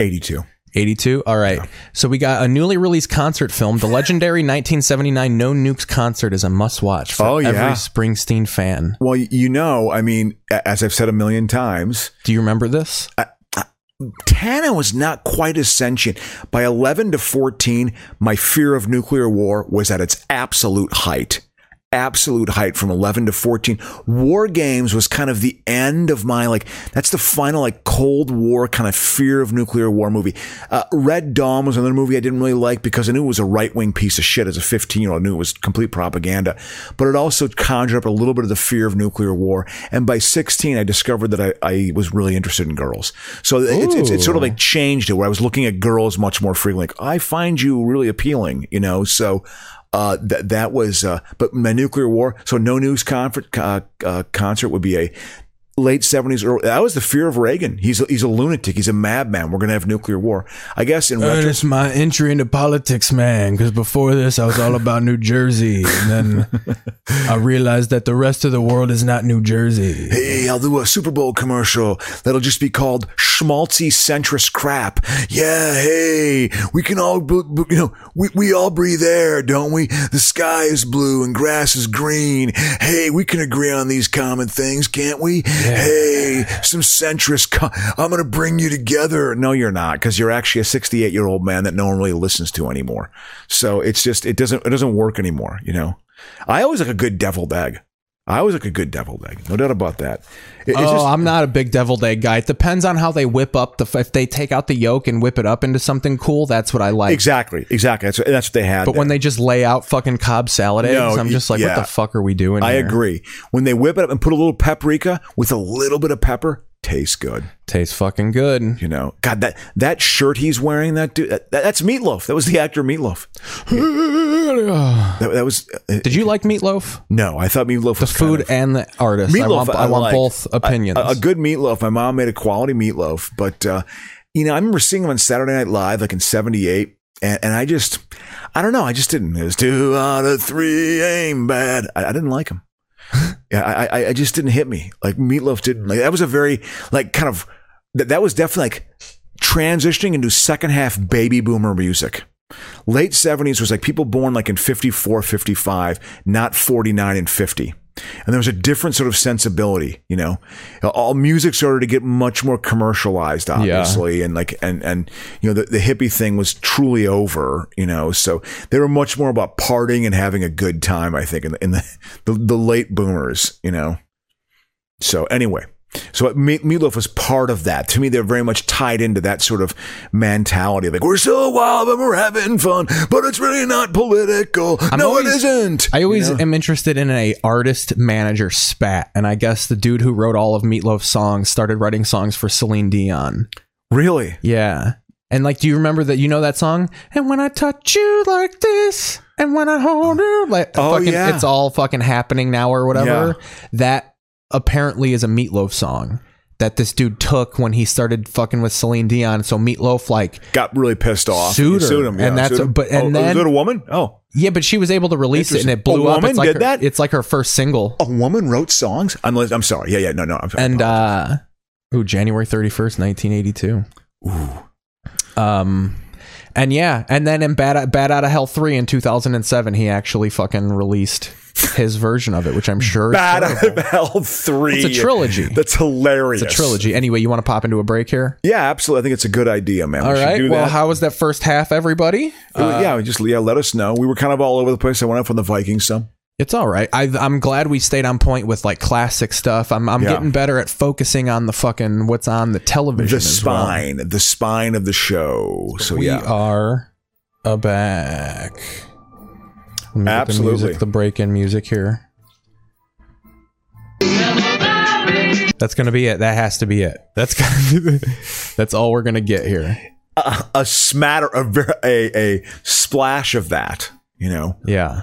[SPEAKER 1] 82.
[SPEAKER 2] 82 all right so we got a newly released concert film the legendary 1979 no nukes concert is a must watch for
[SPEAKER 1] Oh, yeah.
[SPEAKER 2] every springsteen fan
[SPEAKER 1] Well, you know, I mean, a- as I've said a million times,
[SPEAKER 2] do you remember this
[SPEAKER 1] Tana was not quite as sentient. By 11 to 14, my fear of nuclear war was at its absolute height. Absolute height from 11 to 14. War games was kind of the end of my, like, that's the final, like, Cold War kind of fear of nuclear war movie. Uh, Red Dawn was another movie I didn't really like because I knew it was a right wing piece of shit as a 15 year old. I knew it was complete propaganda, but it also conjured up a little bit of the fear of nuclear war. And by 16, I discovered that I, I was really interested in girls. So it's, it's, it's sort of like changed it where I was looking at girls much more frequently. Like, I find you really appealing, you know? So, uh, that, that was, uh, but my nuclear war. So no news conference, uh, uh, concert would be a, late 70s early that was the fear of reagan he's a, he's a lunatic he's a madman we're going to have nuclear war i guess in retro-
[SPEAKER 2] Ernest, my entry into politics, man, because before this I was all about New Jersey. And then I realized that the rest of the world is not New Jersey.
[SPEAKER 1] Hey, I'll do a Super Bowl commercial that'll just be called schmaltzy centrist crap. Yeah, hey, we can all, bl- bl- you know, we, we all breathe air, don't we? The sky is blue and grass is green. Hey, we can agree on these common things, can't we? Hey, some centrist, co- I'm going to bring you together. No, you're not, because you're actually a 68 year old man that no one really listens to anymore. So it's just, it doesn't, it doesn't work anymore, you know? I always like a good deviled egg. I always like a good deviled egg, no doubt about that. It- it's
[SPEAKER 2] oh,
[SPEAKER 1] just-
[SPEAKER 2] I'm not a big deviled egg guy. It depends on how they whip up the. If they take out the yolk and whip it up into something cool, that's what I like.
[SPEAKER 1] exactly, exactly. That's, that's what they had.
[SPEAKER 2] But when they just lay out fucking Cobb salad eggs,
[SPEAKER 1] No,
[SPEAKER 2] I'm just like,
[SPEAKER 1] yeah.
[SPEAKER 2] what the fuck are we doing?
[SPEAKER 1] I
[SPEAKER 2] here?
[SPEAKER 1] agree, when they whip it up and put a little paprika with a little bit of pepper, tastes good.
[SPEAKER 2] Tastes fucking good.
[SPEAKER 1] You know, God, that that shirt he's wearing, that dude, that, that's Meatloaf. That was the actor Meatloaf. That, that was uh,
[SPEAKER 2] Did you like meatloaf?
[SPEAKER 1] no, I thought Meatloaf
[SPEAKER 2] The
[SPEAKER 1] was kind
[SPEAKER 2] food
[SPEAKER 1] of-
[SPEAKER 2] and the artist. I want, I want
[SPEAKER 1] like.
[SPEAKER 2] both
[SPEAKER 1] A-
[SPEAKER 2] opinions.
[SPEAKER 1] A, a good meatloaf. My mom made a quality meatloaf, but uh, you know, I remember seeing him on Saturday Night Live, like in '78, and, and I just, I don't know, I just didn't. It was two out of three ain't bad. I, I didn't like him. Yeah, I, I, I just didn't hit me. Like meatloaf didn't. Like that was a very like kind of that, that was definitely like transitioning into second half baby boomer music. Late 70s was like people born like in 54, 55, not 49 and 50. And there was a different sort of sensibility, you know. All music started to get much more commercialized, obviously, and like and and you know the, the hippie thing was truly over, you know. So they were much more about partying and having a good time, I think, in the in the the, the late boomers, you know. So anyway, so uh, Me- Meatloaf was part of that. To me, they're very much tied into that sort of mentality. Like we're so wild and we're having fun, but it's really not political.
[SPEAKER 2] I'm
[SPEAKER 1] no, it
[SPEAKER 2] always-
[SPEAKER 1] isn't.
[SPEAKER 2] I always
[SPEAKER 1] You know?
[SPEAKER 2] am interested in a artist manager spat, and I guess the dude who wrote all of Meatloaf's songs started writing songs for Celine Dion.
[SPEAKER 1] really.
[SPEAKER 2] Yeah, And like, do you remember that? You know that song? And when I touch you like this, and when I hold you like,
[SPEAKER 1] Oh,
[SPEAKER 2] fucking,
[SPEAKER 1] yeah.
[SPEAKER 2] it's all fucking happening now or whatever. That apparently is a Meatloaf song that this dude took when he started fucking with Celine Dion. So Meatloaf, like,
[SPEAKER 1] Got really pissed off.
[SPEAKER 2] Sued
[SPEAKER 1] You
[SPEAKER 2] her.
[SPEAKER 1] Sued him. Yeah,
[SPEAKER 2] And that's-
[SPEAKER 1] sued him.
[SPEAKER 2] but- and
[SPEAKER 1] oh,
[SPEAKER 2] then-
[SPEAKER 1] was it a woman? Oh,
[SPEAKER 2] yeah, but she was able to release it and
[SPEAKER 1] Interesting.
[SPEAKER 2] it blew
[SPEAKER 1] A
[SPEAKER 2] up.
[SPEAKER 1] woman
[SPEAKER 2] it's like
[SPEAKER 1] did
[SPEAKER 2] her,
[SPEAKER 1] that?
[SPEAKER 2] It's like her first single.
[SPEAKER 1] a woman wrote songs. I'm, li- I'm sorry. Yeah, yeah. No, no. I'm sorry.
[SPEAKER 2] and uh ooh, January 31st, 1982. Ooh. Um and yeah, and then in Bad Bad Out of Hell 3 in 2007, he actually fucking released his version of it, which I'm sure is
[SPEAKER 1] Bad out of
[SPEAKER 2] terrible.
[SPEAKER 1] Hell three.
[SPEAKER 2] It's a trilogy.
[SPEAKER 1] That's hilarious.
[SPEAKER 2] It's a trilogy. Anyway, you want to pop into a break here?
[SPEAKER 1] Yeah, absolutely. I think it's a good idea, man.
[SPEAKER 2] All
[SPEAKER 1] we should
[SPEAKER 2] right.
[SPEAKER 1] do
[SPEAKER 2] Well,
[SPEAKER 1] that.
[SPEAKER 2] how was that first half, everybody?
[SPEAKER 1] Uh, yeah, just yeah, let us know. We were kind of all over the place. I went up on the Vikings some.
[SPEAKER 2] It's all right. I, I'm glad we stayed on point with like classic stuff. I'm, I'm
[SPEAKER 1] Yeah.
[SPEAKER 2] getting better at focusing on the fucking what's on the television.
[SPEAKER 1] The
[SPEAKER 2] as well.
[SPEAKER 1] spine, the spine of the show. So
[SPEAKER 2] we
[SPEAKER 1] yeah,
[SPEAKER 2] are a back. Let me get The,
[SPEAKER 1] Absolutely.
[SPEAKER 2] music, the break-in music here. That's gonna be it. That has to be it. That's gonna be the, that's all we're gonna get here.
[SPEAKER 1] a, a smatter, a, ver- a a splash of that. You know,
[SPEAKER 2] Yeah.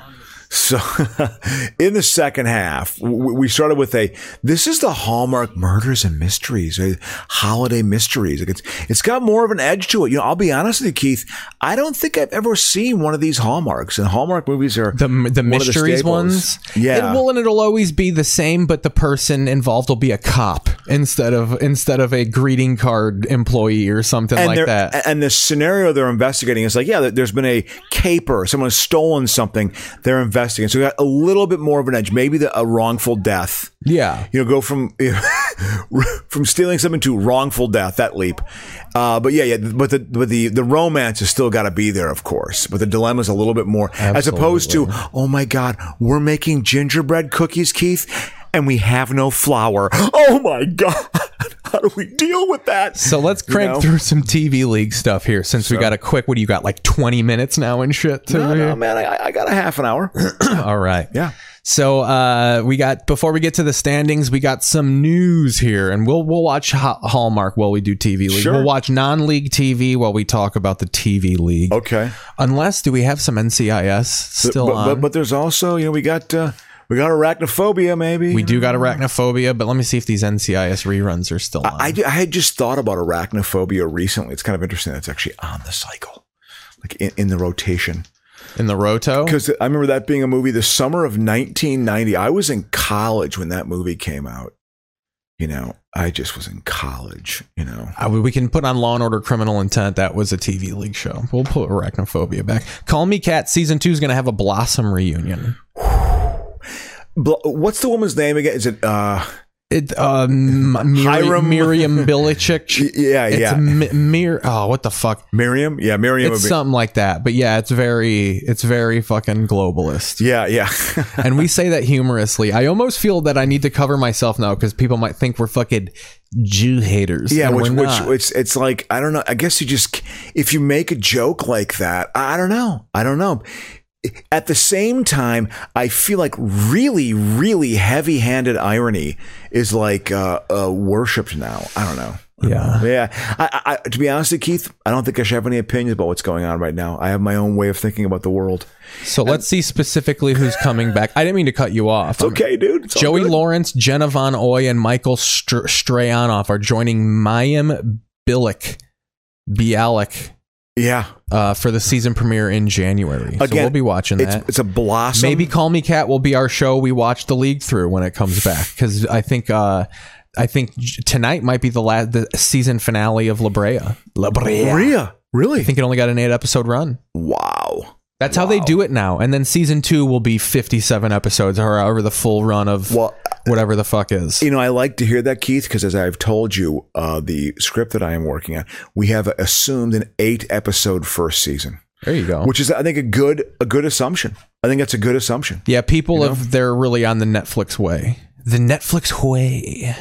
[SPEAKER 1] so in the second half, w- we started with a. This is the hallmark murders and mysteries, uh, holiday mysteries. Like it's it's got more of an edge to it. You know, I'll be honest with you, Keith. I don't think I've ever seen one of these hallmarks, and hallmark movies are
[SPEAKER 2] The the
[SPEAKER 1] one of the
[SPEAKER 2] mysteries
[SPEAKER 1] staples.
[SPEAKER 2] ones.
[SPEAKER 1] Yeah,
[SPEAKER 2] It will and it'll always be the same, but the person involved will be a cop instead of instead of a greeting card employee or something like
[SPEAKER 1] they're-
[SPEAKER 2] that.
[SPEAKER 1] And the scenario they're investigating is like, yeah, there- there's been a caper, someone's stolen something. They're investigating, so we got a little bit more of an edge. Maybe the, a wrongful death.
[SPEAKER 2] yeah.
[SPEAKER 1] You know, go from from stealing something to wrongful death. That leap. Uh, but yeah, yeah. But the but the the romance has still got to be there, of course. But the dilemma's a little bit more, as opposed to, oh my God, we're making gingerbread cookies, Keith. And we have no flour. Oh my God. How do we deal with that?
[SPEAKER 2] So let's
[SPEAKER 1] You
[SPEAKER 2] crank
[SPEAKER 1] know?
[SPEAKER 2] through some TV league stuff here since we got a quick. What do you got? Like twenty minutes now and shit. To
[SPEAKER 1] No, no, man, I, I got a half an hour.
[SPEAKER 2] All right.
[SPEAKER 1] yeah.
[SPEAKER 2] So uh, we got before we get to the standings, we got some news here, and we'll we'll watch Ha- Hallmark while we do TV league.
[SPEAKER 1] Sure.
[SPEAKER 2] We'll watch non-league TV while we talk about the TV league.
[SPEAKER 1] Okay.
[SPEAKER 2] Unless do we have some NCIS still
[SPEAKER 1] Oh. but,
[SPEAKER 2] on?
[SPEAKER 1] But, but there's also, you know, we got uh, we got arachnophobia. Maybe
[SPEAKER 2] we do got arachnophobia, but let me see if these NCIS reruns are still on.
[SPEAKER 1] I, I had just thought about arachnophobia recently. It's kind of interesting. that It's actually on the cycle, like in, in the rotation.
[SPEAKER 2] in the roto.
[SPEAKER 1] Because I remember that being a movie the summer of 1990. I was in college when that movie came out. You know, I just was in college. You know,
[SPEAKER 2] Uh, we- we can put on Law and Order Criminal Intent. That was a TV league show. We'll put Arachnophobia back. Call Me Cat season two is going to have a Blossom reunion.
[SPEAKER 1] Bl- what's the woman's name again? Is it? uh
[SPEAKER 2] It, um, Miri-
[SPEAKER 1] Hiram-
[SPEAKER 2] Miriam Bilicic.
[SPEAKER 1] Yeah,
[SPEAKER 2] it's
[SPEAKER 1] yeah.
[SPEAKER 2] Mi- Mir. Oh, what the fuck?
[SPEAKER 1] Miriam? Yeah, Miriam.
[SPEAKER 2] It's
[SPEAKER 1] would be-
[SPEAKER 2] something like that. But yeah, it's very, it's very fucking globalist.
[SPEAKER 1] yeah, yeah.
[SPEAKER 2] and we say that humorously. I almost feel that I need to cover myself now because people might think we're fucking Jew haters.
[SPEAKER 1] Yeah,
[SPEAKER 2] and
[SPEAKER 1] which,
[SPEAKER 2] we're
[SPEAKER 1] which
[SPEAKER 2] not.
[SPEAKER 1] which it's like I don't know. I guess you just if you make a joke like that, I I don't know. I don't know. At the same time, I feel like really, really heavy-handed irony is like uh, uh, worshipped now. I don't know.
[SPEAKER 2] yeah.
[SPEAKER 1] Yeah, I, I, I- to be honest with you, Keith, I don't think I should have any opinions about what's going on right now. I have my own way of thinking about the world.
[SPEAKER 2] So let's see specifically who's coming back. I didn't mean to cut you off.
[SPEAKER 1] It's okay, dude. It's all
[SPEAKER 2] Joey
[SPEAKER 1] good.
[SPEAKER 2] Lawrence, Jenna Von Oy, and Michael Str- Strayanoff are joining Mayim Bialik, Bialik
[SPEAKER 1] Yeah,
[SPEAKER 2] uh, for the season premiere in January. so
[SPEAKER 1] Again,
[SPEAKER 2] we'll be watching
[SPEAKER 1] it's
[SPEAKER 2] that.
[SPEAKER 1] it's a blossom.
[SPEAKER 2] Maybe Call Me Cat will be our show we watch the league through when it comes back because I think uh, I think j- tonight might be the last the season finale of La Brea. La Brea.
[SPEAKER 1] Maria. Really?
[SPEAKER 2] I think it only got an eight episode run.
[SPEAKER 1] wow.
[SPEAKER 2] That's how they do it now. And then season two will be 57 episodes or however the full run of
[SPEAKER 1] Well,
[SPEAKER 2] whatever the fuck is.
[SPEAKER 1] You know, I like to hear that, Keith, because as I've told you, uh, the script that I am working on, we have assumed an eight episode first season,
[SPEAKER 2] There you go.
[SPEAKER 1] which is, I think, a good a good assumption. I think that's a good assumption.
[SPEAKER 2] yeah, people of they're really on the Netflix way. The Netflix way.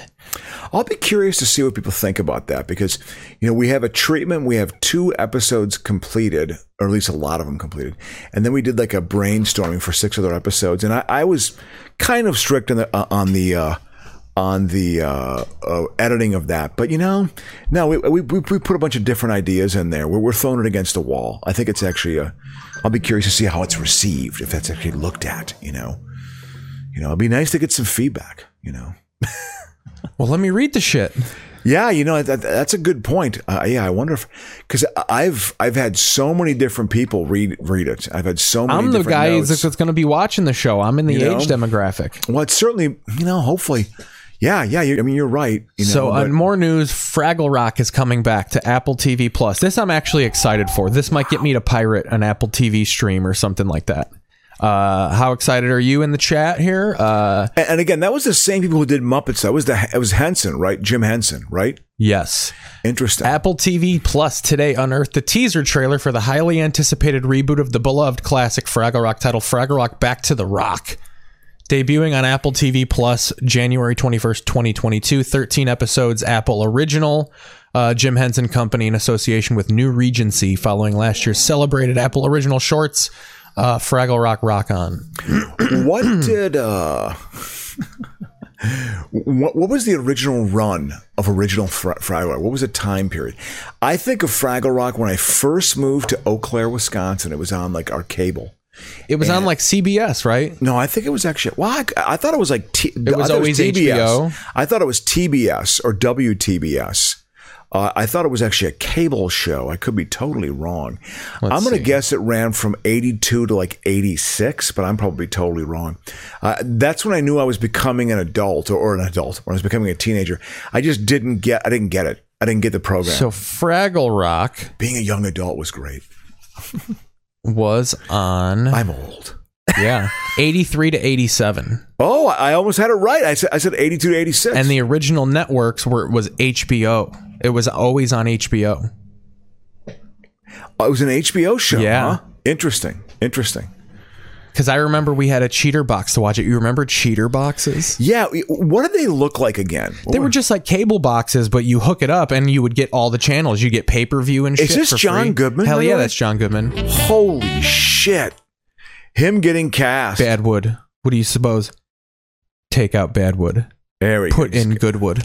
[SPEAKER 1] I'll be curious to see what people think about that because, you know, we have a treatment. We have two episodes completed, or at least a lot of them completed. And then we did like a brainstorming for six other episodes. And I, I was kind of strict on the, uh, on the, uh, on the uh, uh, editing of that. But you know, no, we, we, we we put a bunch of different ideas in there. We're, we're throwing it against the wall. I think it's actually a. I'll be curious to see how it's received if that's actually looked at. You know, you know, it'd be nice to get some feedback. You know,
[SPEAKER 2] Well, let me read the shit.
[SPEAKER 1] yeah, you know that, that's a good point. Uh, yeah, I wonder if because I've I've had so many different people read read it. I've had so many.
[SPEAKER 2] I'm the
[SPEAKER 1] different
[SPEAKER 2] guy
[SPEAKER 1] notes.
[SPEAKER 2] that's, going to be watching the show. I'm in the
[SPEAKER 1] You know?
[SPEAKER 2] age demographic.
[SPEAKER 1] Well, it's certainly you know. Hopefully, yeah, yeah. You, I mean, you're right. You know,
[SPEAKER 2] so,
[SPEAKER 1] but-
[SPEAKER 2] on more news, Fraggle Rock is coming back to Apple TV Plus. This I'm actually excited for. This might get me to pirate an Apple TV stream or something like that. Uh, how excited are you in the chat here? Uh,
[SPEAKER 1] and, and again, that was the same people who did Muppets. That was the it was Henson, right? Jim Henson, right?
[SPEAKER 2] yes.
[SPEAKER 1] Interesting.
[SPEAKER 2] Apple TV Plus today unearthed the teaser trailer for the highly anticipated reboot of the beloved classic Fraggle Rock titled Fraggle Rock Back to the Rock. Debuting on Apple TV Plus January 21st, 2022, 13 episodes Apple Original. Uh, Jim Henson Company in association with New Regency following last year's celebrated Apple Original shorts, uh, Fraggle Rock Rock On.
[SPEAKER 1] what did uh? What, what was the original run of original Fra- Fraggle Rock? What was the time period? I think of Fraggle Rock when I first moved to Eau Claire, Wisconsin. It was on like our cable.
[SPEAKER 2] It was on like CBS, right?
[SPEAKER 1] No, I think it was actually. Well, I, I thought it was like T, it
[SPEAKER 2] was always
[SPEAKER 1] TBS.
[SPEAKER 2] HBO.
[SPEAKER 1] I thought it was TBS or WTBS. Uh, I thought it was actually a cable show. I could be totally wrong. I'm going to guess it ran from 82 to like 86, but I'm probably totally wrong. Uh, that's when I knew I was becoming an adult or, or an adult when I was becoming a teenager. I just didn't get. I didn't get it. I didn't get the program.
[SPEAKER 2] So Fraggle Rock
[SPEAKER 1] being a young adult was great.
[SPEAKER 2] was on,
[SPEAKER 1] I'm old.
[SPEAKER 2] yeah, 83 to 87.
[SPEAKER 1] Oh, I I almost had it right. I said I said 82 to 86.
[SPEAKER 2] and the original networks were was HBO. It was always on HBO.
[SPEAKER 1] Oh, it was an HBO show.
[SPEAKER 2] Yeah.
[SPEAKER 1] huh? Interesting. Interesting.
[SPEAKER 2] Because I remember we had a cheater box to watch it. You remember cheater boxes?
[SPEAKER 1] Yeah. What did they look like again?
[SPEAKER 2] They were just like cable boxes, but you hook it up and you would get all the channels. You get pay per view and
[SPEAKER 1] Is
[SPEAKER 2] shit.
[SPEAKER 1] this
[SPEAKER 2] for
[SPEAKER 1] John
[SPEAKER 2] free.
[SPEAKER 1] Goodman, by
[SPEAKER 2] Hell
[SPEAKER 1] the
[SPEAKER 2] yeah,
[SPEAKER 1] way?
[SPEAKER 2] that's John Goodman.
[SPEAKER 1] holy shit. Him getting cast.
[SPEAKER 2] Badwood. What do you suppose? Take out Badwood.
[SPEAKER 1] There we
[SPEAKER 2] Put
[SPEAKER 1] go.
[SPEAKER 2] in Goodwood.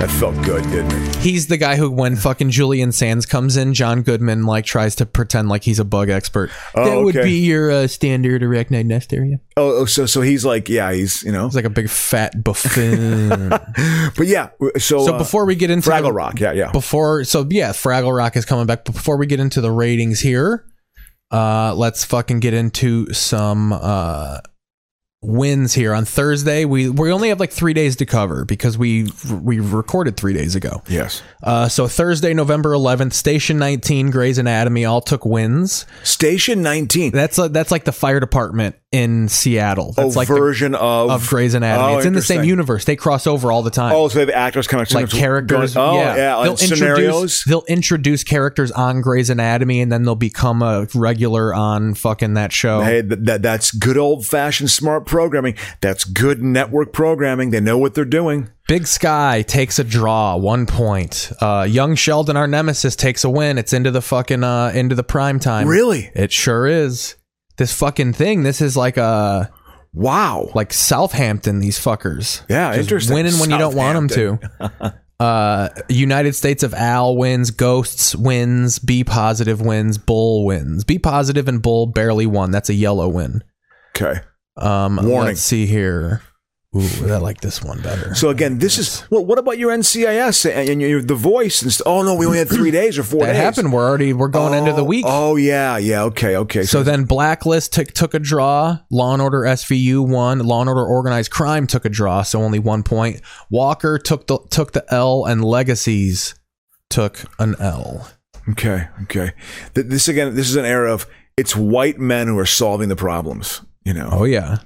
[SPEAKER 1] That felt good, didn't it?
[SPEAKER 2] He's the guy who, when fucking Julian Sands comes in, John Goodman like tries to pretend like he's a bug expert.
[SPEAKER 1] Oh,
[SPEAKER 2] that would
[SPEAKER 1] okay.
[SPEAKER 2] be your uh, standard arachnid nest area.
[SPEAKER 1] Oh, oh, so so he's like, yeah, he's you know,
[SPEAKER 2] He's like a big fat buffoon.
[SPEAKER 1] but yeah. So
[SPEAKER 2] so
[SPEAKER 1] uh,
[SPEAKER 2] before we get into the-
[SPEAKER 1] Fraggle Rock, yeah, yeah.
[SPEAKER 2] before so yeah, Fraggle Rock is coming back. But before we get into the ratings here, uh, let's fucking get into some uh wins here on Thursday. We we only have like three days to cover because we we recorded three days ago.
[SPEAKER 1] yes.
[SPEAKER 2] Uh, so Thursday, November 11th, Station 19, Grey's Anatomy all took wins.
[SPEAKER 1] Station 19.
[SPEAKER 2] That's uh that's like the fire department in Seattle. That's
[SPEAKER 1] a
[SPEAKER 2] like the-
[SPEAKER 1] version of
[SPEAKER 2] of Grey's Anatomy.
[SPEAKER 1] Oh,
[SPEAKER 2] it's in the same
[SPEAKER 1] interesting.
[SPEAKER 2] universe. They cross over all the time
[SPEAKER 1] Oh, so they have actors kind of
[SPEAKER 2] like characters.
[SPEAKER 1] oh,
[SPEAKER 2] yeah,
[SPEAKER 1] and scenarios.
[SPEAKER 2] Introduce, they'll introduce characters on Grey's Anatomy, and then they'll become a regular on fucking that show.
[SPEAKER 1] Hey, th- that that's good old fashioned smart programming. That's good network programming. They know what they're doing.
[SPEAKER 2] Big Sky takes a draw, one point. Uh, Young Sheldon, our nemesis, takes a win. It's into the fucking uh, into the prime time.
[SPEAKER 1] Really?
[SPEAKER 2] It sure is. This fucking thing. This is like a
[SPEAKER 1] Wow.
[SPEAKER 2] like Southampton. These fuckers.
[SPEAKER 1] Yeah, interesting.
[SPEAKER 2] Winning when you don't want them to. Uh, United States of Al wins, Ghosts wins, B positive wins, Bull wins. B positive and Bull barely won. That's a yellow win.
[SPEAKER 1] Okay.
[SPEAKER 2] Um,
[SPEAKER 1] Warning.
[SPEAKER 2] Let's see here. Ooh, I like this one better.
[SPEAKER 1] So again, this is well, what about your NCIS and, and your The Voice? And st- oh no, we only had three days or four
[SPEAKER 2] that
[SPEAKER 1] days.
[SPEAKER 2] happened. We're already we're going into the week.
[SPEAKER 1] Oh yeah, yeah. Okay, okay.
[SPEAKER 2] So then Blacklist took took a draw. Law and Order SVU won. Law and Order Organized Crime took a draw, so only one point. Walker took the took the L, and Legacies took an L.
[SPEAKER 1] okay, okay. Th- this again, this is an era of it's white men who are solving the problems. You know.
[SPEAKER 2] Oh yeah.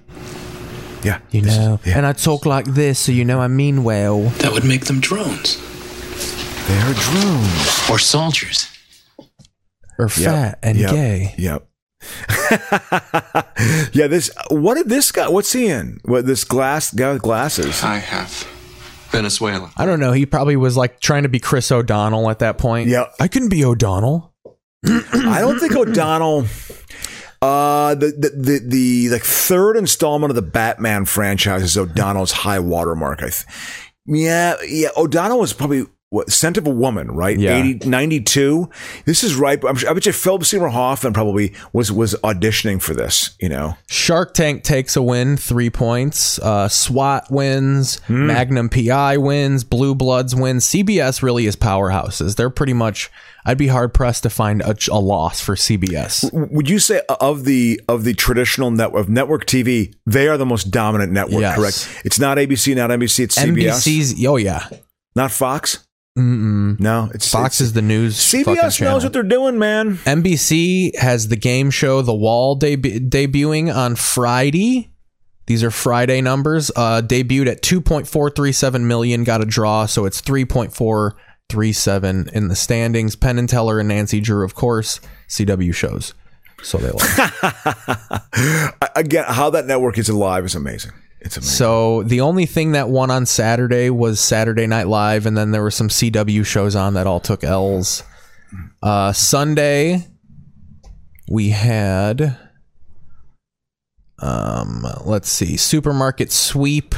[SPEAKER 1] yeah.
[SPEAKER 2] You
[SPEAKER 1] This is-
[SPEAKER 2] know,
[SPEAKER 1] yeah.
[SPEAKER 2] and I talk like this, so you know I mean well.
[SPEAKER 6] That would make them drones
[SPEAKER 1] they are drones.
[SPEAKER 6] or soldiers.
[SPEAKER 2] Or fat and
[SPEAKER 1] Yep.
[SPEAKER 2] gay.
[SPEAKER 1] Yep. yeah. This. What did this guy? What's he in? What this glass guy with glasses?
[SPEAKER 9] I have Venezuela.
[SPEAKER 2] I don't know. He probably was like trying to be Chris O'Donnell at that point.
[SPEAKER 1] Yeah.
[SPEAKER 2] I couldn't be O'Donnell.
[SPEAKER 1] I don't think O'Donnell. Uh, the, the the the like third installment of the Batman franchise is O'Donnell's high watermark. I th- yeah yeah O'Donnell was probably what Scent of a Woman right
[SPEAKER 2] Yeah.
[SPEAKER 1] 80, 92. This is right. I'm sure, I bet you Philip Seymour Hoffman probably was was auditioning for this. You know
[SPEAKER 2] Shark Tank takes a win, three points. Uh, SWAT wins,
[SPEAKER 1] Hmm.
[SPEAKER 2] Magnum PI wins, Blue Bloods wins. CBS really is powerhouses. They're pretty much. I'd be hard pressed to find a, a loss for CBS.
[SPEAKER 1] would you say uh, of the of the traditional network of network TV they are the most dominant network?
[SPEAKER 2] Yes.
[SPEAKER 1] Correct. It's not ABC, not NBC. It's CBS.
[SPEAKER 2] NBC's. Oh yeah,
[SPEAKER 1] Not Fox. Mm-mm. No, it's
[SPEAKER 2] Fox
[SPEAKER 1] it's-
[SPEAKER 2] is the news. fucking
[SPEAKER 1] CBS
[SPEAKER 2] channel.
[SPEAKER 1] knows what they're doing, man.
[SPEAKER 2] NBC has the game show The Wall debu- debuting on Friday. These are Friday numbers. Uh, debuted at 2.437 million, got a draw, so it's 3.437 in the standings. Penn and Teller and Nancy Drew, of course, CW shows. So they lost.
[SPEAKER 1] Again, how that network is alive is amazing. It's amazing.
[SPEAKER 2] so the only thing that won on Saturday was Saturday Night Live, and then there were some CW shows on that all took L's. Uh, Sunday, we had um let's see supermarket sweep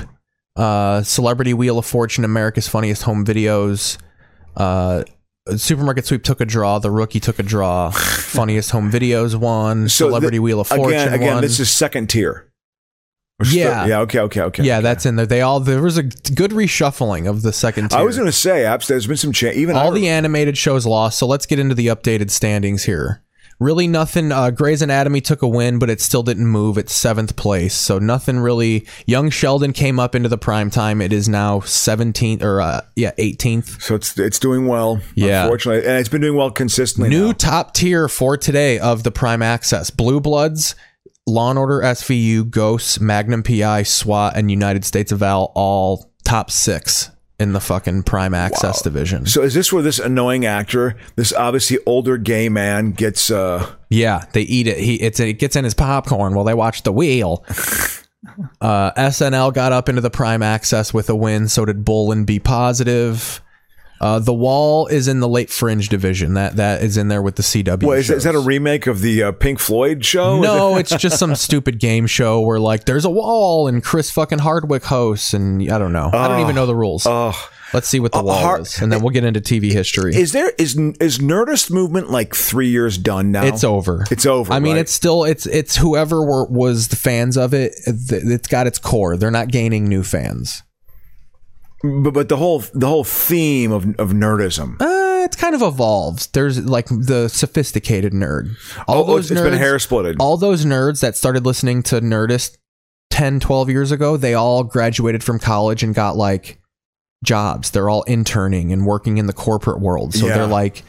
[SPEAKER 2] uh celebrity wheel of fortune america's funniest home videos uh supermarket sweep took a draw the rookie took a draw funniest home videos won
[SPEAKER 1] So
[SPEAKER 2] celebrity
[SPEAKER 1] thi-
[SPEAKER 2] wheel of fortune
[SPEAKER 1] Again, again,
[SPEAKER 2] won.
[SPEAKER 1] this is second tier. Or sti-
[SPEAKER 2] Yeah.
[SPEAKER 1] yeah. Okay. Okay. Okay.
[SPEAKER 2] yeah that's in there they all there was a good reshuffling of the second tier
[SPEAKER 1] I was going to say, abs- there's been some change. Even
[SPEAKER 2] all
[SPEAKER 1] I-
[SPEAKER 2] the animated shows lost. So let's get into the updated standings here. Really, nothing. Uh, Grey's Anatomy took a win, but it still didn't move. It's seventh place, so nothing really. Young Sheldon came up into the prime time. It is now seventeenth or uh, yeah eighteenth.
[SPEAKER 1] so it's it's doing well.
[SPEAKER 2] Yeah.
[SPEAKER 1] Unfortunately, and it's been doing well consistently.
[SPEAKER 2] New
[SPEAKER 1] now.
[SPEAKER 2] top tier for today of the prime access: Blue Bloods, Law and Order SVU, Ghosts, Magnum PI, SWAT, and United States of Al. All top six in the fucking prime access division.
[SPEAKER 1] so is this where this annoying actor, this obviously older gay man, gets? uh
[SPEAKER 2] Yeah, they eat it. He it's it gets in his popcorn while they watch the wheel. Uh, SNL got up into the prime access with a win. So did Bull and Be Positive. Uh, the Wall is in the late fringe division. That that is in there with the CW.
[SPEAKER 1] What is, that- is that a
[SPEAKER 2] shows.
[SPEAKER 1] remake of the uh, Pink Floyd show?
[SPEAKER 2] no, it's just some stupid game show where like there's a wall and Chris fucking Hardwick hosts and I don't know. I don't even know the rules.
[SPEAKER 1] Oh.
[SPEAKER 2] Let's see what the
[SPEAKER 1] Uh,
[SPEAKER 2] wall
[SPEAKER 1] Har-
[SPEAKER 2] is, and then we'll get into TV history.
[SPEAKER 1] Is there is is Nerdist movement like three years done now?
[SPEAKER 2] It's over.
[SPEAKER 1] It's over,
[SPEAKER 2] I mean,
[SPEAKER 1] right?
[SPEAKER 2] it's still it's it's whoever were, was the fans of it. th- It's got its core. They're not gaining new fans.
[SPEAKER 1] But but the whole the whole theme of of nerdism.
[SPEAKER 2] Uh, it's kind of evolved. There's like the sophisticated nerd. All
[SPEAKER 1] Oh, it's been hair splitted.
[SPEAKER 2] All those nerds that started listening to Nerdist 10, 12 years ago, they all graduated from college and got like jobs. They're all interning and working in the corporate world. So
[SPEAKER 1] Yeah.
[SPEAKER 2] they're like,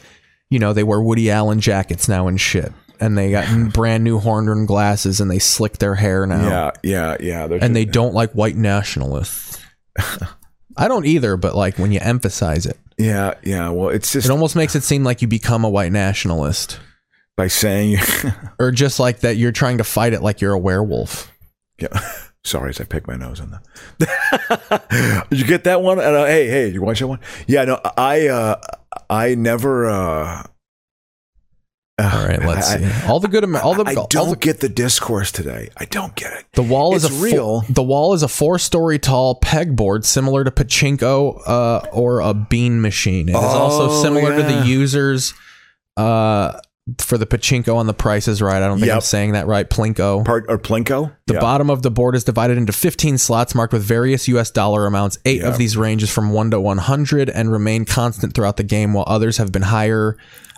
[SPEAKER 2] you know, they wear Woody Allen jackets now and shit. And they got brand new horn rimmed glasses and they slick their hair now.
[SPEAKER 1] Yeah, yeah, yeah. They're
[SPEAKER 2] and they don't like white nationalists. I don't either, but like when you emphasize it,
[SPEAKER 1] Yeah, yeah. Well, it's just
[SPEAKER 2] it almost makes it seem like you become a white nationalist
[SPEAKER 1] by saying.
[SPEAKER 2] or just like that you're trying to fight it like you're a werewolf.
[SPEAKER 1] yeah. Sorry, as I pick my nose on that. Did you get that one? And, uh, hey, hey, you watch that one? Yeah, no, I, uh, I never. Uh,
[SPEAKER 2] All right, let's
[SPEAKER 1] I-
[SPEAKER 2] see. All the good, Amer- all the
[SPEAKER 1] I
[SPEAKER 2] all the-
[SPEAKER 1] don't get the discourse today. I don't get it.
[SPEAKER 2] The wall is
[SPEAKER 1] It's
[SPEAKER 2] a fo-
[SPEAKER 1] real.
[SPEAKER 2] the wall is a four-story tall pegboard similar to pachinko uh, or a bean machine. It is also
[SPEAKER 1] Oh,
[SPEAKER 2] similar to
[SPEAKER 1] yeah.
[SPEAKER 2] the users uh, for the pachinko on the Price is Right. I don't think I'm
[SPEAKER 1] Yep.
[SPEAKER 2] saying that right. Plinko.
[SPEAKER 1] Part or Plinko?
[SPEAKER 2] The
[SPEAKER 1] yeah.
[SPEAKER 2] bottom of the board is divided into 15 slots marked with various US dollar amounts. Eight
[SPEAKER 1] Yeah.
[SPEAKER 2] of these ranges from 1 to 100 and remain constant throughout the game, while others have been higher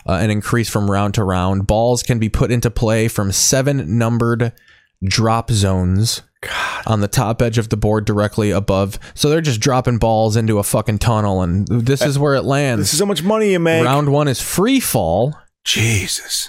[SPEAKER 2] uh, and increased from round to round. Balls can be put into play from seven numbered drop zones on the top edge of the board directly above. So they're just dropping balls into a fucking tunnel, and this is where it
[SPEAKER 1] Uh, This
[SPEAKER 2] lands.
[SPEAKER 1] is how much money you make.
[SPEAKER 2] Round one is free fall.
[SPEAKER 1] Jesus,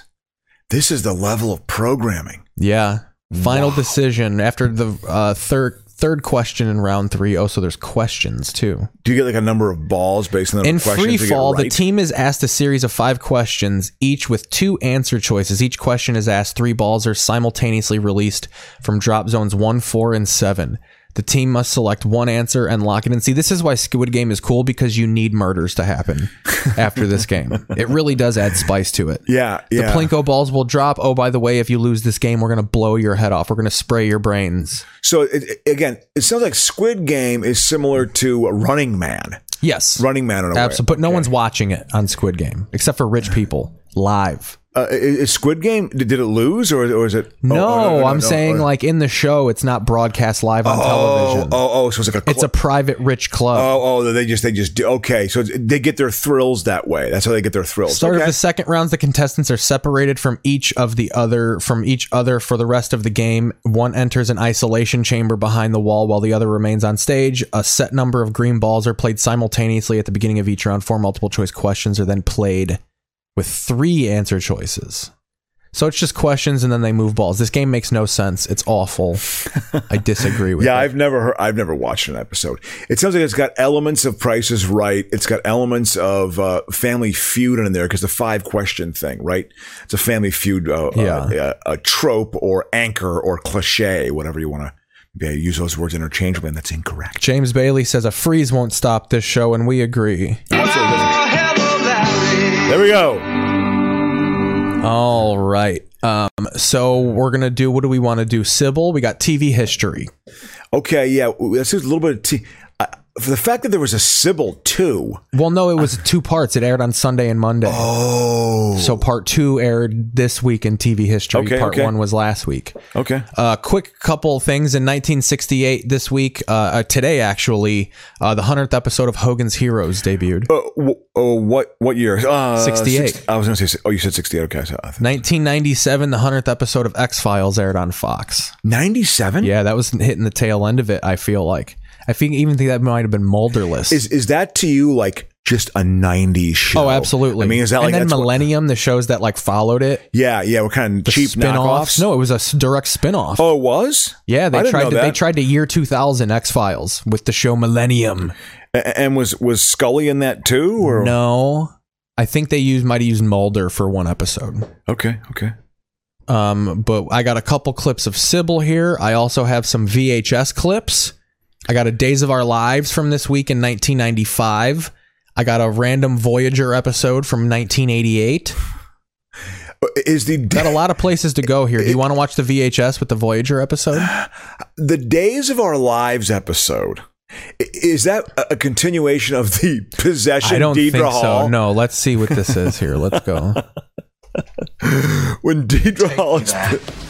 [SPEAKER 1] this is the level of programming.
[SPEAKER 2] Yeah. Final decision after the uh, third third question in round three. Oh, so there's questions too.
[SPEAKER 1] Do you get like a number of balls based on Oh, the
[SPEAKER 2] In
[SPEAKER 1] questions
[SPEAKER 2] free
[SPEAKER 1] you get
[SPEAKER 2] fall, the
[SPEAKER 1] right?
[SPEAKER 2] team is asked a series of five questions, each with two answer choices. Each question is asked. Three balls are simultaneously released from drop zones one, four, and seven. The team must select one answer and lock it in. See, this is why Squid Game is cool because you need murders to happen after this game. It really does add spice to it.
[SPEAKER 1] Yeah,
[SPEAKER 2] The
[SPEAKER 1] yeah.
[SPEAKER 2] Plinko balls will drop. Oh, by the way, if you lose this game, we're going to blow your head off. We're going to spray your brains.
[SPEAKER 1] So it, it- again, it sounds like Squid Game is similar to Running Man.
[SPEAKER 2] Yes.
[SPEAKER 1] Running Man in a
[SPEAKER 2] Absolutely.
[SPEAKER 1] way.
[SPEAKER 2] But no one's watching it on Squid Game except for rich people live.
[SPEAKER 1] Uh, i- is Squid Game did, did it lose or or is it? oh,
[SPEAKER 2] No,
[SPEAKER 1] oh, no, no,
[SPEAKER 2] I'm
[SPEAKER 1] no,
[SPEAKER 2] saying
[SPEAKER 1] oh.
[SPEAKER 2] like in the show, it's not broadcast live on
[SPEAKER 1] Oh,
[SPEAKER 2] television.
[SPEAKER 1] oh, oh, so it's like a.
[SPEAKER 2] It's a private rich club.
[SPEAKER 1] Oh, oh, they just they just do. Okay, so it's- they get their thrills that way. That's how they get their thrills.
[SPEAKER 2] Start
[SPEAKER 1] Okay.
[SPEAKER 2] of the second rounds, the contestants are separated from each of the other from each other for the rest of the game. One enters an isolation chamber behind the wall while the other remains on stage. A set number of green balls are played simultaneously at the beginning of each round. Four multiple choice questions are then played with three answer choices. So it's just questions and then they move balls. This game makes no sense. It's awful. I disagree with
[SPEAKER 1] Yeah,
[SPEAKER 2] it.
[SPEAKER 1] I've never heard, I've never watched an episode. It sounds like it's got elements of Price is Right. It's got elements of uh, Family Feud in there because the five question thing, right? It's a Family Feud, uh,
[SPEAKER 2] Yeah.
[SPEAKER 1] uh, a, a trope or anchor or cliche, whatever you want to. Yeah, use those words interchangeably, and that's incorrect.
[SPEAKER 2] James Bailey says a freeze won't stop this show, and we agree.
[SPEAKER 1] There we go.
[SPEAKER 2] All right. Um, so we're gonna do what do we want to do? Sybil, we got TV history.
[SPEAKER 1] Okay, yeah, that's just a little bit of tea. Uh, for the fact that there was a Sybil too.
[SPEAKER 2] Well, no, it was two parts. It aired on Sunday and Monday.
[SPEAKER 1] Oh,
[SPEAKER 2] So part two aired this week in TV history.
[SPEAKER 1] Okay,
[SPEAKER 2] part
[SPEAKER 1] okay.
[SPEAKER 2] one was last week.
[SPEAKER 1] okay.
[SPEAKER 2] Uh, quick couple things in 1968. This week, uh, uh, today actually, uh, the hundredth episode of Hogan's Heroes debuted.
[SPEAKER 1] Uh, wh- oh, what what year? Uh,
[SPEAKER 2] 68.
[SPEAKER 1] six- I was going to say. Oh, you said sixty-eight. Okay, so uh, I thought-
[SPEAKER 2] 1997, the hundredth episode of X Files aired on Fox.
[SPEAKER 1] 97
[SPEAKER 2] Yeah, that was hitting the tail end of it. I feel like. I think even think that might have been Mulderless.
[SPEAKER 1] is is that to you like just a 90s show
[SPEAKER 2] Oh, absolutely.
[SPEAKER 1] i mean is that
[SPEAKER 2] and
[SPEAKER 1] like
[SPEAKER 2] then
[SPEAKER 1] that's what-
[SPEAKER 2] Millennium, the shows that like followed it,
[SPEAKER 1] yeah yeah we're kind of
[SPEAKER 2] the
[SPEAKER 1] cheap
[SPEAKER 2] spin-offs.
[SPEAKER 1] knockoffs
[SPEAKER 2] No, it was a s- direct spin-off.
[SPEAKER 1] oh it was
[SPEAKER 2] yeah,
[SPEAKER 1] I
[SPEAKER 2] they
[SPEAKER 1] didn't
[SPEAKER 2] tried
[SPEAKER 1] know
[SPEAKER 2] to, they
[SPEAKER 1] that.
[SPEAKER 2] tried to year 2000 X-Files with the show Millennium.
[SPEAKER 1] A- and was was scully in that too or
[SPEAKER 2] No. I think they used might have used Mulder for one episode.
[SPEAKER 1] okay okay
[SPEAKER 2] Um, but I got a couple clips of Sybil here. I also have some VHS clips. I got a Days of Our Lives from this week in 1995. I got a random Voyager episode from 1988.
[SPEAKER 1] is the
[SPEAKER 2] Got a lot of places to go here. Do you want to watch the VHS with the Voyager episode?
[SPEAKER 1] the days of our lives episode i- is that a- a continuation of the possession
[SPEAKER 2] I don't
[SPEAKER 1] Deidre
[SPEAKER 2] think so.
[SPEAKER 1] Hall?
[SPEAKER 2] No, let's see what this is here. Let's go.
[SPEAKER 1] When Deidre Hall is.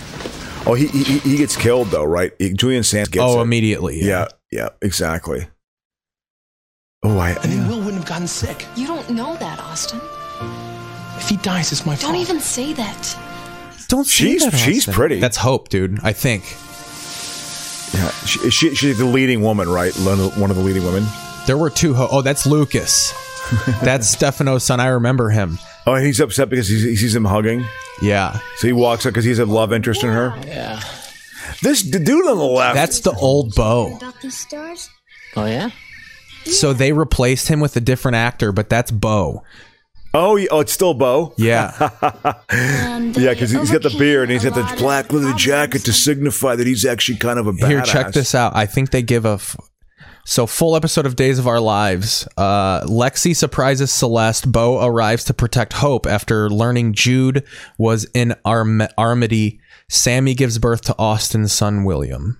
[SPEAKER 1] Oh, he, he he gets killed though, right? He- Julian Sands gets
[SPEAKER 2] oh,
[SPEAKER 1] it.
[SPEAKER 2] immediately.
[SPEAKER 1] Yeah, yeah, exactly. Oh, I
[SPEAKER 6] And then Will wouldn't have gotten sick.
[SPEAKER 4] You don't know that, Austin.
[SPEAKER 6] If he dies, it's my fault.
[SPEAKER 4] Don't even say that.
[SPEAKER 2] Don't say
[SPEAKER 1] She's-
[SPEAKER 2] that,
[SPEAKER 1] she's
[SPEAKER 2] Austin.
[SPEAKER 1] pretty.
[SPEAKER 2] That's hope, dude. I think
[SPEAKER 1] Yeah, she, she, she's the leading woman, right? One of one of the leading women.
[SPEAKER 2] there were two. Ho- oh, that's Lucas. that's Stefano's son. I remember him.
[SPEAKER 1] Oh, and he's upset because he's, he sees him hugging.
[SPEAKER 2] Yeah.
[SPEAKER 1] So he walks up because he's a love interest in her. Yeah. This d- dude on the left.
[SPEAKER 2] That's the old Bo.
[SPEAKER 4] About the stars?
[SPEAKER 6] Oh, yeah?
[SPEAKER 2] So they replaced him with a different actor, but that's Bo.
[SPEAKER 1] oh, yeah, oh, it's still Bo.
[SPEAKER 2] Yeah.
[SPEAKER 1] Yeah, because he's got the beard and he's got the black leather jacket to signify that he's actually kind of a badass.
[SPEAKER 2] Here, check this out. I think they give a. F- so full episode of Days of Our Lives. Uh, Lexi surprises Celeste. Bo arrives to protect Hope after learning Jude was in Arm- Armity. Sammy gives birth to Austin's son William.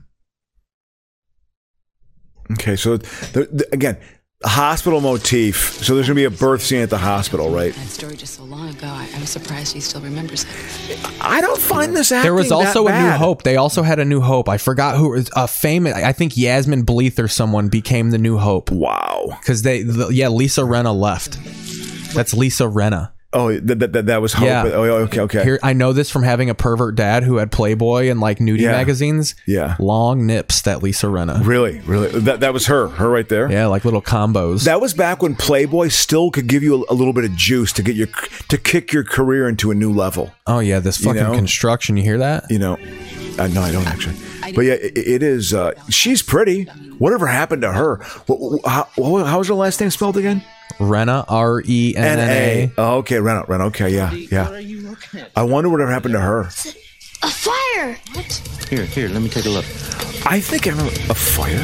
[SPEAKER 1] Okay, so the, the, again, hospital motif. So there's gonna be a birth scene at the hospital, right?
[SPEAKER 4] That story just so long ago. I, I'm surprised she still remembers it.
[SPEAKER 1] I don't find this acting
[SPEAKER 2] There was
[SPEAKER 1] that
[SPEAKER 2] also a New
[SPEAKER 1] bad.
[SPEAKER 2] Hope. They also had a New Hope. I forgot who was a famous. I think Yasmin Bleeth or someone became the New Hope.
[SPEAKER 1] Wow.
[SPEAKER 2] because they the, yeah lisa renna left that's lisa renna
[SPEAKER 1] Oh, that that, that, that was hope.
[SPEAKER 2] Yeah.
[SPEAKER 1] Oh, okay, okay.
[SPEAKER 2] here i know this from having a pervert dad who had playboy and like nudie
[SPEAKER 1] Yeah.
[SPEAKER 2] magazines
[SPEAKER 1] Yeah.
[SPEAKER 2] long nips that lisa renna
[SPEAKER 1] Really, really. That that was her, her right there.
[SPEAKER 2] yeah like little combos
[SPEAKER 1] That was back when Playboy still could give you a, a little bit of juice to get your to kick your career into a new level.
[SPEAKER 2] oh yeah this fucking
[SPEAKER 1] know?
[SPEAKER 2] construction you hear that
[SPEAKER 1] You know, uh, no, I don't actually. But yeah, it, it is. Uh, she's pretty. Whatever happened to her? What, how, wha- how was her last name spelled again?
[SPEAKER 2] renna E r-e-n-n-a
[SPEAKER 1] Oh, okay, Ren. Ren. Okay, yeah, yeah. I wonder whatever happened to her.
[SPEAKER 4] A fire!
[SPEAKER 6] Here, here, let me take a look.
[SPEAKER 1] I think I remember a fire.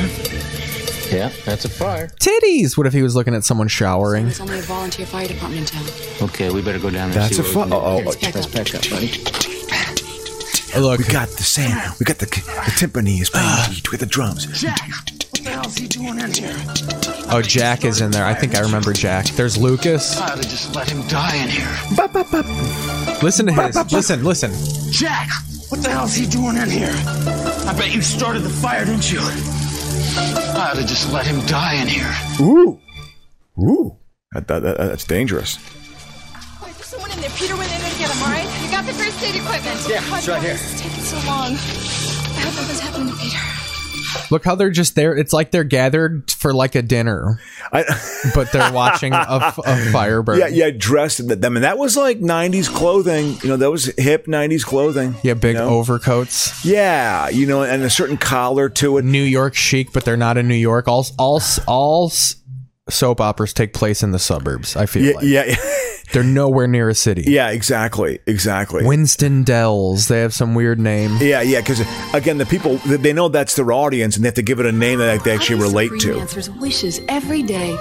[SPEAKER 6] Yeah, that's a fire.
[SPEAKER 2] Titties. What if he was looking at someone showering?
[SPEAKER 4] There's only a volunteer fire department in town.
[SPEAKER 6] Okay, we better go down there. and
[SPEAKER 1] That's
[SPEAKER 6] see
[SPEAKER 1] a
[SPEAKER 6] what
[SPEAKER 1] fire. Oh, oh,
[SPEAKER 4] Back up.
[SPEAKER 6] we can- Buddy.
[SPEAKER 2] Look,
[SPEAKER 1] We got the sand. We got the the timpani is playing. beat. We got the drums.
[SPEAKER 2] oh Jack is in there. I think I remember Jack. There's Lucas.
[SPEAKER 6] I'd have just let him die in here.
[SPEAKER 2] Listen to his. Listen, listen.
[SPEAKER 6] Jack, what the hell's he doing in here? I bet you started the fire, didn't you? I'd have just let him die in here.
[SPEAKER 1] Ooh, ooh. That, that, that, that's dangerous.
[SPEAKER 4] Wait, there's someone in there. Peter went in there to get him, all right? You got the first aid equipment. Yeah, it's right here. This is taking so long. I hope nothing's happened to Peter.
[SPEAKER 2] Look how they're just there. It's like they're gathered for like a dinner,
[SPEAKER 1] I,
[SPEAKER 2] but they're watching a, f- a firebird.
[SPEAKER 1] yeah, yeah. Dressed in that. I mean, that was like '90s clothing. You know, that was hip '90s clothing.
[SPEAKER 2] Yeah, big
[SPEAKER 1] you know?
[SPEAKER 2] overcoats.
[SPEAKER 1] Yeah, you know, and a certain collar to it.
[SPEAKER 2] New York chic, but they're not in New York. All all all s- soap operas take place in the suburbs. I feel
[SPEAKER 1] Yeah,
[SPEAKER 2] like
[SPEAKER 1] yeah,
[SPEAKER 2] they're nowhere near a city.
[SPEAKER 1] yeah. Exactly, exactly.
[SPEAKER 2] Winston Dells. They have some weird name.
[SPEAKER 1] yeah, yeah, because again, the people they- they know that's their audience, and they have to give it a name that they actually relate to.
[SPEAKER 4] Answers wishes every day.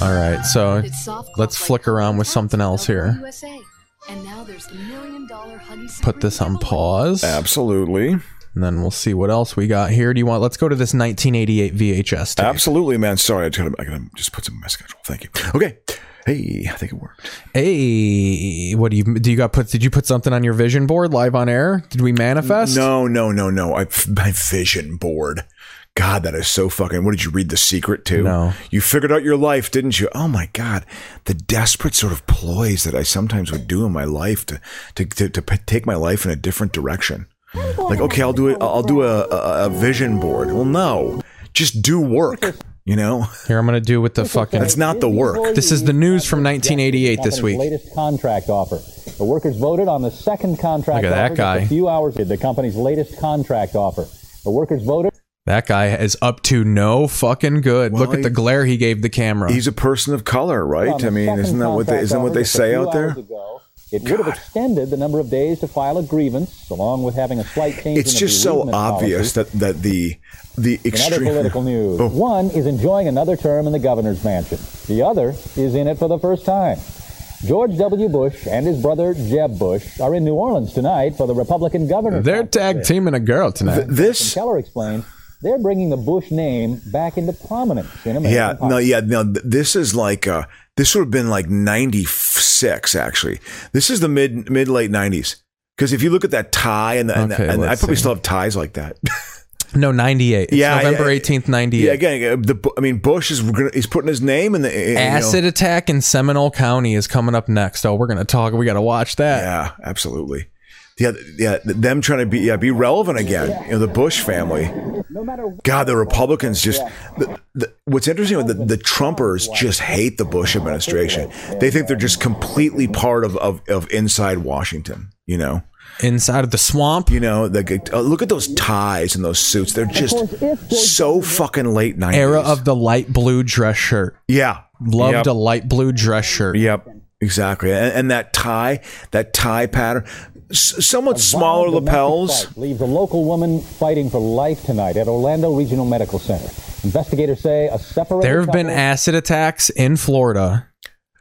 [SPEAKER 2] All right, so
[SPEAKER 4] It's soft
[SPEAKER 2] let's
[SPEAKER 4] cloth
[SPEAKER 2] flick
[SPEAKER 4] like
[SPEAKER 2] around with
[SPEAKER 4] Huggies
[SPEAKER 2] something else
[SPEAKER 4] Hellman
[SPEAKER 2] here.
[SPEAKER 4] USA. And now there's the million dollar Huggies
[SPEAKER 2] Put this on
[SPEAKER 4] Super Double.
[SPEAKER 2] pause, and
[SPEAKER 1] Absolutely,
[SPEAKER 2] then we'll see what else we got here. Do you want? Let's go to this 1988 VHS. Tape.
[SPEAKER 1] absolutely, man. Sorry, I gotta, I gotta just put some in my schedule. Thank you. Okay. Hey, I think it worked.
[SPEAKER 2] Hey, what do you do? You got put? Did you put something on your vision board live on air? Did we manifest?
[SPEAKER 1] No, no, no, no. I, my vision board. God, that is so fucking. What did you read The Secret to?
[SPEAKER 2] No.
[SPEAKER 1] You figured out your life, didn't you? Oh my God. The desperate sort of ploys that I sometimes would do in my life to, to, to, to p- take my life in a different direction. Like, okay, I'll do it. I'll do a, a, a vision board. Well, no. Just do work, you know?
[SPEAKER 2] Here, I'm gonna do with the fucking.
[SPEAKER 1] It's not the work.
[SPEAKER 2] This is the news from 1988 this week.
[SPEAKER 3] Latest contract offer. The workers voted on the second contract
[SPEAKER 2] Look at that
[SPEAKER 3] offer just
[SPEAKER 2] guy.
[SPEAKER 3] a few hours the company's latest contract offer. The workers voted
[SPEAKER 2] That guy is up to no fucking good.
[SPEAKER 1] Well,
[SPEAKER 2] Look at
[SPEAKER 1] he-
[SPEAKER 2] the glare he gave the camera.
[SPEAKER 1] He's a person of color,
[SPEAKER 3] on
[SPEAKER 1] right?
[SPEAKER 3] the
[SPEAKER 1] I mean,
[SPEAKER 3] second
[SPEAKER 1] isn't that what they,
[SPEAKER 3] contract
[SPEAKER 1] isn't what
[SPEAKER 3] offer
[SPEAKER 1] they
[SPEAKER 3] just a
[SPEAKER 1] say
[SPEAKER 3] few
[SPEAKER 1] out there?
[SPEAKER 3] hours ago. It would have extended the number of days to file a grievance, along with having a slight change
[SPEAKER 1] It's
[SPEAKER 3] in the
[SPEAKER 1] just so
[SPEAKER 3] bereavement
[SPEAKER 1] obvious
[SPEAKER 3] policy.
[SPEAKER 1] that, that the the
[SPEAKER 3] In other
[SPEAKER 1] extreme
[SPEAKER 3] political news,
[SPEAKER 1] Oh.
[SPEAKER 3] one is enjoying another term in the governor's mansion. The other is in it for the first time. George W. Bush and his brother Jeb Bush are in New Orleans tonight for the Republican governor.
[SPEAKER 2] They're tag teaming a girl tonight.
[SPEAKER 1] this
[SPEAKER 3] Keller explained they're bringing the Bush name back into prominence in American
[SPEAKER 1] Yeah, no,
[SPEAKER 3] politics.
[SPEAKER 1] yeah, no. th- This is like uh, this would have been like '96, actually. This is the mid mid late '90s. Because if you look at that tie, and, the, and, the-
[SPEAKER 2] Okay,
[SPEAKER 1] and I
[SPEAKER 2] let's
[SPEAKER 1] probably
[SPEAKER 2] see.
[SPEAKER 1] still have ties like that.
[SPEAKER 2] No, 98. It's November 18th, 98.
[SPEAKER 1] Yeah, again, uh, the, Bu- I mean, Bush is gonna, he's putting his name in the uh, you know.
[SPEAKER 2] Acid attack in Seminole County is coming up next. Oh, we're gonna talk. We gotta watch that.
[SPEAKER 1] yeah, absolutely. Yeah, th- yeah, th- them trying to be yeah be relevant again. You know, the Bush family.
[SPEAKER 3] No matter what,
[SPEAKER 1] God, the Republicans just. The, the, what's interesting with the, the Trumpers just hate the Bush administration. They think they're just completely part of, of, of inside Washington. You know,
[SPEAKER 2] Inside of the swamp.
[SPEAKER 1] you know. The, uh, look at those ties and those suits. They're just so fucking late nineties.
[SPEAKER 2] Era of the light blue dress shirt.
[SPEAKER 1] yeah,
[SPEAKER 2] Loved
[SPEAKER 1] yep.
[SPEAKER 2] a light blue dress shirt.
[SPEAKER 1] Yep, exactly. And, and that tie, that tie pattern, s- somewhat smaller
[SPEAKER 3] Violent domestic
[SPEAKER 1] lapels.
[SPEAKER 3] fight leaves a local woman fighting for life tonight at Orlando Regional Medical Center. Investigators say a separate.
[SPEAKER 2] There have been acid attacks in Florida.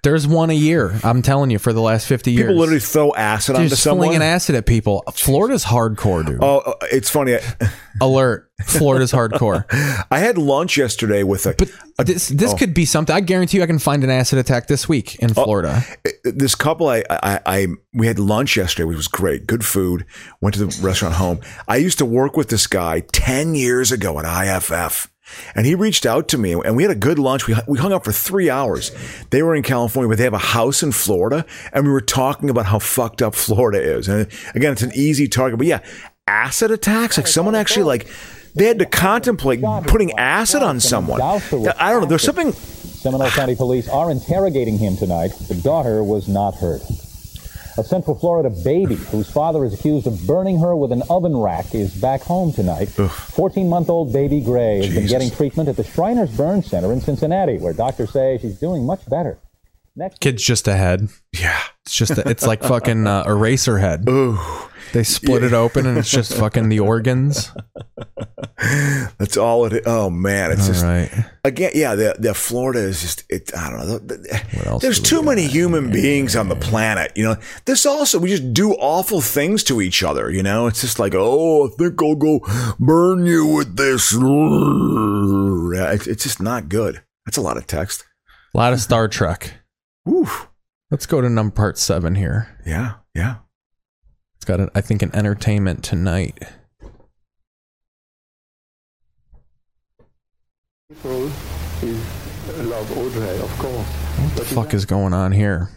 [SPEAKER 2] There's one a year. I'm telling you, for the last 50 years.
[SPEAKER 1] People literally throw acid
[SPEAKER 2] They're
[SPEAKER 1] onto
[SPEAKER 2] just
[SPEAKER 1] someone.
[SPEAKER 2] flinging acid at people. Florida's hardcore, dude.
[SPEAKER 1] oh, uh, it's funny. I-
[SPEAKER 2] Alert. Florida's hardcore.
[SPEAKER 1] I had lunch yesterday with a.
[SPEAKER 2] But this this could be something. I guarantee you I can find an acid attack this week in Florida.
[SPEAKER 1] this couple I, I I we had lunch yesterday which was great good food went to the restaurant home I used to work with this guy 10 years ago at IFF and he reached out to me and we had a good lunch we, hu- we hung out for three hours they were in California but they have a house in Florida and we were talking about how fucked up Florida is and again it's an easy target but yeah acid attacks like someone actually like they had to contemplate putting acid on someone I don't know there's something
[SPEAKER 3] Seminole County police are interrogating him tonight. The daughter was not hurt. A Central Florida baby whose father is accused of burning her with an oven rack is back home tonight. 14 month old baby Gray has been
[SPEAKER 1] Jesus.
[SPEAKER 3] getting treatment at the Shriners Burn Center in Cincinnati, where doctors say she's doing much better. Next,
[SPEAKER 2] Kid's just a head.
[SPEAKER 1] Yeah.
[SPEAKER 2] It's just a, it's like fucking uh, eraser head.
[SPEAKER 1] Ooh.
[SPEAKER 2] They split it open and it's just fucking the organs.
[SPEAKER 1] That's all it. Oh man, it's
[SPEAKER 2] All
[SPEAKER 1] just
[SPEAKER 2] right.
[SPEAKER 1] again. Yeah, the the Florida is just it. I don't know. The- the-
[SPEAKER 2] else
[SPEAKER 1] There's
[SPEAKER 2] do
[SPEAKER 1] too many human beings on the planet. You know, this also we just do awful things to each other. You know, it's just like oh, I think I'll go burn you with this. Yeah, It's, it's just not good. That's a lot of text.
[SPEAKER 2] A lot of Star Trek.
[SPEAKER 1] Whew.
[SPEAKER 2] Let's go to num part seven here.
[SPEAKER 1] Yeah, yeah.
[SPEAKER 2] It's got, a, I think, an entertainment tonight.
[SPEAKER 12] Road is love Audrey, of course.
[SPEAKER 2] What the fuck is going on here?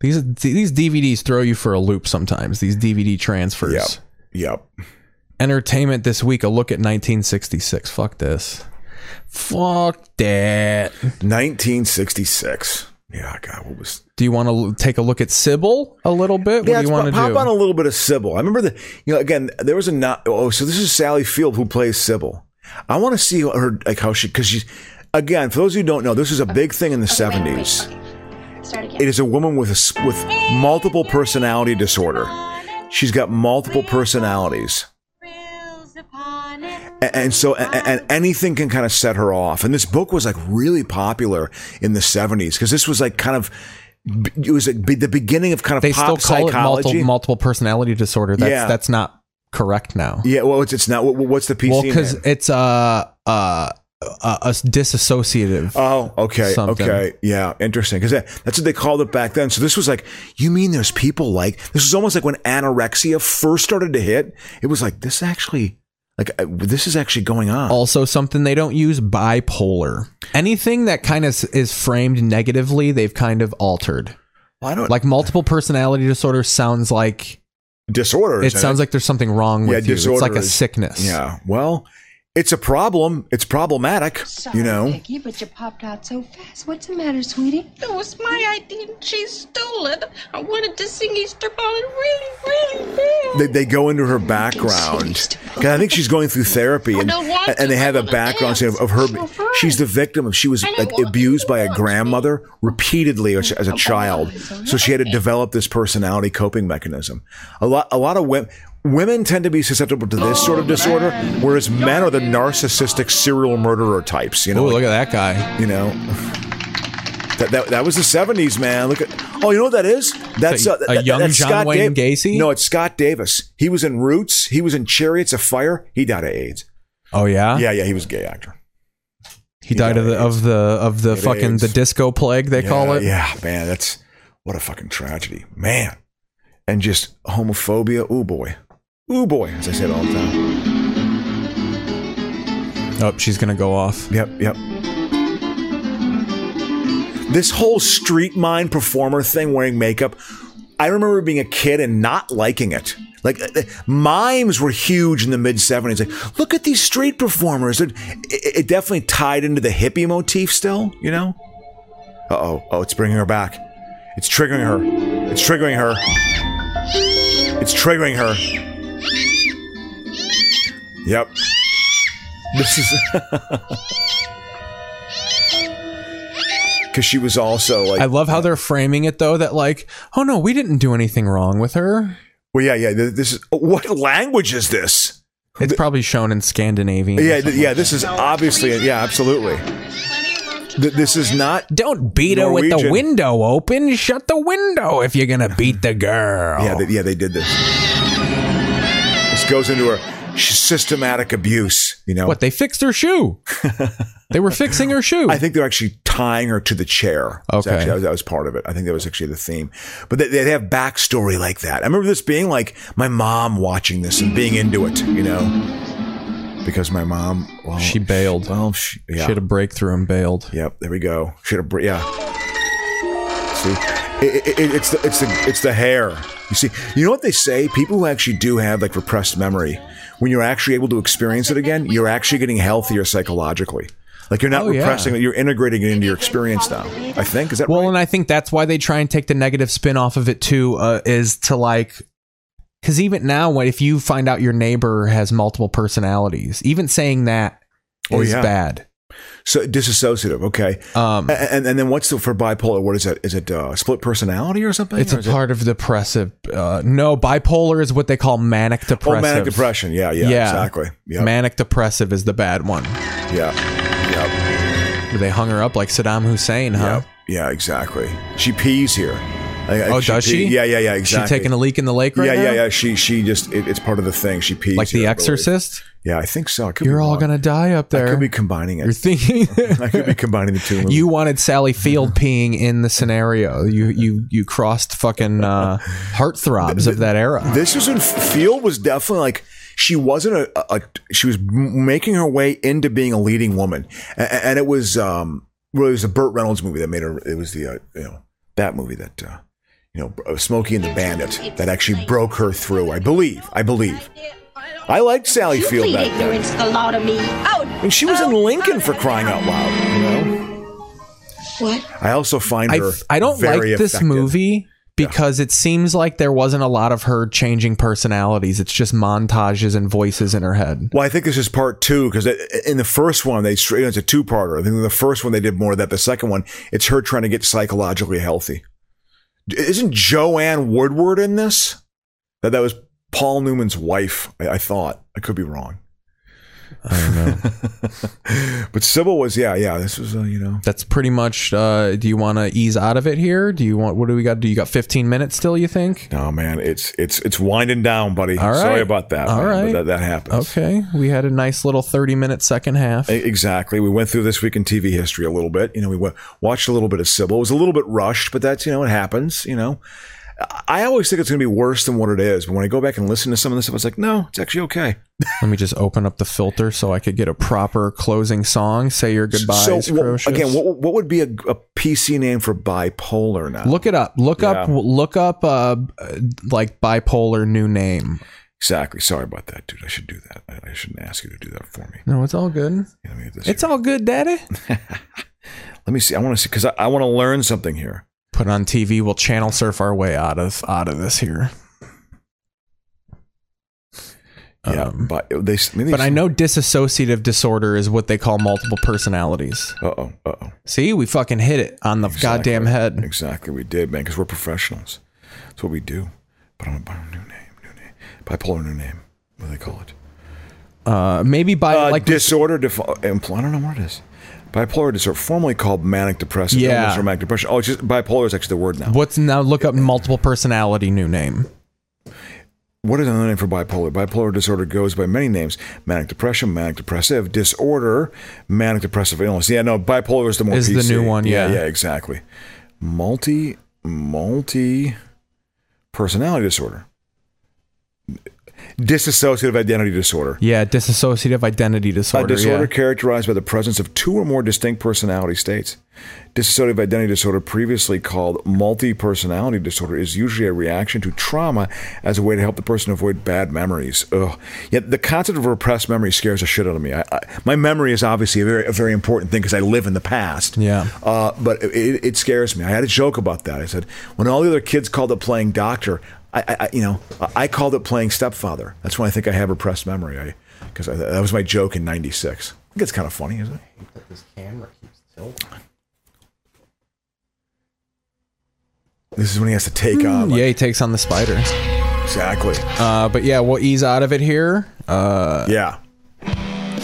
[SPEAKER 2] These these DVDs throw you for a loop sometimes. These DVD transfers.
[SPEAKER 1] Yep. Yep.
[SPEAKER 2] Entertainment this week. A look at 1966. Fuck this. Fuck that.
[SPEAKER 1] 1966. Yeah, God, what was?
[SPEAKER 2] Do you want to take a look at Sybil a little bit? what do
[SPEAKER 1] it's
[SPEAKER 2] you want to
[SPEAKER 1] pop
[SPEAKER 2] do?
[SPEAKER 1] on a little bit of Sybil. I remember the, you know, again, there was a not. Oh, so this is Sally Field who plays Sybil. I want to see her like how she because she's again for those who don't know, this is a big thing in the seventies. It is a woman with a s- with multiple personality disorder. She's got multiple personalities. A- And so, a- a- and anything can kind of set her off. And this book was like really popular in the '70s because this was like kind of, it was like be- the beginning of kind of
[SPEAKER 2] they still
[SPEAKER 1] pop
[SPEAKER 2] call it
[SPEAKER 1] psychology.
[SPEAKER 2] multiple, multiple personality disorder. That's
[SPEAKER 1] Yeah.
[SPEAKER 2] that's not correct now.
[SPEAKER 1] Yeah, well, it's it's not. What, what's the PC?
[SPEAKER 2] well,
[SPEAKER 1] because
[SPEAKER 2] because it's uh, uh, uh, a disassociative.
[SPEAKER 1] oh, okay,
[SPEAKER 2] something.
[SPEAKER 1] okay, yeah, interesting. Because that, that's what they called it back then. So this was like, you mean there's people like this is almost like when anorexia first started to hit. It was like this actually, like uh, this is actually going on.
[SPEAKER 2] also something they don't use bipolar anything that kind of s- is framed negatively they've kind of altered
[SPEAKER 1] Well, I don't
[SPEAKER 2] like multiple personality disorder sounds like
[SPEAKER 1] disorder.
[SPEAKER 2] it sounds like there's something wrong with you it's
[SPEAKER 1] disorder
[SPEAKER 2] like a
[SPEAKER 1] is-
[SPEAKER 2] sickness
[SPEAKER 1] Yeah, well, it's a problem. It's problematic. you know,
[SPEAKER 13] Piggy, but you popped out so fast. What's the matter, sweetie?
[SPEAKER 4] It was my idea and she stole it. I wanted to sing Easter Bunny really, really bad.
[SPEAKER 1] they, they go into her background. 'Cause I think she's going through therapy, and,
[SPEAKER 4] don't want
[SPEAKER 1] and they have a background scene of, of her. She's the victim of she was like, abused by a grandmother repeatedly as, as a child, so she had to develop this personality coping mechanism. A lot, a lot of women. Women tend to be susceptible to this sort of disorder, whereas men are the narcissistic serial murderer types. You know,
[SPEAKER 2] oh look at that guy
[SPEAKER 1] you know, that, that, that was the seventies, man. Look at oh, you know what that is? That's
[SPEAKER 2] a-
[SPEAKER 1] uh,
[SPEAKER 2] a
[SPEAKER 1] that-
[SPEAKER 2] young
[SPEAKER 1] that's
[SPEAKER 2] John
[SPEAKER 1] Scott
[SPEAKER 2] Wayne Gacy?
[SPEAKER 1] No, it's Scott Davis. He was in Roots. He was in Chariots of Fire. He died of AIDS.
[SPEAKER 2] oh yeah
[SPEAKER 1] Yeah, yeah, he was a gay actor.
[SPEAKER 2] he, died of the, of the of
[SPEAKER 1] He
[SPEAKER 2] the
[SPEAKER 1] had
[SPEAKER 2] fucking the
[SPEAKER 1] AIDS.
[SPEAKER 2] disco plague they
[SPEAKER 1] yeah,
[SPEAKER 2] call it
[SPEAKER 1] Yeah, man, that's what a fucking tragedy, man. And just homophobia. Ooh boy, ooh boy, as I said all the time.
[SPEAKER 2] oh she's gonna go off
[SPEAKER 1] Yep, yep. This whole street mind performer thing wearing makeup, I remember being a kid and not liking it. Like uh, uh, mimes were huge in the mid 70s. Like, look at these street performers. It, it, it definitely tied into the hippie motif still, you know? Uh oh. Oh, it's bringing her back. It's triggering her. It's triggering her. It's triggering her. Yep. This is. Because she was also like.
[SPEAKER 2] i love how they're framing it though that like oh no we didn't do anything wrong with her
[SPEAKER 1] Well, yeah, yeah. th- This is oh, what language is this?
[SPEAKER 2] it's probably shown in scandinavian or
[SPEAKER 1] Yeah, th-
[SPEAKER 2] something.
[SPEAKER 1] yeah. This is obviously, yeah, absolutely. Th- This is not.
[SPEAKER 2] Don't beat her with the
[SPEAKER 1] Norwegian.
[SPEAKER 2] window open. Shut the window if you're gonna beat the girl.
[SPEAKER 1] Yeah, they, yeah. They did this. This goes into her sh- systematic abuse. You know,
[SPEAKER 2] what they fixed her shoe. they were fixing her shoe.
[SPEAKER 1] I think they're actually tying her to the chair. It's
[SPEAKER 2] Okay.
[SPEAKER 1] actually- that, was, that was part of it. I think that was actually the theme. But they, they have backstory like that. I remember this being like my mom watching this and being into it. You know, because my mom, well,
[SPEAKER 2] she bailed.
[SPEAKER 1] well, she, yeah.
[SPEAKER 2] She had a breakthrough and bailed.
[SPEAKER 1] Yep, there we go. Should have, br- yeah. See, it, it, it, it's the it's the it's the hair. You see, you know what they say? People who actually do have like repressed memory, when you're actually able to experience it again, you're actually getting healthier psychologically. Like you're not
[SPEAKER 2] Oh, yeah.
[SPEAKER 1] repressing it; you're integrating it into your experience now. I think is that
[SPEAKER 2] Well, and I think that's why they try and take the negative spin off of it too. Uh, is to like, because even now, what if you find out your neighbor has multiple personalities? Even saying that is
[SPEAKER 1] Oh, yeah.
[SPEAKER 2] bad.
[SPEAKER 1] So disassociative, okay. Um, and and then what's the, for bipolar? What is that? Is it uh, split personality or something?
[SPEAKER 2] It's
[SPEAKER 1] or
[SPEAKER 2] a
[SPEAKER 1] is it-
[SPEAKER 2] part of depressive. Uh, no, bipolar is what they call manic depressive.
[SPEAKER 1] Oh, manic depression. Yeah, yeah, exactly. Yep.
[SPEAKER 2] Manic depressive is the bad one.
[SPEAKER 1] Yeah,
[SPEAKER 2] They hung her up like Saddam Hussein, huh?
[SPEAKER 1] Yeah, exactly. She pees here. I- I-
[SPEAKER 2] oh, does she?
[SPEAKER 1] pee- Yeah, yeah, yeah. Exactly.
[SPEAKER 2] She taking a leak in the lake right
[SPEAKER 1] yeah,
[SPEAKER 2] now?
[SPEAKER 1] yeah, yeah. She she just it, it's part of the thing. She pees.
[SPEAKER 2] Like
[SPEAKER 1] here,
[SPEAKER 2] The
[SPEAKER 1] I believe.
[SPEAKER 2] Exorcist?
[SPEAKER 1] Yeah, I think so. I could be
[SPEAKER 2] You're all
[SPEAKER 1] wrong.
[SPEAKER 2] gonna die up there.
[SPEAKER 1] I could be combining it.
[SPEAKER 2] You're thinking
[SPEAKER 1] I could be combining the two. Movies.
[SPEAKER 2] you wanted Sally Field peeing in the scenario. You you you crossed fucking uh, heartthrobs of that era.
[SPEAKER 1] This was in Field was definitely like she wasn't a, a she was m- making her way into being a leading woman, and, and it was um well, it was the Burt Reynolds movie that made her. It was the uh, you know that movie that uh, you know uh, Smokey and the Bandit that actually broke her through. I believe. I believe. I liked Sally
[SPEAKER 14] You
[SPEAKER 1] Field
[SPEAKER 14] plead
[SPEAKER 1] back then.
[SPEAKER 14] ignorance to the law to me. Oh,
[SPEAKER 1] And she was in Lincoln for crying out loud. You know.
[SPEAKER 14] What?
[SPEAKER 1] I also find
[SPEAKER 2] I
[SPEAKER 1] her.
[SPEAKER 2] I don't like
[SPEAKER 1] very
[SPEAKER 2] this
[SPEAKER 1] effective.
[SPEAKER 2] movie because it seems like there wasn't a lot of her changing personalities. It's just montages and voices in her head.
[SPEAKER 1] Well, I think this is part two because in the first one they straight it's a two parter. I think in the first one they did more of that. The second one, it's her trying to get psychologically healthy. Isn't Joanne Woodward in this? That that was Paul Newman's wife. I, I thought I could be wrong,
[SPEAKER 2] I don't know.
[SPEAKER 1] but Sybil was yeah yeah. This was uh, you know
[SPEAKER 2] That's pretty much. Uh, do you want to ease out of it here? Do you want? What do we got? Do you got 15 minutes still? You think?
[SPEAKER 1] no man. It's it's it's winding down, buddy.
[SPEAKER 2] All right.
[SPEAKER 1] Sorry about that.
[SPEAKER 2] All
[SPEAKER 1] man, but
[SPEAKER 2] right.
[SPEAKER 1] that, that happens.
[SPEAKER 2] Okay, we had a nice little 30 minute second half.
[SPEAKER 1] E- Exactly. We went through this week in TV history a little bit. You know, we went, watched a little bit of Sybil. It was a little bit rushed, but that's, you know, it happens, you know. I- I always think it's going to be worse than what it is. But when I go back and listen to some of this stuff, it's like, no, it's actually okay.
[SPEAKER 2] Let me just open up the filter so I could get a proper closing song. Say your goodbyes,
[SPEAKER 1] so, what,
[SPEAKER 2] Crocious.
[SPEAKER 1] again, what, what would be a, a PC name for bipolar now?
[SPEAKER 2] Look it up. Look up.
[SPEAKER 1] Yeah.
[SPEAKER 2] Look up. Uh, uh, like bipolar new name.
[SPEAKER 1] Exactly. Sorry about that, dude. I should do that. I, I shouldn't ask you to do that for me.
[SPEAKER 2] No, it's all good.
[SPEAKER 1] Let me, get this
[SPEAKER 2] It's all good, Daddy.
[SPEAKER 1] let me see. I want to see because I, I want to learn something here.
[SPEAKER 2] Put on TV. We'll channel surf our way out of out of this here.
[SPEAKER 1] Yeah, but they. Maybe
[SPEAKER 2] Um, But I know disassociative disorder is what they call multiple personalities.
[SPEAKER 1] Uh oh. Uh oh.
[SPEAKER 2] See, we fucking hit it on the goddamn head.
[SPEAKER 1] Exactly, we did, man, because we're professionals. That's what we do. But I'm gonna buy a new name, new name, bipolar new name. What do they call it?
[SPEAKER 2] Uh, maybe by
[SPEAKER 1] uh,
[SPEAKER 2] like
[SPEAKER 1] disorder. Def- impl- I don't know what it is. Bipolar disorder, formerly called manic depressive
[SPEAKER 2] Yeah.
[SPEAKER 1] illness or manic depression. Oh, it's just bipolar is actually the word now.
[SPEAKER 2] what's now look up multiple personality new name.
[SPEAKER 1] What is another name for bipolar? Bipolar disorder goes by many names: manic depression, manic depressive disorder, manic depressive illness. Yeah, no, bipolar is the more
[SPEAKER 2] Is the
[SPEAKER 1] PC.
[SPEAKER 2] new one,
[SPEAKER 1] yeah,
[SPEAKER 2] yeah.
[SPEAKER 1] exactly. Multi, multi, personality disorder, dissociative identity disorder.
[SPEAKER 2] Yeah, disassociative identity disorder.
[SPEAKER 1] A disorder
[SPEAKER 2] yeah.
[SPEAKER 1] characterized by the presence of two or more distinct personality states. Dissociative identity disorder, previously called multi personality disorder, is usually a reaction to trauma as a way to help the person avoid bad memories. Ugh. Yet the concept of repressed memory scares the shit out of me. I, I, my memory is obviously a very, a very important thing because I live in the past.
[SPEAKER 2] Yeah.
[SPEAKER 1] Uh, but it- it, it scares me. I had a joke about that. I said, when all the other kids called it playing doctor, I, I I- you know, I- I called it playing stepfather. That's when I think I have repressed memory. I because that was my joke in '96. I think it's kind of funny, isn't it?
[SPEAKER 15] This camera keeps tilting.
[SPEAKER 1] This is when he has to take on.
[SPEAKER 2] yeah, he takes on the spider.
[SPEAKER 1] Exactly.
[SPEAKER 2] Uh, but yeah, we'll ease out of it here. Uh,
[SPEAKER 1] yeah.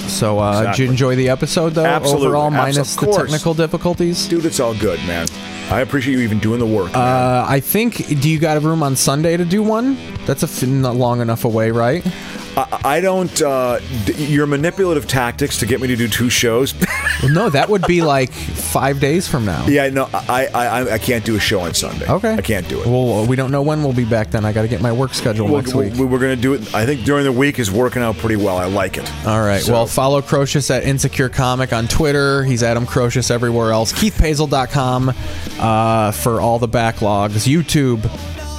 [SPEAKER 2] So uh, did
[SPEAKER 1] Exactly.
[SPEAKER 2] you enjoy the episode though?
[SPEAKER 1] Absolutely.
[SPEAKER 2] Overall,
[SPEAKER 1] Abs-
[SPEAKER 2] minus
[SPEAKER 1] of
[SPEAKER 2] the
[SPEAKER 1] course.
[SPEAKER 2] technical difficulties.
[SPEAKER 1] Dude, it's all good, man. I appreciate you even doing the work.
[SPEAKER 2] Uh, I think. Do you got a room on Sunday to do one? That's a f- not long enough away, right?
[SPEAKER 1] I, I don't. Uh, d- your manipulative tactics to get me to do two shows.
[SPEAKER 2] Well, no, that would be like five days from now.
[SPEAKER 1] yeah, no, I, I, I, I can't do a show on Sunday.
[SPEAKER 2] Okay.
[SPEAKER 1] I can't do it.
[SPEAKER 2] Well, uh, we don't know when we'll be back. Then I got to get my work schedule
[SPEAKER 1] We'll-
[SPEAKER 2] next
[SPEAKER 1] we'll-
[SPEAKER 2] week.
[SPEAKER 1] we're going to do it. I think during the week is working out pretty well. I like it.
[SPEAKER 2] All right.
[SPEAKER 1] So-
[SPEAKER 2] Well, follow Crocious at Insecure Comic on Twitter. He's Adam Crocious everywhere else. KeithPazel.com uh, for all the backlogs. YouTube,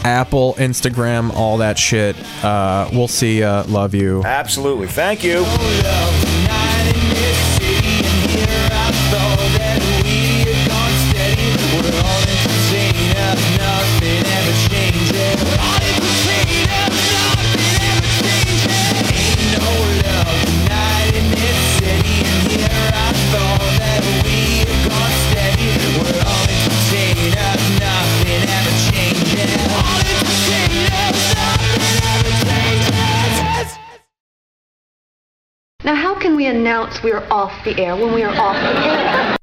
[SPEAKER 2] Apple, Instagram, all that shit. Uh, we'll see you. Love you.
[SPEAKER 1] Absolutely. Thank you.
[SPEAKER 15] Ain't no love tonight in this city, and here I go.
[SPEAKER 6] Now, how can we announce we're off the air when we are off the air?